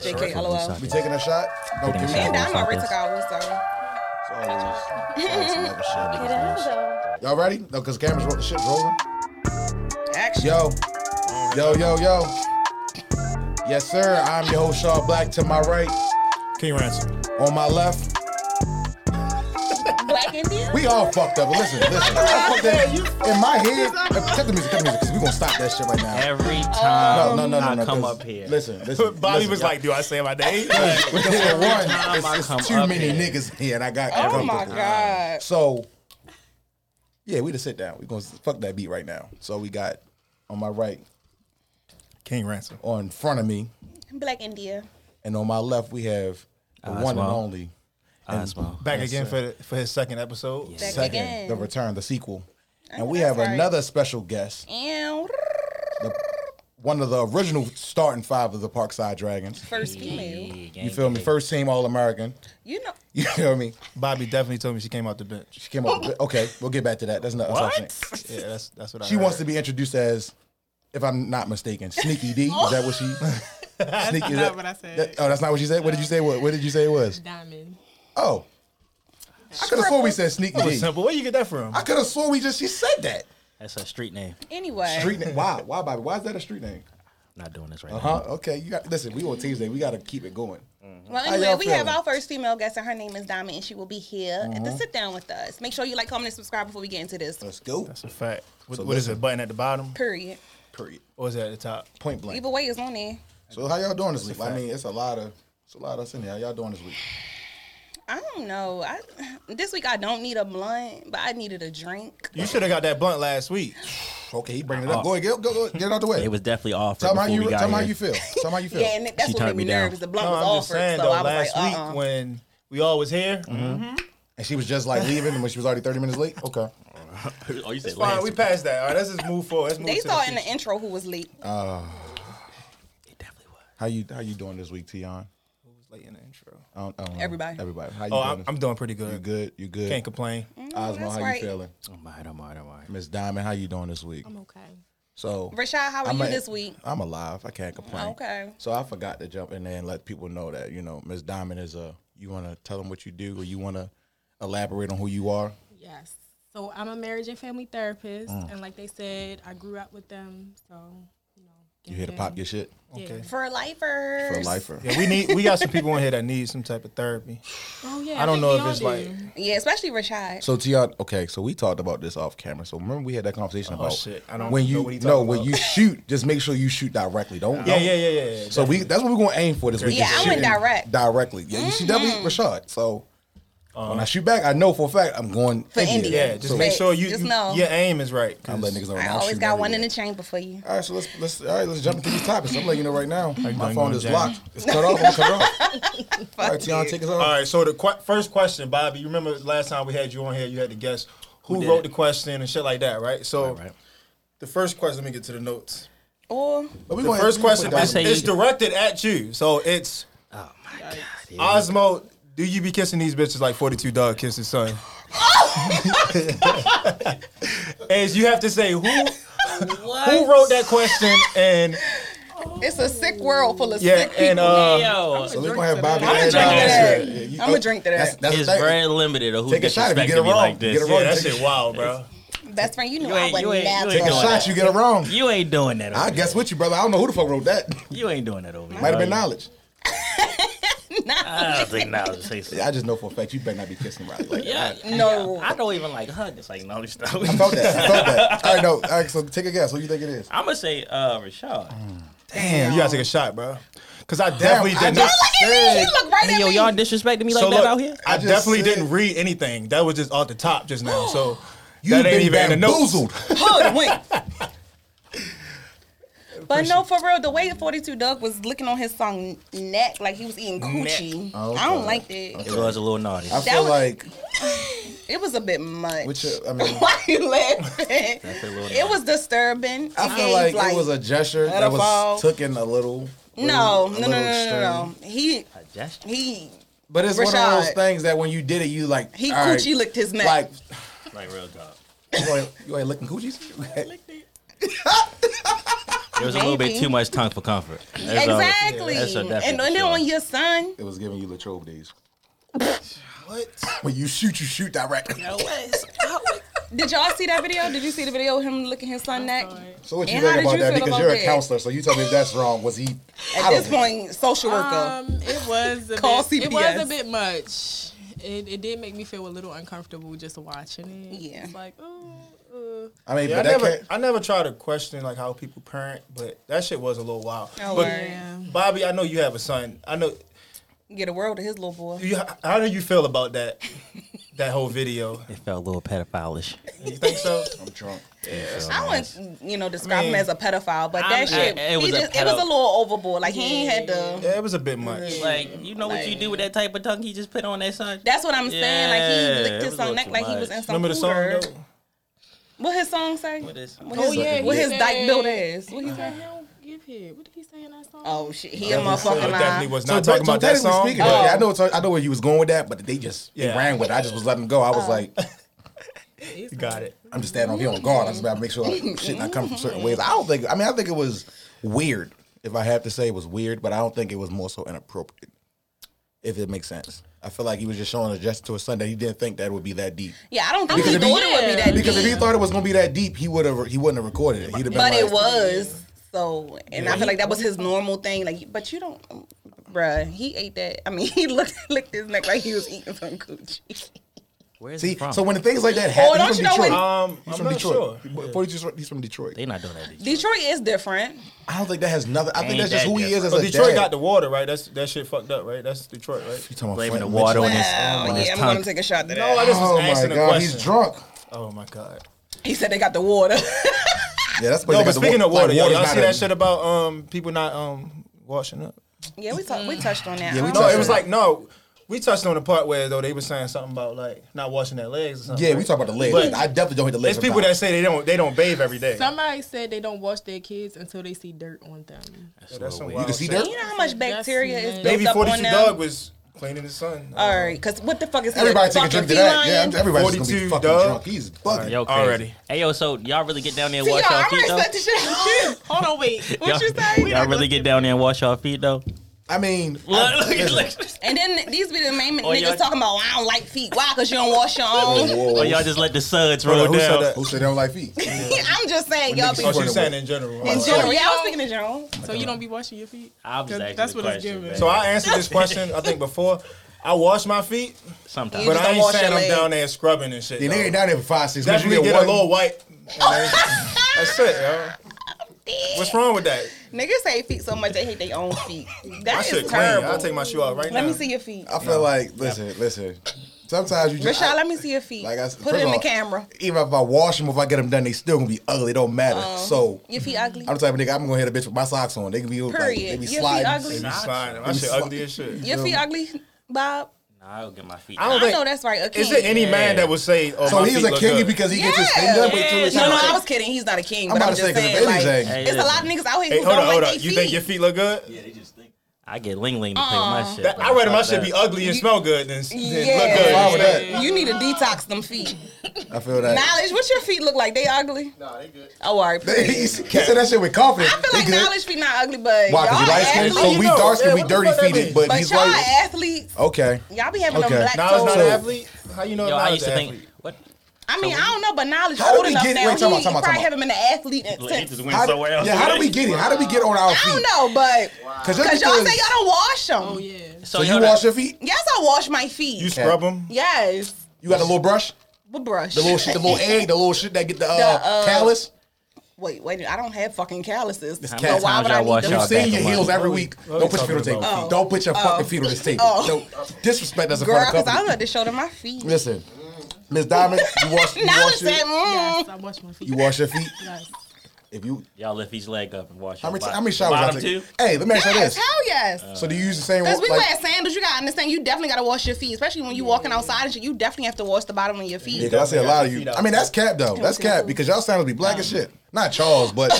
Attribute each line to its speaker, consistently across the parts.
Speaker 1: JK, LOL.
Speaker 2: We taking a shot? No,
Speaker 1: Taking a shot.
Speaker 2: can we? It's
Speaker 1: Yeah,
Speaker 3: And
Speaker 1: that-
Speaker 3: I'm already took ours though.
Speaker 2: always- it's always some other shit.
Speaker 4: It is though.
Speaker 2: Y'all ready? No, because cameras ro- the shit's rolling.
Speaker 3: Action.
Speaker 2: Yo, yo, yo, yo. Yes, sir. I'm your host, Shaw Black. To my right,
Speaker 5: King Ransom.
Speaker 2: on my left,
Speaker 4: Black Indian?
Speaker 2: we all fucked up. But listen, listen. I fucked that- in my head, cut the music, cut the music, because we're going to stop that shit right now.
Speaker 1: Every time
Speaker 2: No, no, no, no,
Speaker 1: I
Speaker 2: no.
Speaker 1: come
Speaker 2: 'cause-
Speaker 1: up here,
Speaker 2: Listen, listen.
Speaker 5: Bobby
Speaker 2: listen,
Speaker 5: was
Speaker 2: y'all.
Speaker 5: like, "Do I say my name?"
Speaker 2: Because for one,
Speaker 1: time I
Speaker 2: it's,
Speaker 1: come
Speaker 2: it's too
Speaker 1: up
Speaker 2: many
Speaker 1: here.
Speaker 2: niggas here, and I got
Speaker 3: Oh my
Speaker 2: uncomfortable.
Speaker 3: god.
Speaker 2: So, yeah, we just sit down. We gonna fuck that beat right now. So we got on my right,
Speaker 5: King Ransom.
Speaker 2: on front of me,
Speaker 4: Black India.
Speaker 2: and on my left we have the
Speaker 1: Oswald.
Speaker 2: one and only
Speaker 1: Osmo.
Speaker 5: Back again for the, for his second episode.
Speaker 4: Back
Speaker 2: second,
Speaker 4: again.
Speaker 2: the return, the sequel, and
Speaker 3: know
Speaker 2: we
Speaker 3: that's
Speaker 2: have
Speaker 3: right.
Speaker 2: another special guest,
Speaker 3: And
Speaker 2: the, one of the original starting five of the Parkside Dragons.
Speaker 3: first female.
Speaker 2: You feel me? First team All American.
Speaker 3: You know.
Speaker 2: You feel me?
Speaker 5: Bobby definitely told me she came out the bench.
Speaker 2: She came up. with- Okay, we'll get back to that. That's not that's what?
Speaker 1: What?
Speaker 5: Yeah, that's that's what I.
Speaker 2: She wants to be introduced as, if I'm not mistaken, Sneaky D. Is that what she? Sneaky, is
Speaker 6: not
Speaker 2: that-
Speaker 6: what I said.
Speaker 2: that- oh, that's not what she said. What did you say? What, what did you say it was?
Speaker 6: Diamond.
Speaker 2: Oh, I could have swore we said Sneaky D.
Speaker 5: Simple. Where you get that from?
Speaker 2: I could have swore we just she said that.
Speaker 1: That's a street name.
Speaker 3: Anyway.
Speaker 2: Street name? Why? Why, Bobby? Why is that a street name?
Speaker 1: I'm not doing this right
Speaker 2: Uh
Speaker 1: now.
Speaker 2: huh. Okay, you got listen. We on Tuesday. We got to keep it going.
Speaker 5: Mm.
Speaker 3: Well,
Speaker 2: How
Speaker 3: anyway,
Speaker 2: y'all
Speaker 3: we have
Speaker 2: feeling?
Speaker 3: our first female guest, and her name is Diamond, and she will be here at the sit down with us. Make sure you like, comment, and subscribe before we get into this.
Speaker 2: Let's go.
Speaker 5: That's a fact. What,
Speaker 2: So
Speaker 5: what is
Speaker 2: listen.
Speaker 5: it? Button at the bottom,
Speaker 3: Period.
Speaker 2: Period.
Speaker 5: or is it at the top?
Speaker 2: Point blank.
Speaker 3: Either way, it's on there.
Speaker 2: So how y'all doing this week? I
Speaker 5: fact.
Speaker 2: mean, it's a lot of it's a lot of us in here. How y'all doing this week?
Speaker 3: I don't know. I this week I don't need a blunt, but I needed a drink.
Speaker 5: You should have got that blunt last week.
Speaker 2: Okay, he bringing it up. Go ahead. Go, go, go. Get it out the way.
Speaker 1: Oh. It was definitely off.
Speaker 2: Tell me how
Speaker 1: before
Speaker 2: you.
Speaker 1: we got
Speaker 2: Tell me how
Speaker 1: here.
Speaker 2: you feel. Tell me how you feel.
Speaker 3: Yeah, and that's
Speaker 1: She
Speaker 3: what
Speaker 1: turned
Speaker 3: made me
Speaker 1: me down.
Speaker 3: nervous. The blunt
Speaker 5: No, I'm
Speaker 3: was
Speaker 5: just
Speaker 3: offered,
Speaker 5: saying
Speaker 3: so
Speaker 5: though.
Speaker 3: I was
Speaker 5: Last
Speaker 3: like, uh, uh
Speaker 5: week when we all was here,
Speaker 2: And she was just like leaving when she was already 30 minutes late? Okay.
Speaker 1: oh, you said
Speaker 5: it's fine.
Speaker 1: last
Speaker 5: We
Speaker 1: week.
Speaker 5: passed that. All right, let's just move forward. Let's move
Speaker 3: they
Speaker 5: to
Speaker 3: saw
Speaker 5: the
Speaker 3: in the
Speaker 5: future.
Speaker 3: intro who was late.
Speaker 1: It definitely was.
Speaker 2: How you how you doing this week, Tion?
Speaker 5: Like in the intro.
Speaker 2: I don't- I don't know.
Speaker 3: Everybody.
Speaker 2: Everybody. How you
Speaker 5: Oh,
Speaker 2: doing?
Speaker 5: I'm,
Speaker 2: this-
Speaker 5: I'm doing pretty
Speaker 2: you
Speaker 5: good.
Speaker 2: good? You good?
Speaker 5: Can't complain.
Speaker 3: that's
Speaker 2: Osmo, how
Speaker 3: right.
Speaker 2: you feeling?
Speaker 1: Oh my, oh my, oh my.
Speaker 2: Miss Diamond, how you doing this week?
Speaker 6: I'm okay.
Speaker 2: So
Speaker 3: Rashad, how are
Speaker 2: I'm
Speaker 3: you
Speaker 2: a-
Speaker 3: this week?
Speaker 2: I'm alive. I can't complain.
Speaker 3: Okay.
Speaker 2: So I forgot to jump in there and let people know that, you know, Miss Diamond is a you wanna tell them what you do or you wanna elaborate on who you are?
Speaker 6: Yes. So I'm a marriage and family therapist,
Speaker 5: Mm.
Speaker 6: and like they said, I grew up with them. So you know,
Speaker 2: You here to pop your shit?
Speaker 5: Okay.
Speaker 3: For lifers.
Speaker 2: For a lifer.
Speaker 5: Yeah, we need we got some people in here that need some type of therapy.
Speaker 6: Oh yeah.
Speaker 5: I don't
Speaker 6: think
Speaker 5: know
Speaker 6: we
Speaker 5: if
Speaker 6: all
Speaker 5: it's
Speaker 6: do.
Speaker 5: like
Speaker 3: Yeah, especially Rashad.
Speaker 2: So to y'all, okay. So we talked about this off camera. So remember we had that conversation about
Speaker 5: Oh, shit. I don't
Speaker 2: when
Speaker 5: know
Speaker 2: you
Speaker 5: what he
Speaker 2: no
Speaker 5: talking
Speaker 2: when
Speaker 5: about.
Speaker 2: you shoot, just make sure you shoot directly. Don't
Speaker 5: Yeah,
Speaker 2: don't-
Speaker 5: yeah, yeah, yeah. yeah
Speaker 2: So we that's what we're gonna aim for this week.
Speaker 3: Yeah,
Speaker 2: is
Speaker 3: I went
Speaker 2: shooting
Speaker 3: direct. Mm-hmm.
Speaker 2: Directly. Yeah, you see definitely Rashad. So when I shoot back, I know for a fact I'm going for
Speaker 3: India.
Speaker 5: Uh-huh. Yeah, just
Speaker 2: so
Speaker 5: make sure you,
Speaker 3: Just
Speaker 5: you-
Speaker 3: know.
Speaker 5: your aim is right. 'cause
Speaker 2: I'm letting niggas know.
Speaker 3: I
Speaker 2: now, I'm
Speaker 3: always
Speaker 2: shooting
Speaker 3: got one in the
Speaker 2: everywhere.
Speaker 3: chamber for you.
Speaker 2: All right, so let's let's all right, let's jump into these topics. I'm letting you know right now. My
Speaker 5: done
Speaker 2: phone
Speaker 5: going
Speaker 2: is
Speaker 5: jam.
Speaker 2: locked. It's cut off. I'm cut off. all right, Tion, take us
Speaker 5: All
Speaker 2: off.
Speaker 5: right. So the qu- first question, Bobby, you remember last time we had you on here, you had to guess who,
Speaker 1: did
Speaker 5: wrote
Speaker 1: it?
Speaker 5: the question and shit like that, right? So
Speaker 1: right.
Speaker 5: the first question, let me get to the notes.
Speaker 3: Or
Speaker 2: But we
Speaker 5: The
Speaker 2: gonna-
Speaker 5: first
Speaker 2: we gonna
Speaker 5: question
Speaker 2: put
Speaker 1: That's
Speaker 5: is,
Speaker 1: how you
Speaker 5: is
Speaker 1: do-
Speaker 5: directed at you, so it's
Speaker 1: Oh,
Speaker 5: Osmo. Do you be kissing these bitches like 42 Dog kissed his son? Is you have to say who who wrote that question and
Speaker 3: it's a sick world full of
Speaker 5: yeah
Speaker 3: sick people.
Speaker 5: and uh
Speaker 1: Yo,
Speaker 2: So we're gonna have Bobby.
Speaker 3: I'ma
Speaker 2: add
Speaker 3: drink to
Speaker 2: on that
Speaker 3: that.
Speaker 2: shit. Yeah, you-
Speaker 3: I'ma drink to that.
Speaker 2: Oh, That's- that's
Speaker 1: it's
Speaker 2: the thing.
Speaker 1: very limited of who
Speaker 2: Take a shot if you
Speaker 1: disrespected
Speaker 2: get it
Speaker 1: me
Speaker 2: wrong.
Speaker 1: like
Speaker 2: Get
Speaker 1: this.
Speaker 2: it
Speaker 5: yeah
Speaker 2: wrong.
Speaker 5: that
Speaker 2: Take
Speaker 5: shit wild bro.
Speaker 3: Best friend, you know
Speaker 1: You
Speaker 3: I
Speaker 1: ain't-
Speaker 3: would
Speaker 1: you ain't- you
Speaker 3: never.
Speaker 1: ain't
Speaker 2: Take a
Speaker 1: doing
Speaker 2: shot,
Speaker 1: that.
Speaker 2: you get it wrong.
Speaker 1: You ain't doing that. Over
Speaker 2: I
Speaker 1: here.
Speaker 2: guess what you, brother. I don't know who the fuck wrote that.
Speaker 1: you ain't doing that over here.
Speaker 2: Might have been
Speaker 1: now.
Speaker 2: knowledge.
Speaker 1: I don't think knowledge. Say something.
Speaker 2: Yeah, I just know for a fact you better not be kissing Riley like that.
Speaker 1: Yeah,
Speaker 3: No.
Speaker 1: I don't even like hug. It's like knowledge. Stuff.
Speaker 2: I felt that. I felt that. All right, no. All right, so take a guess. What do you think it is?
Speaker 1: I'm gonna say uh, Rashad.
Speaker 5: Damn, you gotta take a shot, bro. Cause I definitely
Speaker 2: I
Speaker 5: did
Speaker 2: just
Speaker 5: not.
Speaker 3: He
Speaker 2: said-
Speaker 3: looked right
Speaker 1: Hey,
Speaker 3: at
Speaker 1: yo,
Speaker 3: me.
Speaker 1: y'all disrespecting me like
Speaker 5: So
Speaker 1: that
Speaker 5: look,
Speaker 1: out here?
Speaker 5: I,
Speaker 2: I just
Speaker 5: definitely
Speaker 2: said-
Speaker 5: didn't read anything. That was just off the top just now. So
Speaker 2: You
Speaker 5: that ain't even in the notes.
Speaker 2: bamboozled.
Speaker 3: Hold wait. But no, for real, the way 42 Doug was licking on his song neck like he was eating coochie, I don't
Speaker 2: Oh, Okay.
Speaker 3: like that.
Speaker 1: It was a little naughty.
Speaker 2: I
Speaker 1: I
Speaker 2: feel
Speaker 3: was-
Speaker 2: like
Speaker 3: It was a bit much.
Speaker 2: with your, uh, I mean,
Speaker 3: Why you laughing?
Speaker 1: a little
Speaker 3: It was disturbing.
Speaker 2: I
Speaker 3: It
Speaker 2: feel
Speaker 3: gave,
Speaker 2: like, it was a gesture that
Speaker 3: pedophile.
Speaker 2: was taken a little.
Speaker 3: no, no,
Speaker 2: little-
Speaker 3: no,
Speaker 2: a
Speaker 3: no,
Speaker 2: little
Speaker 3: no, no, no.
Speaker 2: extreme.
Speaker 3: He
Speaker 1: just
Speaker 3: he
Speaker 2: But it's one of those
Speaker 3: Rashad.
Speaker 2: things that when you did it, you like
Speaker 3: he
Speaker 2: all right,
Speaker 3: coochie licked his neck.
Speaker 2: Like
Speaker 1: like real talk.
Speaker 2: you ain't, you ain't licking coochies.
Speaker 1: There was a little bit
Speaker 3: Maybe.
Speaker 1: too much tongue for comfort. That's all.
Speaker 3: exactly.
Speaker 1: That's a definite
Speaker 3: and, and then
Speaker 1: sure.
Speaker 3: on your son,
Speaker 2: It was giving you Latrobe days.
Speaker 5: What?
Speaker 2: When you shoot, you shoot direct.
Speaker 3: did y'all see that video? Did you see the video of him licking his son neck?
Speaker 2: So what you
Speaker 3: And how
Speaker 2: think
Speaker 3: did
Speaker 2: about
Speaker 3: you
Speaker 2: that?
Speaker 3: feel
Speaker 2: Because
Speaker 3: about
Speaker 2: you're a
Speaker 3: that?
Speaker 2: counselor, so you tell me if that's wrong. Was he?
Speaker 3: At this point, social worker.
Speaker 6: Um, it was a
Speaker 3: Call
Speaker 6: bit, it was
Speaker 3: CPS.
Speaker 6: a bit much. It, it did make me feel a little uncomfortable just watching it.
Speaker 3: Yeah.
Speaker 6: It's like, oh, uh,
Speaker 2: I mean,
Speaker 5: Yeah, I
Speaker 2: but that
Speaker 5: never,
Speaker 2: can't.
Speaker 5: I never tried to question like how people parent, but that shit was a little wild.
Speaker 3: Oh,
Speaker 5: but
Speaker 3: word.
Speaker 6: Yeah.
Speaker 5: Bobby, I know you have a son. I know.
Speaker 3: Get a world to his little boy.
Speaker 5: You, how do you feel about that? That whole video.
Speaker 1: It felt a little pedophilish.
Speaker 5: You think so?
Speaker 2: I'm drunk.
Speaker 3: I wouldn't, you know, describe
Speaker 5: mean,
Speaker 3: him as a pedophile, but that
Speaker 6: I'm-
Speaker 3: shit,
Speaker 1: I- it
Speaker 3: he
Speaker 1: was a
Speaker 3: just- it was a
Speaker 1: pedo-
Speaker 3: little overboard. Like he ain't had the.
Speaker 5: Yeah, it was a bit much.
Speaker 1: Like, you know what you do with that type of tongue he just put on that son?
Speaker 3: That's what I'm saying. Like
Speaker 1: Yeah,
Speaker 3: he licked
Speaker 1: it
Speaker 3: his
Speaker 1: was a
Speaker 3: son
Speaker 1: little
Speaker 3: neck
Speaker 1: too
Speaker 3: like he was
Speaker 1: much.
Speaker 3: in some
Speaker 5: Remember the song
Speaker 3: Uber.
Speaker 5: though?
Speaker 3: What his song say?
Speaker 1: What is-
Speaker 3: What his,
Speaker 6: oh yeah,
Speaker 3: what
Speaker 6: he
Speaker 3: his
Speaker 6: said-
Speaker 3: dyke built is? What he
Speaker 6: He
Speaker 3: say?
Speaker 5: Uh-huh.
Speaker 6: said he don't give hit. What did he say in that song?
Speaker 3: Oh shit, he a
Speaker 5: It
Speaker 3: motherfucking
Speaker 5: definitely
Speaker 3: liar.
Speaker 5: was not talking about that
Speaker 2: technically
Speaker 5: song.
Speaker 2: Speaking, yeah, I know. it's- I know where you was going with that, but they just they
Speaker 5: Yeah.
Speaker 2: ran with it. I just was letting go. I
Speaker 3: Oh.
Speaker 2: was like,
Speaker 6: It's
Speaker 5: You Got it.
Speaker 2: I'm just standing on here on guard. I just about to make sure like, shit not coming from certain ways. I don't think. I mean, I think it was weird. If I have to say, it was weird, but I don't think it was more so inappropriate. If it makes sense, I feel like he was just showing a gesture to his son that he didn't think that would be that deep.
Speaker 3: Yeah, I don't think
Speaker 2: Because
Speaker 3: he
Speaker 2: if he-
Speaker 3: thought it would be that
Speaker 2: Because
Speaker 3: deep,
Speaker 2: if he thought it was gonna be that deep, he would have. He wouldn't have recorded it. He'd have been
Speaker 3: but
Speaker 2: like,
Speaker 3: it was. So, and I feel like that was his normal thing. Like, but you don't, bruh. He ate that. I mean, he looked licked his neck like he was eating some coochie.
Speaker 1: Where's
Speaker 2: See,
Speaker 1: he from?
Speaker 2: so when things like that happen,
Speaker 3: don't
Speaker 2: he's
Speaker 3: you
Speaker 2: from
Speaker 3: know
Speaker 2: Detroit.
Speaker 3: when-
Speaker 5: Um,
Speaker 2: he's
Speaker 5: I'm
Speaker 2: from
Speaker 5: not
Speaker 2: Detroit.
Speaker 5: sure.
Speaker 2: He- 42 Detroit- He's from Detroit.
Speaker 1: they not doing that. Detroit.
Speaker 3: Detroit is different.
Speaker 2: I don't think that has nothing. I think
Speaker 1: Ain't
Speaker 2: that's just
Speaker 1: that
Speaker 2: who he is as
Speaker 5: So
Speaker 2: a
Speaker 5: Detroit
Speaker 2: dad.
Speaker 5: got the water right. That's that shit fucked up right. That's Detroit right.
Speaker 2: You talking about
Speaker 1: Blaming
Speaker 2: Flint
Speaker 1: the water on
Speaker 2: Mitchell?
Speaker 1: his,
Speaker 3: Oh,
Speaker 1: on his
Speaker 3: yeah, I'm
Speaker 1: tongue.
Speaker 3: gonna take a shot to that.
Speaker 5: No, I just was
Speaker 2: Oh my
Speaker 5: asking a
Speaker 2: god,
Speaker 5: question.
Speaker 2: he's drunk.
Speaker 5: Oh my god.
Speaker 3: he said they got the water.
Speaker 2: Yeah, that's
Speaker 5: No, but speaking of water, yo, y'all see that shit
Speaker 2: Up.
Speaker 5: about um people not um washing up.
Speaker 3: yeah, we talked. We touched on that.
Speaker 2: Yeah, we
Speaker 3: Um,
Speaker 5: No,
Speaker 2: touched
Speaker 5: it was
Speaker 2: on
Speaker 5: like no. We touched on the part where though they were saying something about like not washing their legs or something.
Speaker 2: Yeah, we talk about the legs.
Speaker 5: But-
Speaker 2: I definitely don't hit the legs.
Speaker 5: It's people that
Speaker 2: sometimes.
Speaker 5: say they don't they don't bathe every day.
Speaker 6: Somebody said they don't wash their kids until they see dirt on them.
Speaker 5: Yeah, that's some
Speaker 2: you
Speaker 5: wild
Speaker 2: can see
Speaker 5: shit.
Speaker 2: dirt.
Speaker 3: You know how much bacteria is
Speaker 6: That's
Speaker 3: built
Speaker 5: Maybe
Speaker 3: up
Speaker 5: forty
Speaker 3: on
Speaker 5: two
Speaker 3: them. Uh,
Speaker 5: dog was cleaning his son.
Speaker 3: All right, because what the fuck is he,
Speaker 2: Everybody take a
Speaker 3: fucking
Speaker 2: drink to that.
Speaker 3: feline?
Speaker 2: Yeah, I'm- everybody's just gonna
Speaker 5: 42
Speaker 2: be fucking
Speaker 5: dog.
Speaker 2: drunk. He's bugging.
Speaker 1: Yo, crazy.
Speaker 5: Already.
Speaker 1: Hey, yo, so y'all really get down there and
Speaker 3: See, y'all,
Speaker 1: wash y'all
Speaker 3: I
Speaker 1: feet,
Speaker 3: already
Speaker 1: though?
Speaker 3: said the shit.
Speaker 6: Hold on, wait.
Speaker 3: What you say?
Speaker 1: Y'all, y'all really get down there and wash y'all feet, though?
Speaker 2: I mean, I-
Speaker 1: Look, look, look.
Speaker 3: And then these be the main
Speaker 1: Oh, y'all-
Speaker 3: niggas talking about, I don't like feet. Why? Because you don't wash your
Speaker 2: Whoa,
Speaker 3: own.
Speaker 2: whoa,
Speaker 1: Or
Speaker 2: whoa.
Speaker 1: y'all just let the suds roll
Speaker 5: on, who said
Speaker 1: down.
Speaker 5: that?
Speaker 2: Who said they don't like feet?
Speaker 3: I'm just saying, y'all be
Speaker 5: Oh,
Speaker 2: niggas-
Speaker 3: in
Speaker 5: she's saying in general. All right.
Speaker 3: general. Yeah, I was speaking in general.
Speaker 6: So you don't be washing your feet?
Speaker 1: I was
Speaker 6: That-
Speaker 1: asking
Speaker 6: that's
Speaker 1: the
Speaker 6: what it's
Speaker 1: question,
Speaker 6: giving.
Speaker 1: man.
Speaker 5: So I answered this question I think before. I wash my feet,
Speaker 1: Sometimes.
Speaker 3: You
Speaker 5: but
Speaker 3: just
Speaker 5: I
Speaker 3: don't
Speaker 5: ain't
Speaker 3: wash
Speaker 5: saying
Speaker 3: your
Speaker 5: I'm
Speaker 3: legs.
Speaker 5: down there scrubbing and shit.
Speaker 2: Then they
Speaker 5: though.
Speaker 2: ain't down there for five, six minutes.
Speaker 5: Definitely
Speaker 2: You
Speaker 5: get a
Speaker 2: one-
Speaker 5: little white. That's it, yo. What's wrong with that?
Speaker 3: Niggas hate feet so much they hate their own feet.
Speaker 5: I
Speaker 3: That
Speaker 5: should
Speaker 3: is
Speaker 5: clean. I'll
Speaker 3: terrible.
Speaker 5: take my shoe out right now.
Speaker 3: Let me see your feet.
Speaker 2: I feel like, listen, listen. Sometimes you just.
Speaker 3: Rashad, let me see your feet.
Speaker 2: Like I said,
Speaker 3: Put
Speaker 2: first
Speaker 3: it in
Speaker 2: of
Speaker 3: the
Speaker 2: all,
Speaker 3: camera.
Speaker 2: Even if I wash them, if I get them done, they still gonna be ugly. It don't matter.
Speaker 3: Oh.
Speaker 2: So
Speaker 3: Your feet ugly.
Speaker 2: I'm the type of nigga. I'm gonna hit a bitch with my socks on. They can be like,
Speaker 3: Period.
Speaker 2: they be
Speaker 3: Your feet
Speaker 2: sliding.
Speaker 3: ugly.
Speaker 5: Be sliding. My shit ugly as shit.
Speaker 3: Your feet ugly, Bob.
Speaker 1: Nah, I'll get my feet.
Speaker 5: I don't
Speaker 3: I
Speaker 5: think.
Speaker 3: know that's right. A king.
Speaker 5: Is there any man that would say? Oh,
Speaker 2: So
Speaker 5: my
Speaker 2: he's
Speaker 5: feet
Speaker 2: a
Speaker 5: look
Speaker 2: kingy
Speaker 5: good?
Speaker 2: because he gets his
Speaker 3: Yeah.
Speaker 2: thing done. But till the
Speaker 3: No,
Speaker 2: time-
Speaker 3: no, I was kidding. He's not a king.
Speaker 2: I'm
Speaker 3: but
Speaker 2: about
Speaker 3: I'm
Speaker 2: to
Speaker 3: just
Speaker 2: say because
Speaker 3: saying,
Speaker 2: if
Speaker 3: like,
Speaker 2: anything,
Speaker 1: Hey,
Speaker 3: it's a
Speaker 1: listen.
Speaker 3: lot of niggas out here
Speaker 5: Hey,
Speaker 3: who
Speaker 5: hold
Speaker 3: don't
Speaker 5: on, hold
Speaker 3: like
Speaker 5: on.
Speaker 3: their
Speaker 5: You think your
Speaker 3: feet.
Speaker 5: feet look good?
Speaker 1: I get ling ling to play with my shit.
Speaker 5: That, I rather my shit be ugly and smell good than, than
Speaker 3: Yeah.
Speaker 2: Why
Speaker 5: look
Speaker 2: with
Speaker 5: good.
Speaker 2: that?
Speaker 3: You need to detox them feet.
Speaker 2: I feel that.
Speaker 3: Knowledge, what's your feet look like? They ugly?
Speaker 5: Nah, they good.
Speaker 3: Oh, all right.
Speaker 2: He
Speaker 3: pretty.
Speaker 2: said that shit with confidence.
Speaker 3: I feel
Speaker 2: He
Speaker 3: like
Speaker 2: good.
Speaker 3: knowledge feet not ugly, but y'all
Speaker 2: Why? Because he light skinned,
Speaker 3: athletes.
Speaker 2: so we
Speaker 5: You Oh, know,
Speaker 2: dark
Speaker 5: yeah,
Speaker 2: skinned, we
Speaker 5: what the
Speaker 2: dirty
Speaker 5: fuck that
Speaker 2: feeted,
Speaker 5: mean?
Speaker 2: but
Speaker 3: but
Speaker 2: he's
Speaker 3: y'all
Speaker 2: like,
Speaker 3: athletes.
Speaker 2: okay.
Speaker 3: Y'all be having
Speaker 2: Okay.
Speaker 3: them black
Speaker 5: Now it's not
Speaker 3: toes.
Speaker 5: an athlete. How you know?
Speaker 1: Yo,
Speaker 5: now
Speaker 1: I
Speaker 5: it's
Speaker 1: used to
Speaker 5: an
Speaker 1: think,
Speaker 5: athlete?
Speaker 1: what?
Speaker 3: I mean, I don't know, but knowledge
Speaker 2: How do
Speaker 3: old
Speaker 2: we
Speaker 3: enough
Speaker 2: get-
Speaker 3: now. he
Speaker 2: wait, time out, time out,
Speaker 3: probably
Speaker 2: time
Speaker 3: haven't been an athlete
Speaker 1: Like,
Speaker 3: since.
Speaker 1: just went
Speaker 2: How,
Speaker 1: somewhere else.
Speaker 2: yeah, how do we get it? How do we get on our
Speaker 3: I
Speaker 2: feet?
Speaker 3: don't know, but
Speaker 2: Cause just
Speaker 3: because y'all say
Speaker 2: because-
Speaker 3: y'all don't wash them.
Speaker 6: Oh yeah.
Speaker 1: So,
Speaker 2: So
Speaker 1: you
Speaker 2: you wash your feet?
Speaker 3: Yes, I wash my feet.
Speaker 5: You scrub them.
Speaker 3: yes,
Speaker 2: You got a little brush,
Speaker 3: with brush.
Speaker 2: the little shit, the little egg, the little shit that get the, uh,
Speaker 3: The, uh,
Speaker 2: callus.
Speaker 3: Wait, wait, I don't have fucking calluses. So
Speaker 1: many
Speaker 3: why
Speaker 1: times
Speaker 3: would I
Speaker 1: y'all
Speaker 3: need
Speaker 1: wash
Speaker 3: them?
Speaker 1: y'all
Speaker 2: You've seen
Speaker 1: back
Speaker 2: your
Speaker 1: alone.
Speaker 2: heels every
Speaker 5: What we-
Speaker 2: week.
Speaker 5: what
Speaker 2: Don't
Speaker 5: we
Speaker 2: put your feet on the
Speaker 5: talking
Speaker 2: table.
Speaker 5: about? Oh.
Speaker 2: Don't put your fucking feet on this table.
Speaker 3: Oh.
Speaker 2: Don't disrespect us in
Speaker 3: Girl,
Speaker 2: front
Speaker 3: because
Speaker 2: of the
Speaker 3: I'm
Speaker 2: company.
Speaker 3: about to show them my feet.
Speaker 2: Listen, Miss Diamond, you wash, you
Speaker 3: Now
Speaker 2: wash
Speaker 3: it's that.
Speaker 2: your,
Speaker 3: Mm.
Speaker 6: Yes, I wash my feet.
Speaker 2: you wash your feet.
Speaker 6: Yes.
Speaker 2: If you
Speaker 1: Y'all lift each leg up and wash
Speaker 2: how
Speaker 1: your
Speaker 2: many
Speaker 1: bottom-
Speaker 2: how many showers I
Speaker 1: bottom
Speaker 2: take?
Speaker 1: two?
Speaker 2: Hey, let me ask you
Speaker 3: Yes,
Speaker 2: this.
Speaker 3: hell yes.
Speaker 2: So do you use the same?
Speaker 3: Because we
Speaker 2: like-
Speaker 3: wear sandals, you gotta understand. You definitely gotta wash your feet, especially when you walking outside and shit. You definitely have to wash the bottom of your feet.
Speaker 2: Yeah, 'cause I see a lot of
Speaker 5: Got your
Speaker 2: you.
Speaker 5: feet out.
Speaker 2: I mean, that's cap though. That's cap because y'all sounds be black as shit. Not Charles, but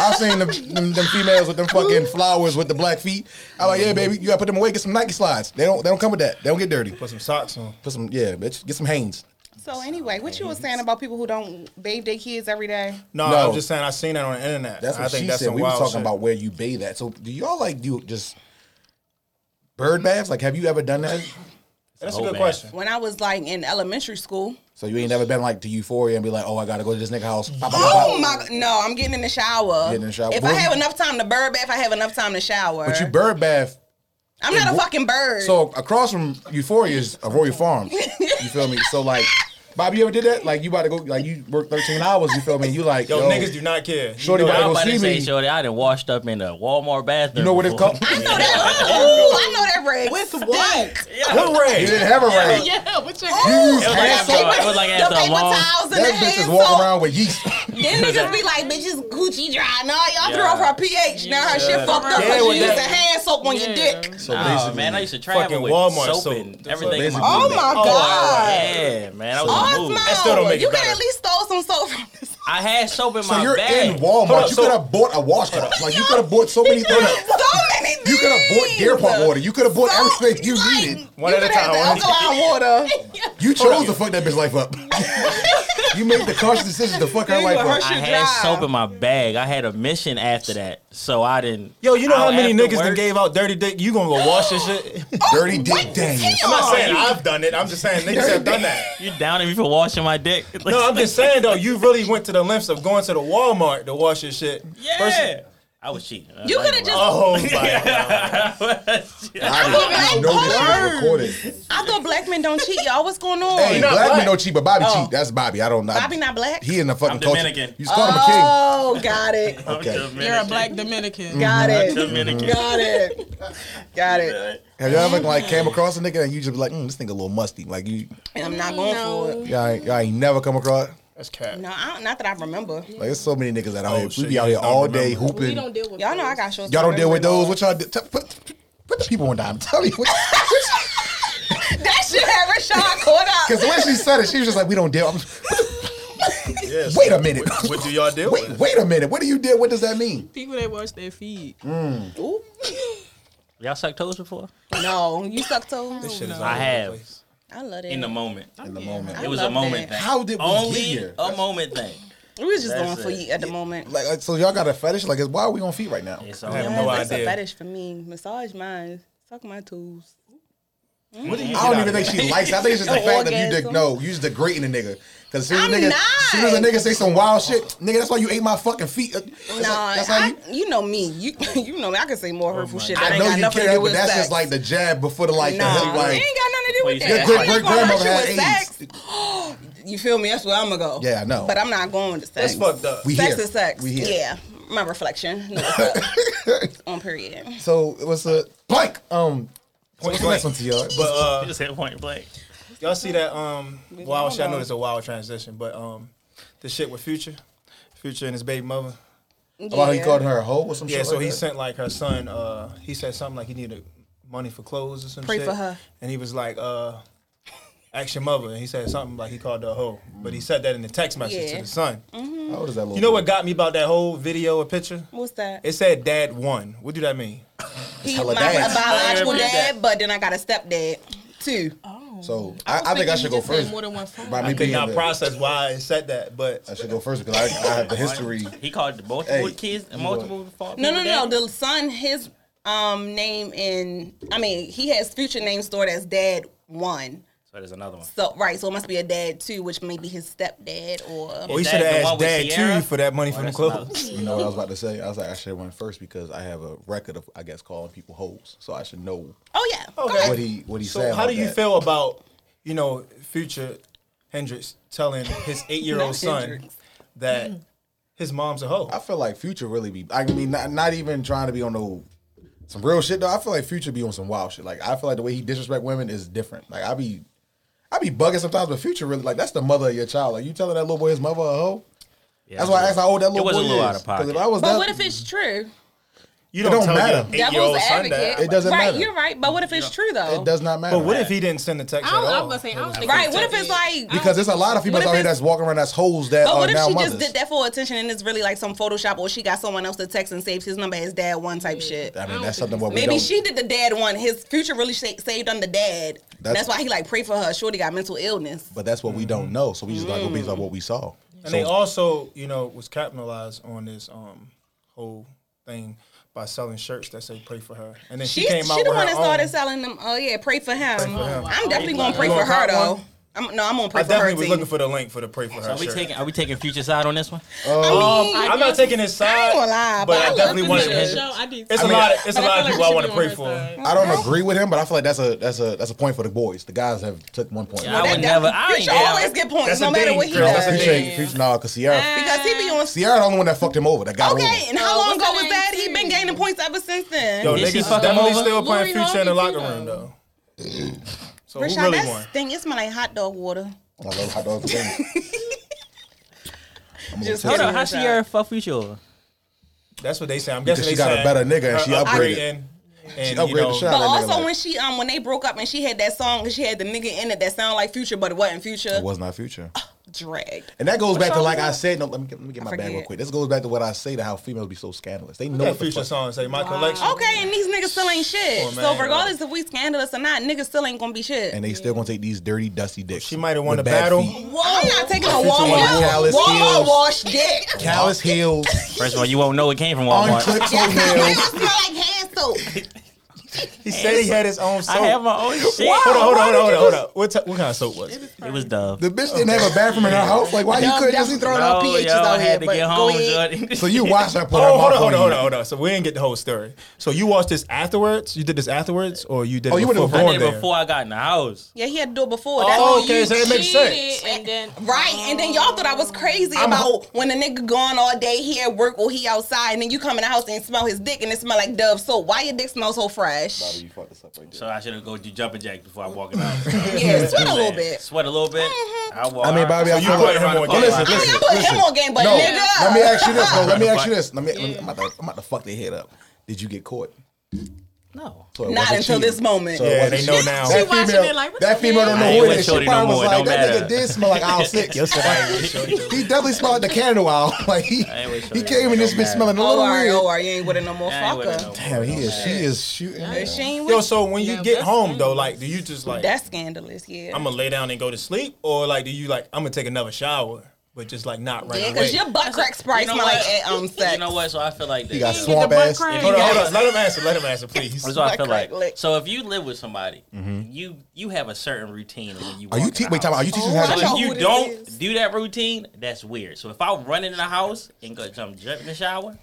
Speaker 2: I've seen them, them, them females with them fucking flowers with the black feet. I'm like, yeah, baby, you gotta put them away. Get some Nike slides. They don't they don't come with that. They don't get dirty.
Speaker 5: Put some socks on.
Speaker 2: Put some yeah, bitch. Get some Hanes.
Speaker 3: So anyway, what you were saying about people who don't bathe their kids every day?
Speaker 5: No,
Speaker 2: No.
Speaker 5: I'm just saying I seen that on the internet.
Speaker 2: That's what
Speaker 5: I think
Speaker 2: she
Speaker 5: that's
Speaker 2: said.
Speaker 5: some
Speaker 2: We were
Speaker 5: wild
Speaker 2: talking
Speaker 5: shit.
Speaker 2: about where you bathe at. So do y'all like do just bird baths? Like, have you ever done that?
Speaker 5: That's a
Speaker 1: whole
Speaker 5: good
Speaker 1: bath.
Speaker 5: question.
Speaker 3: When I was like in elementary school.
Speaker 2: So you ain't never been like to Euphoria and be like, oh, I gotta go to this nigga house. Pop, pop, pop,
Speaker 3: Oh
Speaker 2: pop.
Speaker 3: my! No, I'm getting in the shower.
Speaker 2: Getting in the shower.
Speaker 3: If I have enough time to bird bath, I have enough time to shower.
Speaker 2: But you bird bath.
Speaker 3: I'm not a fucking bird.
Speaker 2: So across from Euphoria is Arroyo Farms. You feel me? So like, Bob, you ever did that? Like you about to go? Like you work 13 hours. You feel me? You like
Speaker 5: Yo,
Speaker 2: yo,
Speaker 5: niggas do not care. You
Speaker 2: Shorty
Speaker 5: know
Speaker 2: about
Speaker 5: that.
Speaker 1: I'm
Speaker 2: go
Speaker 1: about
Speaker 2: see
Speaker 1: to say,
Speaker 2: me.
Speaker 1: shorty, I done washed up in the Walmart bathroom.
Speaker 2: You know what it's
Speaker 1: before.
Speaker 2: called?
Speaker 3: I know that. Oh, I know that red.
Speaker 4: With what?
Speaker 5: What
Speaker 2: You
Speaker 5: rag?
Speaker 2: didn't have a rag.
Speaker 6: Yeah, what's your
Speaker 2: You used
Speaker 1: It was like
Speaker 2: hand
Speaker 1: after,
Speaker 2: soap.
Speaker 1: it was like
Speaker 3: The
Speaker 1: after a
Speaker 3: paper
Speaker 1: long.
Speaker 3: towels and the
Speaker 2: That bitch is
Speaker 3: hand
Speaker 2: walking
Speaker 3: soap.
Speaker 2: around with yeast.
Speaker 3: Then niggas be like, bitches Gucci dry. No, y'all threw off her pH. Now her shit fucked up
Speaker 5: Yeah,
Speaker 3: because
Speaker 5: with
Speaker 3: you using
Speaker 5: that-
Speaker 3: hand soap on your dick.
Speaker 2: So
Speaker 1: Nah, man, I used to travel
Speaker 5: fucking
Speaker 1: with
Speaker 5: Walmart
Speaker 1: soap
Speaker 5: soap.
Speaker 1: and
Speaker 5: That's
Speaker 1: everything. in my
Speaker 2: basically-
Speaker 3: Oh my
Speaker 5: Oh,
Speaker 3: god.
Speaker 1: Yeah, man, I was on the
Speaker 3: Osmo,
Speaker 1: move.
Speaker 5: That still don't make it
Speaker 3: you could
Speaker 5: better.
Speaker 3: at least stole some soap from this.
Speaker 1: I had soap in
Speaker 2: So
Speaker 1: my
Speaker 2: you're
Speaker 1: bag.
Speaker 2: in
Speaker 5: Hold
Speaker 2: Walmart.
Speaker 5: up,
Speaker 2: You
Speaker 5: so-
Speaker 2: could have bought a washcloth. Like you could have bought so many
Speaker 3: So
Speaker 2: things.
Speaker 3: many things.
Speaker 2: You could have bought Deer Park water. You could have bought everything you needed.
Speaker 5: One
Speaker 3: you
Speaker 5: at a
Speaker 3: coulda had
Speaker 5: time,
Speaker 3: the
Speaker 5: one at a
Speaker 3: alkaline water.
Speaker 2: You chose to fuck that bitch life up. you made the conscious decision to fuck her
Speaker 3: You were
Speaker 2: life up.
Speaker 3: her
Speaker 1: I
Speaker 3: shit
Speaker 1: had
Speaker 3: dry.
Speaker 1: soap in my bag. I had a mission after that, so I didn't.
Speaker 5: Yo, you know how
Speaker 1: out
Speaker 5: many
Speaker 1: after
Speaker 5: niggas that
Speaker 1: work-
Speaker 5: gave out dirty dick? You gonna go wash this shit?
Speaker 3: Oh,
Speaker 2: Dirty dick Daniels.
Speaker 5: I'm not saying I've done it. I'm just saying niggas have done that.
Speaker 1: You downing me for washing my dick?
Speaker 5: No, I'm just saying though, you really went to the lengths of going to the Walmart to wash your shit.
Speaker 1: yeah.
Speaker 5: First-
Speaker 1: I was cheating.
Speaker 3: You
Speaker 1: I ain't
Speaker 3: could have
Speaker 1: gonna
Speaker 3: just.
Speaker 5: oh my god.
Speaker 2: I
Speaker 3: Oh,
Speaker 2: didn't even know this shit was recorded.
Speaker 3: I thought black men don't cheat, y'all. What's going on?
Speaker 2: Hey,
Speaker 5: not
Speaker 2: black
Speaker 5: black.
Speaker 2: men don't cheat, but Bobby
Speaker 3: Oh.
Speaker 2: cheat. That's Bobby. I don't know.
Speaker 3: Bobby not black?
Speaker 2: He in the fucking
Speaker 1: I'm
Speaker 2: culture.
Speaker 1: Dominican.
Speaker 2: You just called
Speaker 3: oh, got it.
Speaker 1: lie. I'm
Speaker 2: Okay.
Speaker 1: Dominican.
Speaker 6: You're a black Dominican.
Speaker 3: Got it.
Speaker 1: Dominican.
Speaker 3: Got it. Got it.
Speaker 2: him a king. Have you ever like came across a nigga and you just be like, mm, this nigga a little musty. Like you,
Speaker 3: And I'm not going for
Speaker 6: No.
Speaker 3: it.
Speaker 2: y'all ain't, y'all ain't never come across.
Speaker 5: That's cat.
Speaker 3: No, I don't, not that I remember.
Speaker 2: Like there's so many niggas out
Speaker 5: Oh,
Speaker 2: here.
Speaker 5: shit,
Speaker 2: we be out
Speaker 5: you
Speaker 2: here
Speaker 5: don't
Speaker 2: all day
Speaker 5: remember.
Speaker 2: hooping.
Speaker 6: We don't deal with
Speaker 3: Y'all know I
Speaker 6: those.
Speaker 3: got short.
Speaker 2: Y'all don't deal with those.
Speaker 3: Which
Speaker 2: What y'all do? T- put, put the people on dime. Tell me. Because
Speaker 3: that shit had Rashad caught up.
Speaker 2: the way she said it, she was just like, we don't deal. I'm-
Speaker 5: Yes.
Speaker 2: Wait a minute.
Speaker 5: What do y'all do?
Speaker 2: Wait, wait a minute. What do you deal? What does that mean?
Speaker 6: People that wash their feet.
Speaker 3: Ooh.
Speaker 1: Y'all sucked toes before?
Speaker 3: No, you suck toe.
Speaker 1: I have.
Speaker 3: I love that.
Speaker 1: In the moment,
Speaker 2: In the moment.
Speaker 1: it was a
Speaker 3: love
Speaker 1: moment
Speaker 3: that.
Speaker 1: thing.
Speaker 2: How did we
Speaker 1: Only
Speaker 2: get here?
Speaker 1: a moment thing.
Speaker 3: we was just going
Speaker 1: That's
Speaker 3: for
Speaker 1: it.
Speaker 3: you at the moment.
Speaker 2: Like, uh, so y'all got a fetish? Like, why are we on feet right now?
Speaker 1: It's
Speaker 5: I have
Speaker 1: only
Speaker 5: no
Speaker 3: That's a
Speaker 5: idea.
Speaker 3: fetish for me. Massage mine. Suck my toes.
Speaker 5: What do you
Speaker 2: I don't even think she likes. It. I think it's just the
Speaker 3: Orgasm.
Speaker 2: fact that you dig. No, you just degrading the nigga. Cause as soon as,
Speaker 3: I'm
Speaker 2: nigga, as soon as a
Speaker 3: not.
Speaker 2: nigga say some wild shit, nigga, that's why you ate my fucking feet. Uh, That's,
Speaker 3: No,
Speaker 2: like- that's how
Speaker 3: I,
Speaker 2: you.
Speaker 3: you, know me. You you know me. I can say more hurtful shit. That
Speaker 2: Oh I
Speaker 3: ain't
Speaker 2: know
Speaker 3: got
Speaker 2: you
Speaker 3: nothing to
Speaker 2: care,
Speaker 3: do
Speaker 2: but
Speaker 3: with
Speaker 2: that's
Speaker 3: sex.
Speaker 2: just like the jab before the like the
Speaker 3: Nah,
Speaker 2: hell,
Speaker 3: it
Speaker 2: like.
Speaker 3: ain't got nothing to do with
Speaker 1: Your
Speaker 3: that. I'm
Speaker 2: great-
Speaker 3: not
Speaker 2: great
Speaker 3: gonna hurt
Speaker 2: grandmother
Speaker 3: you
Speaker 2: had
Speaker 3: with
Speaker 2: AIDS.
Speaker 3: sex. You feel me? That's where I'm gonna go.
Speaker 2: Yeah, I know.
Speaker 3: But I'm not going to sex.
Speaker 5: That's fucked up.
Speaker 2: We
Speaker 3: sex
Speaker 2: here.
Speaker 3: is sex.
Speaker 2: We here.
Speaker 3: Yeah, my reflection. No, it's up. on period.
Speaker 2: So it was a blank. Um,
Speaker 5: Point
Speaker 2: what's the next one
Speaker 5: blank.
Speaker 2: to y'all?
Speaker 5: But uh,
Speaker 1: just hit point blank.
Speaker 5: y'all see that um
Speaker 3: going
Speaker 5: wild shit? I know
Speaker 3: on.
Speaker 5: it's a wild transition, but um the shit with Future, Future and his baby mother.
Speaker 2: About how he
Speaker 3: Yeah.
Speaker 2: called her a hoe or some shit.
Speaker 5: Yeah, so
Speaker 2: like
Speaker 5: he
Speaker 2: that?
Speaker 5: sent like her son. Uh, he said something like he needed money for clothes or some
Speaker 3: Pray
Speaker 5: shit.
Speaker 3: for her.
Speaker 5: And he was like, uh, "Ask your mother." And he said something like he called her a hoe, but he said that in the text message
Speaker 3: Yeah.
Speaker 5: to the son.
Speaker 2: How old is that little
Speaker 5: You know what got me about that whole video or picture?
Speaker 3: What's that?
Speaker 5: It said "Dad won." What do that mean?
Speaker 3: He's
Speaker 2: hella
Speaker 3: my
Speaker 2: dad.
Speaker 3: a biological
Speaker 1: I
Speaker 3: dad,
Speaker 1: read that.
Speaker 3: but then I got a stepdad too.
Speaker 2: So I, I think I
Speaker 6: thinking
Speaker 2: should
Speaker 6: you
Speaker 2: go
Speaker 6: just had
Speaker 2: first.
Speaker 6: More than one phone.
Speaker 2: By me
Speaker 5: I could
Speaker 2: being
Speaker 5: not
Speaker 2: the-
Speaker 5: process why it said that, but
Speaker 2: I should go first because I, I have the history.
Speaker 1: He called multiple
Speaker 2: Hey,
Speaker 1: kids and
Speaker 2: you are-
Speaker 1: multiple. fa-
Speaker 3: No, no,
Speaker 1: people
Speaker 3: no.
Speaker 1: daddy.
Speaker 3: The son, his um name in I mean, he has future name stored as dad one.
Speaker 1: So there's another one.
Speaker 3: So right, so it must be a dad too, which may be his stepdad or oh,
Speaker 5: we
Speaker 1: that
Speaker 5: should
Speaker 1: the
Speaker 5: have
Speaker 1: one
Speaker 5: asked
Speaker 1: with
Speaker 5: Dad
Speaker 1: Sierra?
Speaker 5: too for that money from the
Speaker 1: that's
Speaker 5: clothes.
Speaker 2: You know what I was about to say? I was like, I should have went first because I have a record of, I guess, calling people hoes. So I should know
Speaker 3: Oh yeah. Go
Speaker 5: Okay.
Speaker 3: ahead.
Speaker 2: what he what he
Speaker 5: So
Speaker 2: said.
Speaker 5: how
Speaker 2: about
Speaker 5: do you
Speaker 2: that.
Speaker 5: feel about you know Future Hendrix telling his eight year old
Speaker 3: Not
Speaker 5: son
Speaker 3: Hendrix.
Speaker 5: that his mom's a hoe?
Speaker 2: I feel like Future really be. I mean, not, not even trying to be on no some real shit though. I feel like Future be on some wild shit. Like I feel like the way he disrespect women is different. Like I be, I be bugging sometimes, but Future really like that's the mother of your child. Like you telling that little boy his mother a hoe.
Speaker 1: Yeah,
Speaker 2: That's why I asked how old that little
Speaker 1: was a
Speaker 2: boy
Speaker 1: little
Speaker 2: is.
Speaker 1: out of
Speaker 2: 'Cause If
Speaker 1: pocket.
Speaker 2: I was
Speaker 3: But
Speaker 2: that,
Speaker 3: what if it's true?
Speaker 5: You
Speaker 2: It don't matter.
Speaker 5: Eight year old
Speaker 3: Devil's
Speaker 5: son
Speaker 3: advocate.
Speaker 5: that.
Speaker 2: It doesn't
Speaker 3: right,
Speaker 2: matter.
Speaker 3: you're right. But what if it's true though?
Speaker 2: it does not matter.
Speaker 5: But what if he didn't send the text
Speaker 6: I
Speaker 5: at
Speaker 6: don't,
Speaker 5: all?
Speaker 6: I was gonna say I don't think
Speaker 3: Right.
Speaker 6: it's
Speaker 3: What if it's
Speaker 6: touchy.
Speaker 3: like
Speaker 2: Because there's a lot of
Speaker 3: What
Speaker 2: females
Speaker 3: if
Speaker 2: out here
Speaker 3: it's-
Speaker 2: that's walking around that's hoes that
Speaker 3: But
Speaker 2: are
Speaker 3: what if
Speaker 2: now
Speaker 3: she
Speaker 2: mothers.
Speaker 3: just did that for attention and it's really like some Photoshop or she got someone else to text and saved his number as dad one type shit?
Speaker 2: I mean,
Speaker 6: don't
Speaker 2: that's
Speaker 6: think
Speaker 2: something what we
Speaker 3: Maybe
Speaker 2: don't.
Speaker 3: she did the dad one. His future really sa- saved on the dad.
Speaker 2: That's-
Speaker 3: That's why he like pray for her. Shorty got mental illness.
Speaker 2: But that's what we don't know. So we just gotta go based on what we saw.
Speaker 5: And they also, you know, was capitalized on this um whole thing by selling shirts that say "Pray for her," and then she,
Speaker 3: She, she,
Speaker 5: came out
Speaker 3: the
Speaker 5: with
Speaker 3: one that
Speaker 5: her own.
Speaker 3: started selling them. Oh yeah, pray for him.
Speaker 5: him.
Speaker 3: I'm definitely gonna pray
Speaker 5: You
Speaker 3: for
Speaker 5: gonna
Speaker 3: her
Speaker 5: cop
Speaker 3: though.
Speaker 5: one?
Speaker 3: I'm, no, I'm gonna pray
Speaker 5: I
Speaker 3: for her.
Speaker 5: definitely was
Speaker 3: team.
Speaker 5: looking for the link for the "Pray for her."
Speaker 1: Are we
Speaker 5: shirt. Um,
Speaker 1: taking? Are we taking future side on this one?
Speaker 3: I mean,
Speaker 5: I'm not taking his side,
Speaker 3: gonna lie,
Speaker 5: but
Speaker 3: but I
Speaker 5: I
Speaker 3: love
Speaker 5: definitely want
Speaker 1: this
Speaker 5: to.
Speaker 1: shit.
Speaker 5: It's
Speaker 6: No, I did.
Speaker 5: a
Speaker 6: but
Speaker 5: lot. It's a
Speaker 6: I feel
Speaker 5: lot of
Speaker 6: like
Speaker 5: people
Speaker 6: she
Speaker 5: I want to
Speaker 6: should
Speaker 5: pray
Speaker 6: be
Speaker 5: for.
Speaker 6: on her side.
Speaker 2: I don't agree with him, but I feel like that's a that's a that's a point for the boys. The guys have took one point.
Speaker 1: I would
Speaker 3: that
Speaker 1: never.
Speaker 3: definitely-
Speaker 1: I ain't
Speaker 3: Future
Speaker 1: down.
Speaker 3: always get points
Speaker 5: That's
Speaker 3: no
Speaker 5: the
Speaker 3: matter
Speaker 5: thing,
Speaker 3: what he
Speaker 5: girl. That's the
Speaker 3: does
Speaker 5: thing.
Speaker 2: Appreciate Future nah, cause Sierra
Speaker 3: because he be on.
Speaker 2: Sierra the only one that fucked him over. That got
Speaker 3: Okay,
Speaker 2: over.
Speaker 3: and how
Speaker 6: Oh,
Speaker 3: long
Speaker 6: what's
Speaker 3: ago
Speaker 6: her
Speaker 3: was
Speaker 6: name,
Speaker 3: that? He
Speaker 6: too?
Speaker 3: been gaining points ever since then.
Speaker 5: Yo,
Speaker 1: Did she
Speaker 5: niggas
Speaker 1: fuck him
Speaker 5: definitely
Speaker 1: over?
Speaker 5: still playing
Speaker 6: Lori
Speaker 5: Future in the
Speaker 6: Harvey,
Speaker 5: locker
Speaker 6: too,
Speaker 5: room
Speaker 6: though.
Speaker 5: though. So who
Speaker 3: Rashad,
Speaker 5: really
Speaker 3: that
Speaker 5: won?
Speaker 3: thing is my like hot dog water.
Speaker 2: I love hot dogs. again. I'm gonna
Speaker 3: Just
Speaker 2: tell
Speaker 1: Hold
Speaker 2: you.
Speaker 1: on. How Sierra fuck future over?
Speaker 5: That's what they say. I'm guessing
Speaker 2: she
Speaker 5: they
Speaker 2: got a
Speaker 5: said
Speaker 2: better nigga and she
Speaker 5: her
Speaker 2: upgraded.
Speaker 5: upgrading And
Speaker 2: upgraded
Speaker 5: you know,
Speaker 2: the shot.
Speaker 3: But
Speaker 2: that nigga
Speaker 3: also
Speaker 2: like-
Speaker 3: when she um when they broke up and she had that song, 'cause she had the nigga in it that sounded like Future, but it wasn't Future.
Speaker 2: It was not future.
Speaker 3: Dragged.
Speaker 2: And that goes back to
Speaker 3: song
Speaker 2: like
Speaker 3: was
Speaker 2: I
Speaker 3: that?
Speaker 2: said. No, let me get, let me get my bag real
Speaker 3: forget.
Speaker 2: quick. This goes back to what I say to how females be so scandalous. They know
Speaker 5: that
Speaker 2: what the
Speaker 5: Future
Speaker 2: fuck.
Speaker 5: song say my collection.
Speaker 3: Okay, and these niggas still ain't shit.
Speaker 5: Oh, man.
Speaker 3: so regardless if we scandalous or not, niggas still ain't gonna be shit.
Speaker 2: and they still gonna take these dirty, dusty dicks.
Speaker 5: She might have
Speaker 2: with
Speaker 5: won the
Speaker 2: bad
Speaker 5: battle.
Speaker 2: feet,
Speaker 3: Whoa. I'm not taking a
Speaker 2: Walmart.
Speaker 3: Walmart.
Speaker 2: Callous
Speaker 3: Walmart
Speaker 2: heels.
Speaker 3: wash dick.
Speaker 2: callous heels,
Speaker 1: First of all, you won't know it came from Walmart.
Speaker 2: unclipped toenails.
Speaker 3: smell like hand soap.
Speaker 5: He said he had his own soap.
Speaker 1: I have my own shit.
Speaker 5: Hold on, hold on, hold on, hold on. Hold on. What, t- what kind of soap was it?
Speaker 1: It was Dove.
Speaker 2: The bitch didn't have a bathroom in her house. Like why you
Speaker 3: Y'all
Speaker 2: couldn't
Speaker 3: definitely
Speaker 2: just throw
Speaker 3: throwing
Speaker 2: it
Speaker 3: out
Speaker 2: out?
Speaker 1: No,
Speaker 3: pHs
Speaker 1: y'all
Speaker 3: out here,
Speaker 1: had to
Speaker 3: but
Speaker 1: get
Speaker 3: go
Speaker 1: home,
Speaker 3: ahead.
Speaker 1: Jordan.
Speaker 2: So you watch her put her
Speaker 5: Oh, hold on,
Speaker 2: mouth
Speaker 5: hold on,
Speaker 2: you.
Speaker 5: hold on, hold on. So we didn't get the whole story. So you watched this afterwards? You did this afterwards, or you did?
Speaker 2: Oh,
Speaker 5: it
Speaker 2: you went to-
Speaker 5: before
Speaker 1: I
Speaker 5: going
Speaker 1: did it
Speaker 5: there?
Speaker 1: before I got in the house.
Speaker 3: Yeah, he had to do it before. That's
Speaker 5: Oh,
Speaker 3: what
Speaker 5: okay,
Speaker 3: you-
Speaker 5: so that makes sense.
Speaker 6: Cheated, And then
Speaker 3: Right, and then y'all thought I was crazy about when a nigga gone all day, he at work or he outside, and then you come in the house and smell his dick and it smell like Dove soap. Why your dick smell so fresh?
Speaker 2: You fucked this up right there.
Speaker 1: So I should have go do jumping jacks before I walk in the house.
Speaker 3: Yeah, sweat a little bit. Mm-hmm.
Speaker 1: Sweat a little bit. I, walk,
Speaker 2: I mean, Bobby, I
Speaker 5: Oh, you
Speaker 2: feel
Speaker 5: put
Speaker 2: like
Speaker 5: him on game.
Speaker 2: Oh, Listen,
Speaker 5: I
Speaker 3: I mean, I
Speaker 2: listen,
Speaker 3: put
Speaker 2: listen.
Speaker 3: him on game, but
Speaker 2: No,
Speaker 3: nigga,
Speaker 2: let me ask you this. No, let me ask you this. Let me. let me- I'm, about to, I'm about to fuck their head up. Did you get caught?
Speaker 1: No.
Speaker 2: So it
Speaker 3: not
Speaker 2: wasn't
Speaker 3: until
Speaker 2: cheating.
Speaker 3: this moment.
Speaker 2: So it
Speaker 5: Yeah,
Speaker 2: wasn't
Speaker 5: they know
Speaker 2: cheating.
Speaker 5: now.
Speaker 6: She watching it like, what
Speaker 2: that
Speaker 6: the
Speaker 2: female don't
Speaker 6: hell?
Speaker 2: know
Speaker 1: I ain't
Speaker 2: who
Speaker 1: with
Speaker 2: it is. She
Speaker 1: Shorty
Speaker 2: probably
Speaker 1: no
Speaker 2: was
Speaker 1: more, it
Speaker 2: like,
Speaker 1: don't
Speaker 2: that
Speaker 1: matter."
Speaker 2: nigga did smell like aisle six. He definitely smelled like the candle aisle. Like he,
Speaker 1: ain't with
Speaker 2: he
Speaker 1: Shorty no
Speaker 2: came
Speaker 1: more,
Speaker 2: in this
Speaker 1: it
Speaker 2: bitch
Speaker 1: don't
Speaker 2: smelling a
Speaker 3: Oh,
Speaker 2: little
Speaker 3: all right,
Speaker 2: weird.
Speaker 3: oh, all right, you ain't with it no more,
Speaker 1: I ain't with it no
Speaker 3: fucker.
Speaker 1: more.
Speaker 2: Damn, he is. She is shooting.
Speaker 3: If She ain't
Speaker 5: Yo,
Speaker 3: with
Speaker 5: so when you
Speaker 6: Yeah,
Speaker 5: get
Speaker 6: that's
Speaker 5: home
Speaker 6: fine.
Speaker 5: though, like, do you just like
Speaker 3: That's scandalous, yeah.
Speaker 5: I'm gonna lay down and go to sleep, or like, do you like I'm gonna take another shower, but just like not right
Speaker 3: Yeah,
Speaker 5: away?
Speaker 3: because your butt crack spray
Speaker 1: You know
Speaker 3: smell like
Speaker 1: what?
Speaker 3: eh, um sex.
Speaker 1: You know what? So I feel like this.
Speaker 2: He got
Speaker 6: Get the
Speaker 2: swamp
Speaker 6: butt
Speaker 2: ass.
Speaker 6: crack.
Speaker 5: Hold on, hold on. Let him answer. Let him answer, please.
Speaker 1: That's what I feel
Speaker 3: Crack,
Speaker 1: like.
Speaker 3: lick.
Speaker 1: So if you live with somebody, you you have a certain routine when you.
Speaker 2: Mm-hmm. Are
Speaker 1: walk
Speaker 2: you
Speaker 1: in
Speaker 2: te-
Speaker 1: the
Speaker 2: wait? Time out.
Speaker 1: house.
Speaker 2: Are you teaching
Speaker 3: Oh,
Speaker 2: how
Speaker 3: I
Speaker 1: So
Speaker 2: to cheat?
Speaker 3: know
Speaker 1: if
Speaker 3: who
Speaker 1: you
Speaker 3: this
Speaker 1: don't
Speaker 3: is.
Speaker 1: do that routine, that's weird. So if I run in the house and go jump jump in the shower,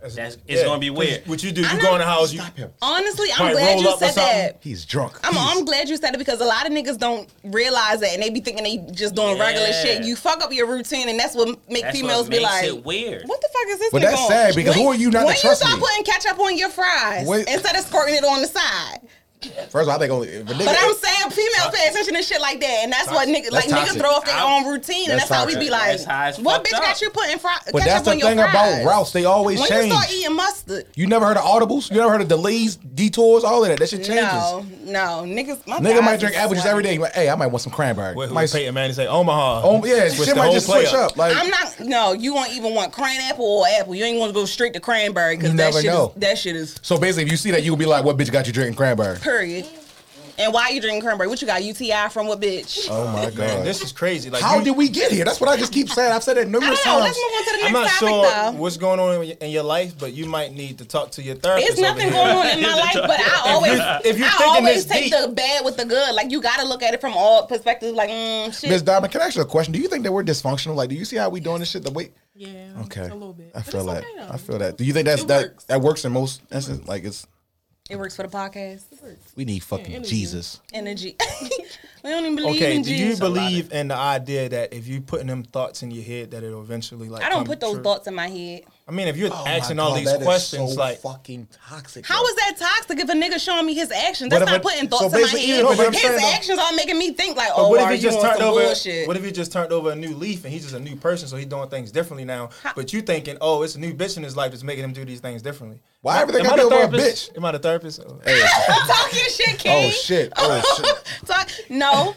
Speaker 1: That's- it's gonna be weird.
Speaker 5: What you do?
Speaker 3: I
Speaker 5: You
Speaker 3: know-
Speaker 5: go in the house. You
Speaker 3: Honestly, I'm
Speaker 5: Probably
Speaker 3: glad
Speaker 5: roll
Speaker 3: you
Speaker 5: up or
Speaker 3: said that.
Speaker 2: He's drunk.
Speaker 3: I'm,
Speaker 2: He's-
Speaker 3: I'm glad you said it because a lot of niggas don't realize that and they be thinking they just doing regular
Speaker 1: Yeah.
Speaker 3: shit. You fuck up your routine and that's what make
Speaker 1: that's
Speaker 3: females
Speaker 1: what
Speaker 3: be
Speaker 1: makes
Speaker 3: like,
Speaker 1: it weird.
Speaker 3: "What the fuck is this?"
Speaker 2: But
Speaker 3: nigga
Speaker 2: that's
Speaker 3: on?
Speaker 2: sad because who are you not to
Speaker 3: When
Speaker 2: trust
Speaker 3: you start
Speaker 2: me?
Speaker 3: putting ketchup on your fries
Speaker 2: Wait.
Speaker 3: instead of squirting it on the side.
Speaker 2: First of all, I think only. If a nigga,
Speaker 3: But I'm saying females pay attention to shit like that, and that's what niggas like.
Speaker 2: toxic.
Speaker 3: Niggas throw off their
Speaker 1: Out.
Speaker 3: own routine, and
Speaker 2: That's
Speaker 3: that's how we be
Speaker 2: toxic.
Speaker 3: like,
Speaker 1: That's how it's
Speaker 3: "What
Speaker 1: fucked
Speaker 3: bitch
Speaker 1: up.
Speaker 3: got you putting fri- ketchup
Speaker 2: but that's the
Speaker 3: on your
Speaker 2: thing
Speaker 3: fries?"
Speaker 2: about routes. They always
Speaker 3: When
Speaker 2: change.
Speaker 3: you start eating mustard,
Speaker 2: You never heard of audibles? You never heard of delays, detours, all of that? That shit changes.
Speaker 3: no, no, niggas. My
Speaker 2: Nigga
Speaker 3: thighs
Speaker 2: might
Speaker 3: is
Speaker 2: drink apple juice
Speaker 3: sweaty.
Speaker 2: every day. Like, hey, I might want some cranberry.
Speaker 5: Wait, who
Speaker 2: Might-
Speaker 5: Peyton Manning say Omaha?
Speaker 2: oh, yeah,
Speaker 5: Switch
Speaker 2: shit
Speaker 5: the
Speaker 2: might
Speaker 5: whole
Speaker 2: just
Speaker 5: play
Speaker 2: switch up. Like,
Speaker 3: I'm not. No, you won't even want cranapple or apple. You ain't want to go straight to cranberry because
Speaker 2: You
Speaker 3: that
Speaker 2: never
Speaker 3: shit. Is,
Speaker 2: know.
Speaker 3: that shit is
Speaker 2: so basically, if you see that, you would be like, "What bitch got you drinking cranberry?"
Speaker 3: period. And why you drinking cranberry? What you got UTI from? What bitch?
Speaker 2: Oh my
Speaker 5: Man,
Speaker 2: god!
Speaker 5: this is crazy. Like,
Speaker 2: How
Speaker 5: you-
Speaker 2: did we get here? That's what I just keep saying. I've said it
Speaker 3: I
Speaker 2: numerous
Speaker 3: don't know.
Speaker 2: times.
Speaker 3: Let's move on to the
Speaker 5: I'm
Speaker 3: next topic
Speaker 5: not sure
Speaker 3: though.
Speaker 5: what's going on in your- in your life, but you might need to talk to your therapist.
Speaker 3: It's nothing
Speaker 5: over
Speaker 3: going
Speaker 5: here.
Speaker 3: on in my life, but I always,
Speaker 5: if you're
Speaker 3: I
Speaker 5: thinking
Speaker 3: always
Speaker 5: this
Speaker 3: take
Speaker 5: deep-
Speaker 3: the bad with the good. Like you got to look at it from all perspectives. Like mm, shit.
Speaker 2: Ms. Diamond, can I ask you a question? Do you think that we're dysfunctional? Like, do you see how we doing this shit? The way
Speaker 6: Yeah.
Speaker 2: okay,
Speaker 6: A little bit.
Speaker 2: I
Speaker 6: But
Speaker 2: feel
Speaker 6: it's
Speaker 2: that.
Speaker 6: okay, though.
Speaker 2: I feel that. Do you think that's
Speaker 6: It
Speaker 2: that
Speaker 6: works.
Speaker 2: that works in most instances? Like, it's
Speaker 3: It works for the podcast.
Speaker 2: we need fucking Jesus.
Speaker 3: Energy. we don't even believe
Speaker 5: Okay,
Speaker 3: in
Speaker 5: do you
Speaker 3: Jesus.
Speaker 5: believe in the idea that if you putting them thoughts in your head, that it'll eventually like?
Speaker 3: I don't
Speaker 5: come
Speaker 3: put those
Speaker 5: true?
Speaker 3: thoughts in my head.
Speaker 5: I mean, if you're
Speaker 2: Oh my
Speaker 5: asking all
Speaker 2: God,
Speaker 5: these
Speaker 2: that is
Speaker 5: questions,
Speaker 2: so
Speaker 5: like,
Speaker 2: fucking toxic.
Speaker 3: How
Speaker 2: bro.
Speaker 3: is that toxic if a nigga showing me his actions?
Speaker 2: But
Speaker 3: That's
Speaker 2: if
Speaker 3: not
Speaker 2: it-
Speaker 3: putting
Speaker 2: so
Speaker 3: thoughts in my
Speaker 2: basically, even
Speaker 3: head.
Speaker 2: if I'm
Speaker 3: his
Speaker 2: saying, though-
Speaker 3: actions are making me think like,
Speaker 5: but
Speaker 3: oh,
Speaker 5: what if
Speaker 3: are
Speaker 5: he
Speaker 3: you
Speaker 5: just
Speaker 3: on
Speaker 5: turned
Speaker 3: some
Speaker 5: over?
Speaker 3: bullshit?
Speaker 5: What if he just turned over a new leaf and he's just a new person, so he's doing things differently now? But you thinking, oh, it's a new bitch in his life that's making him do these things differently.
Speaker 2: Why
Speaker 5: Am-
Speaker 2: everything
Speaker 5: am I
Speaker 2: gotta
Speaker 5: the
Speaker 2: be over a
Speaker 5: therapist? Am I the therapist?
Speaker 3: I'm talking shit, King.
Speaker 2: Oh shit! Oh shit!
Speaker 3: Talk- no.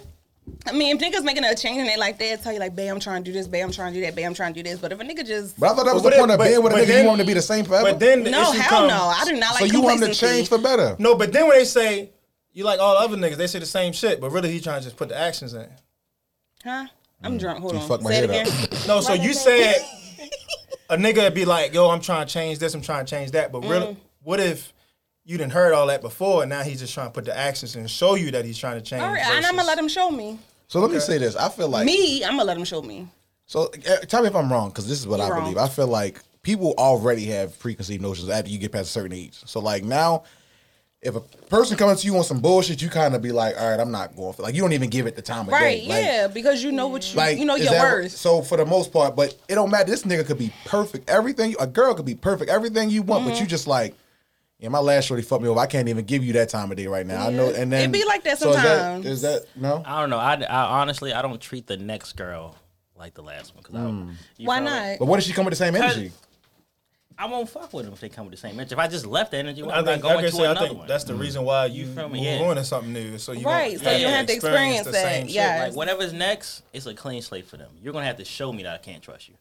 Speaker 3: I mean, if niggas making a change in their life, they'll tell you like, babe, I'm trying to do this, babe, I'm trying to do that, babe, I'm trying to do this. But if a nigga just
Speaker 2: But I thought that was
Speaker 5: But
Speaker 2: the point
Speaker 5: then-
Speaker 2: of being with a nigga.
Speaker 5: but- but then-
Speaker 2: you want him to be the same forever.
Speaker 5: But then the
Speaker 3: no,
Speaker 5: issue
Speaker 3: hell
Speaker 5: comes-
Speaker 3: no, I do not like.
Speaker 2: so you want him to
Speaker 3: complacency.
Speaker 2: change for better?
Speaker 5: No, but then when they say You like all other niggas, they say the same shit, but really he trying to just put the actions in.
Speaker 3: Huh? I'm drunk. Hold
Speaker 2: Mm, You
Speaker 3: on.
Speaker 2: fucked my
Speaker 3: Say it
Speaker 2: head
Speaker 3: again.
Speaker 2: up.
Speaker 5: No, so you said a nigga would be like, yo, I'm trying to change this, I'm trying to change that, but
Speaker 3: Mm.
Speaker 5: really, what if you didn't heard all that before and now he's just trying to put the actions in and show you that he's trying to change?
Speaker 3: All right, and I'm gonna
Speaker 5: versus-
Speaker 3: let him show me.
Speaker 2: So let me say this. I feel like
Speaker 3: Me, I'm gonna let him show me.
Speaker 2: So uh, tell me if I'm wrong, because this is what
Speaker 3: You're
Speaker 2: I
Speaker 3: wrong.
Speaker 2: believe. I feel like people already have preconceived notions after you get past a certain age. So like now, if a person comes to you on some bullshit, you kind of be like, all right, I'm not going for like you don't even give it the time of
Speaker 3: Right?
Speaker 2: day. Like,
Speaker 3: yeah, because you know what you
Speaker 2: Like
Speaker 3: you know
Speaker 2: is
Speaker 3: your
Speaker 2: that-
Speaker 3: worth.
Speaker 2: So for the most part, but it don't matter. This nigga could be perfect. Everything a girl could be perfect. Everything you want,
Speaker 3: Mm.
Speaker 2: but you just like. Yeah, my last shorty fucked me over. I can't even give you that time of day right now. I know, and then
Speaker 3: It be like that
Speaker 2: so is
Speaker 3: sometimes.
Speaker 2: is that no?
Speaker 1: I don't know. I, I honestly, I don't treat the next girl like the last one. Cause I
Speaker 2: Mm.
Speaker 1: don't, you
Speaker 3: Why
Speaker 1: feel me?
Speaker 3: not?
Speaker 2: But what if she come with the same energy?
Speaker 1: I won't fuck with them if they come with the same energy. If I just left the energy, why
Speaker 5: I
Speaker 1: am I
Speaker 5: think,
Speaker 1: going
Speaker 5: like I,
Speaker 1: to
Speaker 5: said, I
Speaker 1: another
Speaker 5: think
Speaker 1: one?
Speaker 5: that's the reason why you,
Speaker 1: feel
Speaker 5: move
Speaker 1: me? Yeah.
Speaker 5: on to something new. So you don't-
Speaker 3: Right, so
Speaker 1: you don't have
Speaker 3: to experience
Speaker 5: the
Speaker 3: that,
Speaker 5: same shit.
Speaker 3: yeah.
Speaker 1: Like whatever's next, it's a clean slate for them. You're gonna have to show me that I can't trust you.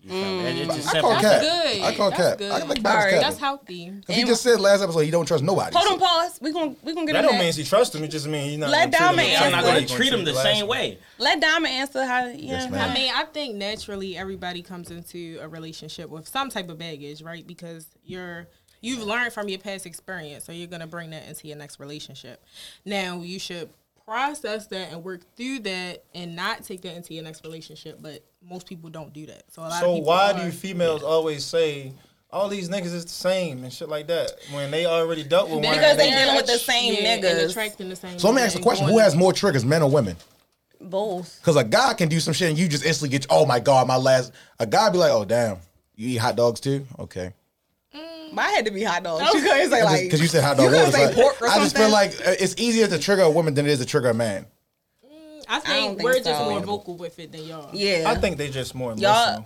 Speaker 1: You feel me? It- It's
Speaker 3: Mm.
Speaker 1: just
Speaker 2: I
Speaker 1: simple.
Speaker 2: call
Speaker 6: That's
Speaker 2: cap.
Speaker 6: good.
Speaker 2: I call
Speaker 6: That's
Speaker 2: cap.
Speaker 6: good.
Speaker 2: I like
Speaker 3: All right,
Speaker 2: Bob's cap.
Speaker 6: That's healthy.
Speaker 2: Cause he
Speaker 3: And-
Speaker 2: just said last episode he don't trust nobody.
Speaker 3: Hold on, pause. We gonna we gonna get
Speaker 5: That
Speaker 3: him
Speaker 5: don't
Speaker 3: back.
Speaker 5: mean she trusts him. It just mean he's not.
Speaker 3: Let
Speaker 5: gonna treat
Speaker 3: Diamond
Speaker 5: him the
Speaker 1: I'm
Speaker 5: same
Speaker 1: not
Speaker 5: way
Speaker 1: gonna
Speaker 5: he
Speaker 1: treat them the
Speaker 5: last
Speaker 1: same
Speaker 5: one.
Speaker 1: way.
Speaker 3: Let Diamond answer how. Yeah,
Speaker 2: Yes,
Speaker 6: I
Speaker 2: ma'am.
Speaker 6: mean, I think naturally everybody comes into a relationship with some type of baggage, right? Because you're you've learned from your past experience, so you're gonna bring that into your next relationship. Now you should process that and work through that and not take that into your next relationship. But most people don't do that. So a lot
Speaker 5: So
Speaker 6: of people
Speaker 5: why
Speaker 6: are-
Speaker 5: do females always say all these niggas is the same and shit like that when they already dealt with one?
Speaker 3: Because they
Speaker 5: and
Speaker 3: dealing with the same
Speaker 6: Yeah, and
Speaker 3: niggas.
Speaker 6: attracting the same
Speaker 2: So let me ask
Speaker 6: niggas
Speaker 2: the
Speaker 6: and
Speaker 2: question:
Speaker 6: going
Speaker 2: Who
Speaker 6: to-
Speaker 2: has more triggers, men or women?
Speaker 3: both.
Speaker 2: Because a guy can do some shit and you just instantly get, oh my god, my last. A guy be like, oh damn, you eat hot dogs too? Okay.
Speaker 3: I had to be hot dogs. You couldn't say like
Speaker 2: Because you said hot dog.
Speaker 3: couldn't
Speaker 2: was
Speaker 3: say
Speaker 2: like-
Speaker 3: pork or
Speaker 2: I just feel
Speaker 3: something?
Speaker 2: like uh, it's easier to trigger a woman than it is to trigger a man.
Speaker 6: I think,
Speaker 3: think
Speaker 6: we're just
Speaker 3: so.
Speaker 6: more vocal with it than y'all.
Speaker 3: yeah.
Speaker 5: I think they just more emotional.
Speaker 3: Y'all-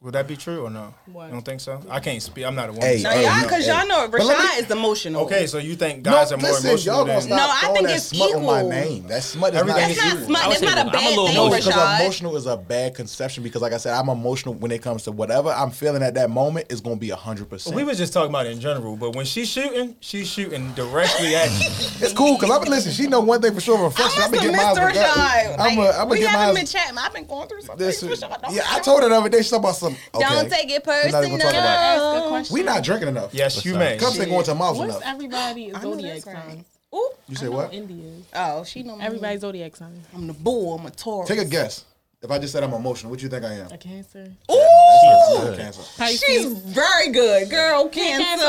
Speaker 5: Would that be true or no?
Speaker 6: What?
Speaker 5: You don't think so? I can't speak. I'm not a woman.
Speaker 2: Hey,
Speaker 3: no,
Speaker 2: Oh,
Speaker 3: y'all,
Speaker 2: no,
Speaker 3: because y'all
Speaker 2: hey.
Speaker 3: know
Speaker 2: But let
Speaker 3: Rashad
Speaker 2: me-
Speaker 3: is emotional.
Speaker 5: Okay, so you think guys are more
Speaker 2: listen, y'all
Speaker 5: emotional
Speaker 2: gonna
Speaker 5: than?
Speaker 2: stop
Speaker 3: No, I
Speaker 2: throwing
Speaker 3: think
Speaker 2: that
Speaker 3: it's
Speaker 2: smut on my
Speaker 3: equal.
Speaker 2: name. That smut is
Speaker 5: Everything
Speaker 2: not.
Speaker 5: is
Speaker 3: That's not
Speaker 5: you.
Speaker 3: smart.
Speaker 1: I would
Speaker 3: That's
Speaker 1: say
Speaker 3: not a
Speaker 1: that. I'm
Speaker 3: bad
Speaker 1: a little
Speaker 3: thing,
Speaker 2: No,
Speaker 1: Oh,
Speaker 2: because
Speaker 3: Rashad.
Speaker 2: emotional is a bad conception. Because like I said, I'm emotional when it comes to whatever I'm feeling at that moment is going to be hundred percent.
Speaker 5: We were just talking about it in general, but when she's shooting, she's shooting directly at you.
Speaker 2: It's cool because I've been listening. She know one thing for sure.
Speaker 3: I
Speaker 2: Reflection. I've
Speaker 3: must
Speaker 2: been
Speaker 3: have
Speaker 2: getting
Speaker 3: missed
Speaker 2: mine.
Speaker 3: Rashad.
Speaker 2: I'm
Speaker 3: Like,
Speaker 2: gonna
Speaker 3: we
Speaker 2: get
Speaker 3: haven't
Speaker 2: mine.
Speaker 3: been chatting. I've been going through something.
Speaker 2: This,
Speaker 3: Rashad, don't
Speaker 2: yeah, I
Speaker 3: know.
Speaker 2: told her the other day. She's talking about some. Okay,
Speaker 3: Don't take it
Speaker 2: we're not
Speaker 3: personal.
Speaker 2: even gonna talk about it.
Speaker 6: Ask a question.
Speaker 2: We not drinking enough.
Speaker 5: Yes, you may.
Speaker 2: Cups ain't going to mouth
Speaker 6: What's
Speaker 2: enough.
Speaker 6: everybody
Speaker 3: I know
Speaker 6: zodiac
Speaker 3: that's right.
Speaker 6: sign?
Speaker 3: Ooh.
Speaker 2: You say what?
Speaker 6: India.
Speaker 3: Oh, she know me.
Speaker 6: Everybody's zodiac sign.
Speaker 3: I'm the bull. I'm a Taurus.
Speaker 2: Take a guess. If I just said I'm emotional, what you think I am?
Speaker 6: A cancer.
Speaker 3: Ooh,
Speaker 2: I'm cancer.
Speaker 3: she's very good, girl. Cancer,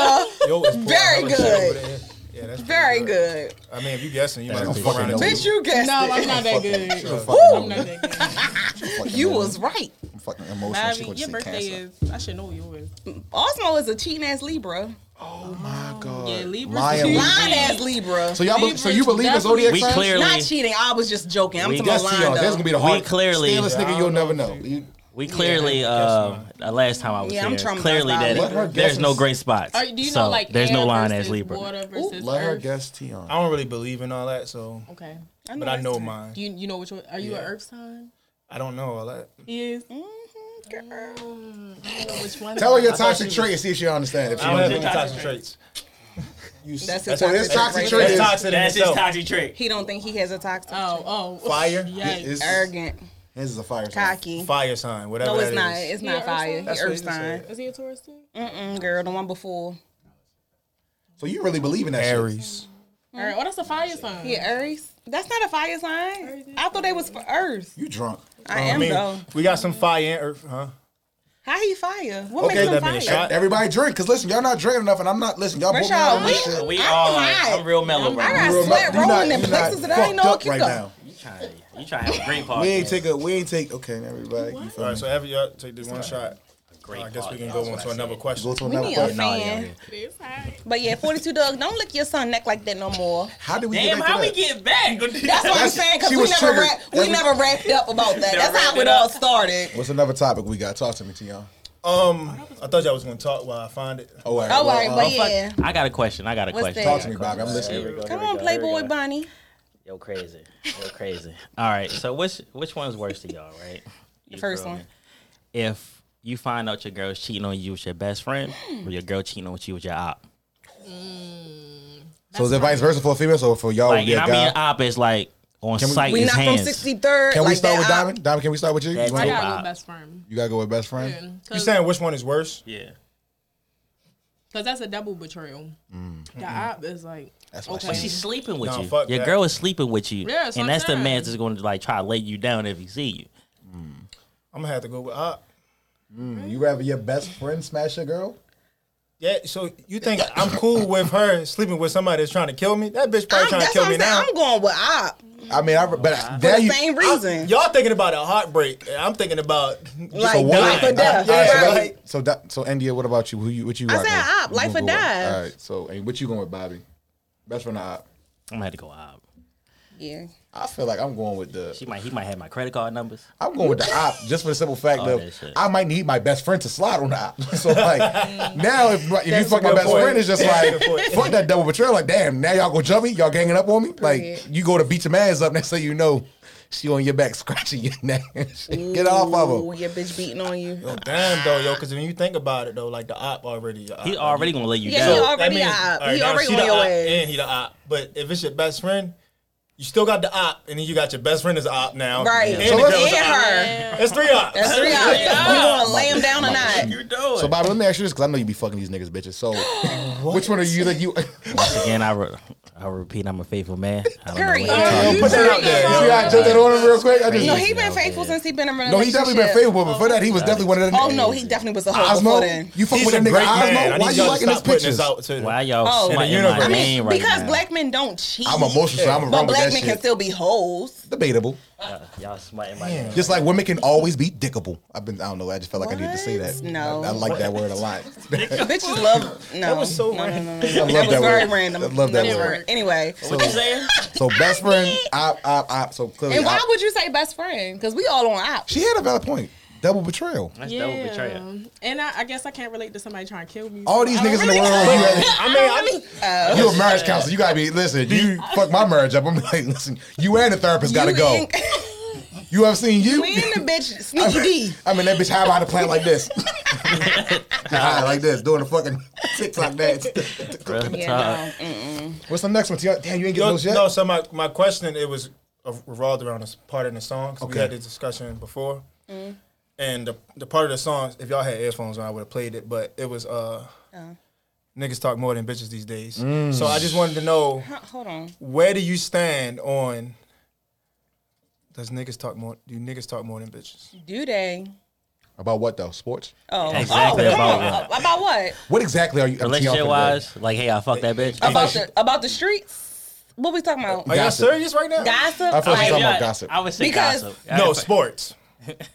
Speaker 5: Yo, it's pouring
Speaker 3: Very
Speaker 5: hella shit
Speaker 3: good.
Speaker 5: over there. Yeah, that's
Speaker 3: very
Speaker 5: pretty
Speaker 3: good.
Speaker 5: I mean, if you guessing, you might
Speaker 2: That's
Speaker 5: as well fuck
Speaker 2: fucking
Speaker 5: around and
Speaker 2: dope.
Speaker 3: Bitch, you guessed
Speaker 6: No,
Speaker 3: it.
Speaker 6: I'm not that
Speaker 2: She
Speaker 6: good.
Speaker 2: was fucking
Speaker 6: I'm not that good.
Speaker 2: fucking
Speaker 3: You
Speaker 2: emotional.
Speaker 3: was right.
Speaker 2: I'm fucking emotional. She
Speaker 6: Bobby,
Speaker 2: going to
Speaker 6: your
Speaker 2: say
Speaker 6: birthday
Speaker 2: cancer.
Speaker 6: is. I should know yours.
Speaker 3: Osmo is a cheating ass Libra,
Speaker 2: Oh my god.
Speaker 6: Yeah, Libra's
Speaker 2: Lion.
Speaker 6: huge.
Speaker 2: was-
Speaker 3: lying ass Libra.
Speaker 2: So y'all, be, so you believe in
Speaker 6: Libra's
Speaker 2: zodiac
Speaker 1: We
Speaker 2: signs?
Speaker 1: clearly,
Speaker 3: not cheating. I was just joking. I'm
Speaker 1: We-
Speaker 3: talking
Speaker 2: That's
Speaker 3: about
Speaker 2: to y'all.
Speaker 3: lying.
Speaker 2: That's
Speaker 3: though.
Speaker 2: gonna be the hard.
Speaker 1: clearly-
Speaker 2: Stainless nigga, you'll never know. You-
Speaker 1: we clearly, uh, uh, last time I was
Speaker 3: Yeah, I'm
Speaker 1: here,
Speaker 3: traumatized
Speaker 1: clearly
Speaker 3: by
Speaker 1: that
Speaker 3: Libra.
Speaker 2: Let her
Speaker 1: there's
Speaker 2: guess
Speaker 1: no
Speaker 2: is-
Speaker 1: great spots.
Speaker 6: Are, do you
Speaker 1: so
Speaker 6: know like
Speaker 1: there's
Speaker 6: air
Speaker 1: no line
Speaker 6: versus
Speaker 1: as Libra.
Speaker 6: Water versus
Speaker 2: Let her
Speaker 6: earth?
Speaker 2: guess Tion.
Speaker 5: I don't really believe in all that, so
Speaker 6: Okay.
Speaker 5: but I know
Speaker 3: that's
Speaker 5: mine.
Speaker 6: Do you you know which one? Are you an
Speaker 5: Yeah.
Speaker 6: earth sign?
Speaker 5: I don't know all that.
Speaker 6: He is.
Speaker 3: right. Mm-hmm, Girl.
Speaker 6: Mm, I don't know which one.
Speaker 2: Tell her your
Speaker 5: thought
Speaker 2: toxic
Speaker 5: she
Speaker 2: trait and see if she understand. If she
Speaker 5: I don't have
Speaker 2: don't,
Speaker 5: any
Speaker 1: Toxic
Speaker 5: toxic traits.
Speaker 2: you,
Speaker 3: That's his toxic
Speaker 2: so his
Speaker 3: trait
Speaker 2: toxic
Speaker 3: right
Speaker 2: trait
Speaker 5: That's
Speaker 2: is
Speaker 5: toxic in
Speaker 1: That's his
Speaker 5: itself.
Speaker 1: toxic trick.
Speaker 3: He don't think he has a toxic.
Speaker 6: Oh, oh.
Speaker 5: Fire.
Speaker 6: Yikes.
Speaker 2: it's-
Speaker 3: Arrogant,
Speaker 2: His is a fire sign.
Speaker 3: cocky.
Speaker 5: Fire sign, whatever
Speaker 3: No, it's
Speaker 5: that
Speaker 3: not.
Speaker 5: is.
Speaker 3: It's
Speaker 6: Yeah,
Speaker 3: not
Speaker 6: earth
Speaker 3: fire.
Speaker 6: sign.
Speaker 3: He
Speaker 6: That's
Speaker 5: what
Speaker 3: earth
Speaker 5: he just
Speaker 3: sign.
Speaker 6: Is he a Taurus too?
Speaker 3: Mm-mm, girl, the one before.
Speaker 2: So you really believe in that shit?
Speaker 5: Aries.
Speaker 6: All right. Oh, that's a fire sign.
Speaker 3: Yeah, Aries. That's not a fire
Speaker 6: Aries
Speaker 3: sign.
Speaker 6: is
Speaker 3: I thought they was for Earth.
Speaker 2: You drunk.
Speaker 3: I
Speaker 5: Uh, I
Speaker 3: am
Speaker 5: mean,
Speaker 3: though.
Speaker 5: we got some fire in earth, huh?
Speaker 3: How he fire? What
Speaker 2: Okay,
Speaker 3: makes him
Speaker 5: that mean
Speaker 3: fire?
Speaker 5: a shot?
Speaker 2: Everybody drink, cause listen, y'all not drinking enough, and I'm not. Listen, y'all both
Speaker 3: Rashad,
Speaker 2: not on
Speaker 3: we-
Speaker 2: this shit.
Speaker 1: We
Speaker 3: I'm
Speaker 1: all,
Speaker 3: hot.
Speaker 1: I'm real mellow, bro.
Speaker 3: I got
Speaker 2: You
Speaker 3: sweat
Speaker 2: not- you
Speaker 3: rolling
Speaker 2: not-
Speaker 3: in
Speaker 2: you not
Speaker 3: places that I ain't know
Speaker 2: fucked
Speaker 3: it
Speaker 2: up right
Speaker 3: could go.
Speaker 2: now.
Speaker 1: You trying to, you trying to have a great podcast.
Speaker 2: We ain't take a. We ain't take. Okay, everybody. You
Speaker 5: All
Speaker 2: feel
Speaker 5: right,
Speaker 2: me?
Speaker 5: so every y'all take this one shot.
Speaker 1: great
Speaker 5: I guess we can
Speaker 1: podcast.
Speaker 5: go
Speaker 1: That's
Speaker 5: on
Speaker 1: what
Speaker 5: to
Speaker 1: I
Speaker 5: another
Speaker 1: said.
Speaker 5: question.
Speaker 2: Go to
Speaker 3: We
Speaker 2: another
Speaker 3: need a
Speaker 2: part.
Speaker 3: fan.
Speaker 6: It's hot.
Speaker 3: But yeah, 42 Doug, don't lick your son neck like that no more.
Speaker 2: How did we get
Speaker 1: Damn,
Speaker 2: back to
Speaker 1: how we
Speaker 2: that?
Speaker 1: get back?
Speaker 3: That's what I'm
Speaker 2: That's-
Speaker 3: saying, because
Speaker 2: she
Speaker 3: we
Speaker 2: was
Speaker 3: never
Speaker 2: triggered.
Speaker 3: wrap, we
Speaker 2: That's-
Speaker 3: never wrapped up about that. That's how
Speaker 1: wrapped
Speaker 3: it
Speaker 1: it
Speaker 3: all
Speaker 1: up.
Speaker 3: started.
Speaker 2: What's another topic we got? Talk to me, Tion.
Speaker 5: Um, I thought y'all was gonna talk while I find it.
Speaker 2: Oh, all right.
Speaker 3: Oh, all right,
Speaker 2: well,
Speaker 3: but
Speaker 2: uh,
Speaker 3: yeah.
Speaker 1: I got a question. I got a
Speaker 3: What's
Speaker 1: question.
Speaker 3: that?
Speaker 2: Talk to me, Bobby. I'm listening.
Speaker 1: Here we go, here
Speaker 3: Come
Speaker 1: we
Speaker 3: on,
Speaker 1: go, here we
Speaker 3: Playboy
Speaker 1: go.
Speaker 3: Bunny.
Speaker 1: Yo, crazy. Yo, crazy. All right. So which which one's worse to y'all, right? You
Speaker 3: first
Speaker 1: feel
Speaker 3: one.
Speaker 1: me? If you find out your girl's cheating on you with your best friend, or your girl cheating on you with your op.
Speaker 2: So is it vice versa for a female? So for y'all,
Speaker 1: Like,
Speaker 2: Oh, yeah,
Speaker 1: and I
Speaker 2: guy.
Speaker 1: mean, op is like on
Speaker 2: Can we-
Speaker 1: sight.
Speaker 3: We
Speaker 1: is
Speaker 3: not from
Speaker 1: hands.
Speaker 3: 63rd.
Speaker 2: can we
Speaker 3: like
Speaker 2: start
Speaker 3: that.
Speaker 2: with
Speaker 3: I-
Speaker 2: Diamond? Diamond, can we start with you? You,
Speaker 1: That's
Speaker 6: I
Speaker 2: wanna
Speaker 1: dope.
Speaker 2: go,
Speaker 6: gotta
Speaker 1: Wow.
Speaker 6: go best friend.
Speaker 2: Mm. you gotta go with best friend.
Speaker 6: You
Speaker 5: You saying which one is worse?
Speaker 1: Yeah.
Speaker 6: Because that's a double betrayal. The op is like,
Speaker 2: Mm. why
Speaker 6: okay.
Speaker 1: But she's sleeping with
Speaker 5: Nah,
Speaker 1: you.
Speaker 5: fuck
Speaker 1: Your
Speaker 5: that.
Speaker 1: girl is sleeping with you.
Speaker 6: Yeah, that's
Speaker 1: and
Speaker 6: what I'm
Speaker 1: that's the man
Speaker 6: saying.
Speaker 1: that's going to like try to lay you down if he see you.
Speaker 5: I'm gonna have to go with uh, Op.
Speaker 2: You rather your best friend smash your girl?
Speaker 5: Yeah, so you think I'm cool with her sleeping with somebody that's trying to kill me? That bitch probably
Speaker 3: I'm,
Speaker 5: trying to
Speaker 3: that's
Speaker 5: kill
Speaker 3: what
Speaker 5: me
Speaker 3: I'm saying.
Speaker 5: now.
Speaker 3: I'm going with op
Speaker 2: I mean, I but
Speaker 3: Mm-hmm. for
Speaker 2: there
Speaker 3: the
Speaker 2: you,
Speaker 3: same reason.
Speaker 5: Y'all thinking about a heartbreak. and I'm thinking about
Speaker 3: like
Speaker 2: so what-
Speaker 3: life or
Speaker 2: Alright,
Speaker 3: death.
Speaker 5: Yeah,
Speaker 2: so
Speaker 5: right.
Speaker 2: what- so that- so India, what about you? Who you? What you?
Speaker 3: I
Speaker 2: rocking
Speaker 3: said
Speaker 2: with?
Speaker 3: op,
Speaker 2: You
Speaker 3: life
Speaker 2: gonna
Speaker 3: or
Speaker 2: go with-
Speaker 3: death.
Speaker 2: All right. So and what you going with, Bobby? Best friend or op?
Speaker 1: I'm gonna have to go out.
Speaker 3: Yeah.
Speaker 2: I feel like I'm going with the
Speaker 1: She might. He might have my credit card numbers.
Speaker 2: I'm going with the op just for the simple fact
Speaker 1: Oh, that
Speaker 2: that
Speaker 1: shit.
Speaker 2: I might need my best friend to slide on the op. So like now if, if you
Speaker 5: Mm. That's
Speaker 2: fuck
Speaker 5: a
Speaker 2: my
Speaker 5: good
Speaker 2: best
Speaker 5: point.
Speaker 2: friend, it's just
Speaker 5: That's a
Speaker 2: like
Speaker 5: good point.
Speaker 2: fuck that double betrayal. Like damn, now y'all go jump me, y'all ganging up on me. Like
Speaker 3: Right.
Speaker 2: you go to beat your man's up, next thing you know, she on your back scratching your neck. and shit. Get off of
Speaker 3: Ooh,
Speaker 2: her.
Speaker 3: your bitch beating on you.
Speaker 5: Yo, damn though, yo, because when you think about it though, like the op already. uh, a op.
Speaker 1: He already gonna lay you
Speaker 3: Yeah,
Speaker 1: down.
Speaker 3: he already a op.
Speaker 5: alright,
Speaker 3: He
Speaker 5: now
Speaker 3: already
Speaker 5: she
Speaker 3: on
Speaker 5: the
Speaker 3: your
Speaker 5: op
Speaker 3: ass.
Speaker 5: And he the op. But if it's your best friend, you still got the op, and then you got your best friend as a op now.
Speaker 3: Right.
Speaker 5: And
Speaker 2: So
Speaker 5: the
Speaker 2: let's-
Speaker 5: girl's a
Speaker 3: And
Speaker 5: op.
Speaker 3: her.
Speaker 5: That's three ops.
Speaker 3: That's three ops. You want to lay him down or not?
Speaker 1: you doing?
Speaker 2: So Bobby, let me ask you this because I know you be fucking these niggas, bitches. So which one are you that you?
Speaker 1: Once again, I re- I repeat, I'm a faithful man. I don't know what
Speaker 3: Period.
Speaker 1: you're talking
Speaker 5: Yo,
Speaker 1: about.
Speaker 5: put that out
Speaker 2: See,
Speaker 5: there. yo.
Speaker 2: I jumped that on him real quick. I just,
Speaker 3: No,
Speaker 2: no,
Speaker 3: he been
Speaker 1: Yeah.
Speaker 3: faithful since he been in a relationship.
Speaker 2: he definitely been favorable, but for that he was definitely one of them.
Speaker 3: Oh no, he definitely was a hoe before
Speaker 2: Osmo,
Speaker 3: then.
Speaker 2: you fucking
Speaker 5: He's
Speaker 2: with
Speaker 5: a
Speaker 2: that
Speaker 5: great
Speaker 2: nigga
Speaker 5: man.
Speaker 2: Osmo?
Speaker 5: I need
Speaker 2: Why you
Speaker 5: y'all to
Speaker 2: liking his
Speaker 5: stop putting
Speaker 2: pictures?
Speaker 5: this out to
Speaker 1: Why y'all
Speaker 3: Oh. In the
Speaker 1: smiting my
Speaker 5: universe.
Speaker 3: I mean,
Speaker 1: name right
Speaker 3: because
Speaker 1: now?
Speaker 3: black men don't cheat.
Speaker 2: I'm emotional, so I'm
Speaker 3: But
Speaker 2: wrong with
Speaker 3: black
Speaker 2: that
Speaker 3: men can
Speaker 2: shit.
Speaker 3: still be hoes.
Speaker 2: Debatable.
Speaker 1: Yeah, Uh, y'all smiting my name.
Speaker 2: Just like women can always be dickable. I've been, I don't know, I just felt like I needed to say
Speaker 3: What?
Speaker 2: that.
Speaker 3: No.
Speaker 2: I, I like that word a lot.
Speaker 3: Bitches love. No,
Speaker 5: That was so
Speaker 3: no, no, no, no, no.
Speaker 2: I love
Speaker 3: That was
Speaker 2: that
Speaker 3: very
Speaker 2: word.
Speaker 3: random.
Speaker 2: I love that
Speaker 3: That was
Speaker 2: word.
Speaker 3: very- Anyway,
Speaker 1: What you saying?
Speaker 2: so best friend, op, op, op. So clearly,
Speaker 3: and why
Speaker 2: op-
Speaker 3: would you say best friend? Because we all on op.
Speaker 2: she had a valid point. Double betrayal.
Speaker 1: That's double betrayal.
Speaker 6: Yeah. And I, I guess I can't relate to somebody trying to kill me.
Speaker 2: All these
Speaker 6: I don't
Speaker 2: niggas in the
Speaker 6: really-
Speaker 2: world,
Speaker 5: I mean, I mean,
Speaker 2: you, you a marriage counselor. You gotta be, listen, you fuck my marriage up. I'm like, listen, you and the therapist gotta
Speaker 3: You
Speaker 2: go.
Speaker 3: ain't-
Speaker 2: you have seen you?
Speaker 3: We in the bitch sneaky D.
Speaker 2: I mean, that bitch high by the plant like this. high like this, doing the fucking TikTok dance.
Speaker 1: Real talk.
Speaker 3: Yeah, no. mm.
Speaker 2: What's the next one? T- Damn, you ain't getting
Speaker 5: yo,
Speaker 2: those yet?
Speaker 5: no. So my, my question it was uh, revolved around this part in the song. 'cause
Speaker 2: Okay.
Speaker 5: We had this discussion before,
Speaker 3: Mm-hmm.
Speaker 5: and the, the part of the song, if y'all had earphones, on, I would have played it. But it was uh,
Speaker 3: Oh.
Speaker 5: niggas talk more than bitches these days. So I just wanted to know
Speaker 3: Huh, Hold on.
Speaker 5: where do you stand on does niggas talk more? Do niggas talk more than bitches?
Speaker 3: Do they?
Speaker 2: About what though? Sports?
Speaker 3: Oh,
Speaker 1: Exactly,
Speaker 3: oh, come
Speaker 1: about
Speaker 3: on. Uh, About what?
Speaker 2: What exactly are you?
Speaker 1: Relationship wise, like, hey, I fuck that bitch.
Speaker 3: About the about the streets? What we talking about?
Speaker 5: Are y'all
Speaker 2: Gossip.
Speaker 5: serious right now?
Speaker 3: Gossip?
Speaker 2: I thought you
Speaker 3: Like-
Speaker 2: talking about
Speaker 1: Yeah,
Speaker 2: gossip.
Speaker 1: I would say
Speaker 3: Because-
Speaker 1: gossip.
Speaker 5: No sports.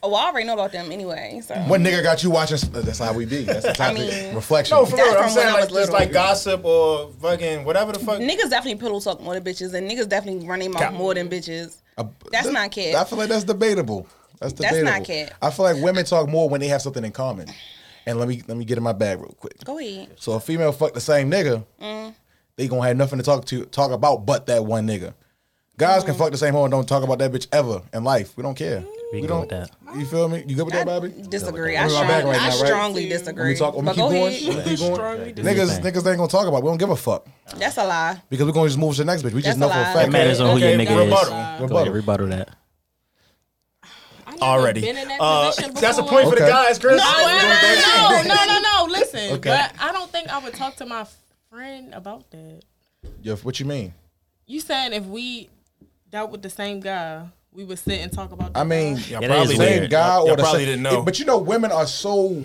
Speaker 3: Oh, well, I already know about them anyway. So
Speaker 2: What nigga got you watching? That's how we be. That's the topic.
Speaker 3: mean-
Speaker 2: Reflection.
Speaker 5: No, for
Speaker 3: That's
Speaker 5: real. I'm
Speaker 3: from when I
Speaker 5: saying like
Speaker 3: was
Speaker 5: just
Speaker 3: little.
Speaker 5: like gossip or fucking whatever the fuck.
Speaker 3: niggas definitely pillow talk more than bitches, and niggas definitely run their mouth
Speaker 5: Got-
Speaker 3: more than bitches.
Speaker 2: Uh,
Speaker 3: That's
Speaker 2: that-
Speaker 3: not cat.
Speaker 2: I feel like that's debatable. That's
Speaker 3: That's
Speaker 2: debatable.
Speaker 3: not cat.
Speaker 2: I feel like women talk more when they have something in common. And let me let me get in my bag real quick.
Speaker 3: Go ahead.
Speaker 2: So a female fuck the same nigga, they gonna have nothing to talk to talk about but that one nigga. Guys can fuck the same hoe and don't talk about that bitch ever in life. We don't care.
Speaker 1: We good
Speaker 2: don't.
Speaker 1: with that.
Speaker 2: You feel me? You good with that, Bobby?
Speaker 3: Disagree. I
Speaker 2: I'm in my bag
Speaker 3: strongly,
Speaker 2: right
Speaker 3: I
Speaker 2: now, right?
Speaker 3: strongly
Speaker 2: Let me
Speaker 3: disagree.
Speaker 2: talk. Let me
Speaker 3: But
Speaker 2: keep
Speaker 3: go
Speaker 2: going.
Speaker 3: ahead.
Speaker 2: Let me keep going.
Speaker 6: Strongly
Speaker 2: Niggas,
Speaker 1: disagree.
Speaker 2: niggas ain't gonna talk about. it. We don't give a fuck
Speaker 3: That's a lie.
Speaker 2: because we're gonna just move to the next bitch. We
Speaker 3: That's
Speaker 2: just know
Speaker 3: a
Speaker 2: for a
Speaker 3: lie.
Speaker 2: fact.
Speaker 1: It matters on who your
Speaker 5: Okay,
Speaker 1: nigga
Speaker 5: rebuttal.
Speaker 1: is. Go
Speaker 2: Rebuttal.
Speaker 1: ahead, rebuttal that.
Speaker 6: I never
Speaker 5: already.
Speaker 6: Been in that
Speaker 5: Uh,
Speaker 6: position
Speaker 5: that's a
Speaker 6: before. Oh,
Speaker 5: point for the
Speaker 2: Okay.
Speaker 5: guys, Chris.
Speaker 6: No, no, no, no. Listen,
Speaker 2: Okay.
Speaker 6: but I don't think I would talk to my friend about that.
Speaker 2: Yeah, what you mean?
Speaker 6: You saying if we dealt with the same guy, we would sit and talk about.
Speaker 2: I
Speaker 6: that
Speaker 2: mean,
Speaker 6: guy?
Speaker 5: Y'all
Speaker 1: It
Speaker 5: probably
Speaker 1: is
Speaker 5: didn't.
Speaker 2: same guy
Speaker 5: Y'all
Speaker 2: or the
Speaker 5: probably
Speaker 2: same-
Speaker 5: didn't know.
Speaker 2: But you know, women are so.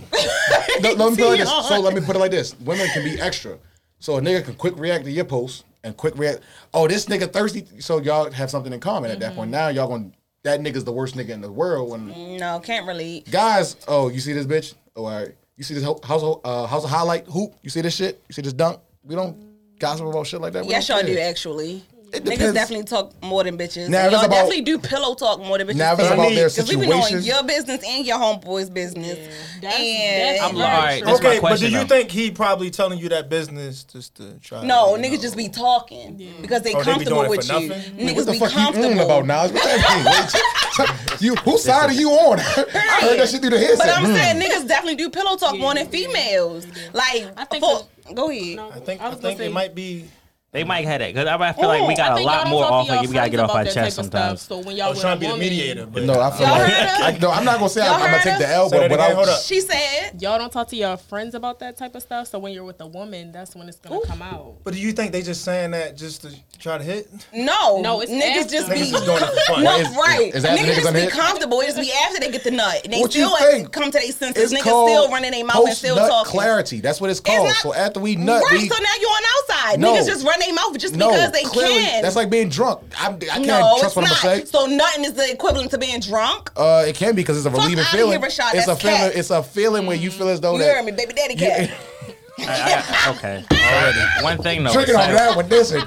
Speaker 2: No, let me put it like this. So let me put it like this: women can be extra. So a nigga can quick react to your post and quick react. Oh, this nigga thirsty. So y'all have something in common at that
Speaker 5: Mm-hmm.
Speaker 2: point. Now y'all going that nigga's the worst nigga in the world. When
Speaker 3: No, can't relate.
Speaker 2: guys, oh, you see this bitch? Oh, all right. You see this ho- house? Uh, house of highlight hoop? You see this shit? You see this dunk? We don't gossip about shit like that. We
Speaker 3: Yes,
Speaker 2: don't
Speaker 3: y'all do
Speaker 2: care.
Speaker 3: actually.
Speaker 2: It
Speaker 3: Niggas
Speaker 2: depends.
Speaker 3: definitely talk more than bitches.
Speaker 2: Now,
Speaker 3: and
Speaker 2: if it's
Speaker 3: y'all
Speaker 2: about-
Speaker 3: definitely do pillow talk more than bitches.
Speaker 2: Now if it's
Speaker 3: too.
Speaker 2: about their
Speaker 3: Cause we been on
Speaker 2: situation,
Speaker 3: your business and your homeboy's business.
Speaker 6: That's-
Speaker 3: and
Speaker 6: that's
Speaker 1: I'm like, all right,
Speaker 6: true.
Speaker 1: that's my
Speaker 5: okay, but do
Speaker 1: question,
Speaker 5: you
Speaker 1: though.
Speaker 5: think he probably telling you that business just to try? to,
Speaker 3: no,
Speaker 5: you know?
Speaker 3: niggas just be talking because they
Speaker 5: Oh, they be
Speaker 3: comfortable
Speaker 5: doing it
Speaker 3: with
Speaker 5: for
Speaker 3: you.
Speaker 5: nothing?
Speaker 3: Niggas
Speaker 2: what the
Speaker 3: be
Speaker 2: fuck you
Speaker 3: comfortable
Speaker 2: mm about Nas? What that mean? you whose side are you on? I heard that shit through the headset.
Speaker 3: But I'm
Speaker 2: Mm.
Speaker 3: saying niggas definitely do pillow talk more than females. Like,
Speaker 6: I think
Speaker 3: for, go ahead.
Speaker 6: No,
Speaker 5: I think
Speaker 6: I
Speaker 5: I,
Speaker 6: was gonna
Speaker 5: think
Speaker 6: say-
Speaker 5: it might be
Speaker 1: They might have that because I feel like we
Speaker 6: I
Speaker 1: got a
Speaker 6: think y'all
Speaker 1: lot
Speaker 6: don't
Speaker 1: more
Speaker 6: talk to
Speaker 1: off.
Speaker 6: y'all
Speaker 1: Like we gotta
Speaker 6: friends
Speaker 1: get off
Speaker 6: about
Speaker 1: our
Speaker 6: that
Speaker 1: chest
Speaker 6: type of stuff.
Speaker 1: sometimes.
Speaker 6: So when y'all
Speaker 5: I was
Speaker 6: with
Speaker 5: trying
Speaker 6: a
Speaker 5: to be the
Speaker 6: woman,
Speaker 5: mediator, but
Speaker 2: No, I feel
Speaker 6: Y'all
Speaker 2: like
Speaker 6: heard
Speaker 2: I, no. I'm not gonna say
Speaker 3: Y'all
Speaker 2: I'm, I'm gonna
Speaker 3: heard
Speaker 2: take the
Speaker 3: us?
Speaker 2: L,
Speaker 5: Say
Speaker 2: but
Speaker 5: that
Speaker 2: what
Speaker 5: again,
Speaker 2: I
Speaker 5: hold up.
Speaker 3: She said,
Speaker 6: y'all don't talk to your friends about that type of stuff. So when you're with a woman, that's when it's gonna come out.
Speaker 5: But do you think they just saying that just to try to hit?
Speaker 3: "No,
Speaker 6: No, it's
Speaker 3: niggas
Speaker 6: after.
Speaker 3: just
Speaker 5: Niggas
Speaker 3: be
Speaker 5: just doing it for fun.
Speaker 3: no
Speaker 5: Is-
Speaker 2: is-
Speaker 3: right.
Speaker 2: is that
Speaker 3: niggas,
Speaker 2: niggas
Speaker 3: just
Speaker 2: on
Speaker 3: be
Speaker 2: hit?
Speaker 3: comfortable. It just be after they get the nut. They
Speaker 2: What you
Speaker 3: still
Speaker 2: think?
Speaker 3: come to their senses.
Speaker 2: It's
Speaker 3: Niggas
Speaker 2: called
Speaker 3: still running their mouth and still
Speaker 2: post-nut
Speaker 3: talking.
Speaker 2: Clarity. That's what it's called.
Speaker 3: It's not-
Speaker 2: so after we nut,
Speaker 3: right?
Speaker 2: we
Speaker 3: so now you on outside.
Speaker 2: No.
Speaker 3: Niggas just run their mouth just
Speaker 2: no.
Speaker 3: because they
Speaker 2: clearly,
Speaker 3: can.
Speaker 2: that's like being drunk. I'm, I can't
Speaker 3: no,
Speaker 2: trust
Speaker 3: it's
Speaker 2: what
Speaker 3: not.
Speaker 2: I'm gonna say.
Speaker 3: So nothing is the equivalent to being drunk.
Speaker 2: Uh, it can be because it's a relieving
Speaker 3: outta
Speaker 2: feeling.
Speaker 3: here, Rashad,
Speaker 2: it's a
Speaker 3: that's
Speaker 2: feeling.
Speaker 3: cat. Mm-hmm.
Speaker 2: It's a feeling where you feel as though
Speaker 3: You
Speaker 2: Oh, that
Speaker 3: heard me, baby daddy cat.
Speaker 1: I- I- okay, already. One thing though,
Speaker 2: tricking
Speaker 1: it's
Speaker 2: on
Speaker 1: like-
Speaker 2: that one. Listen,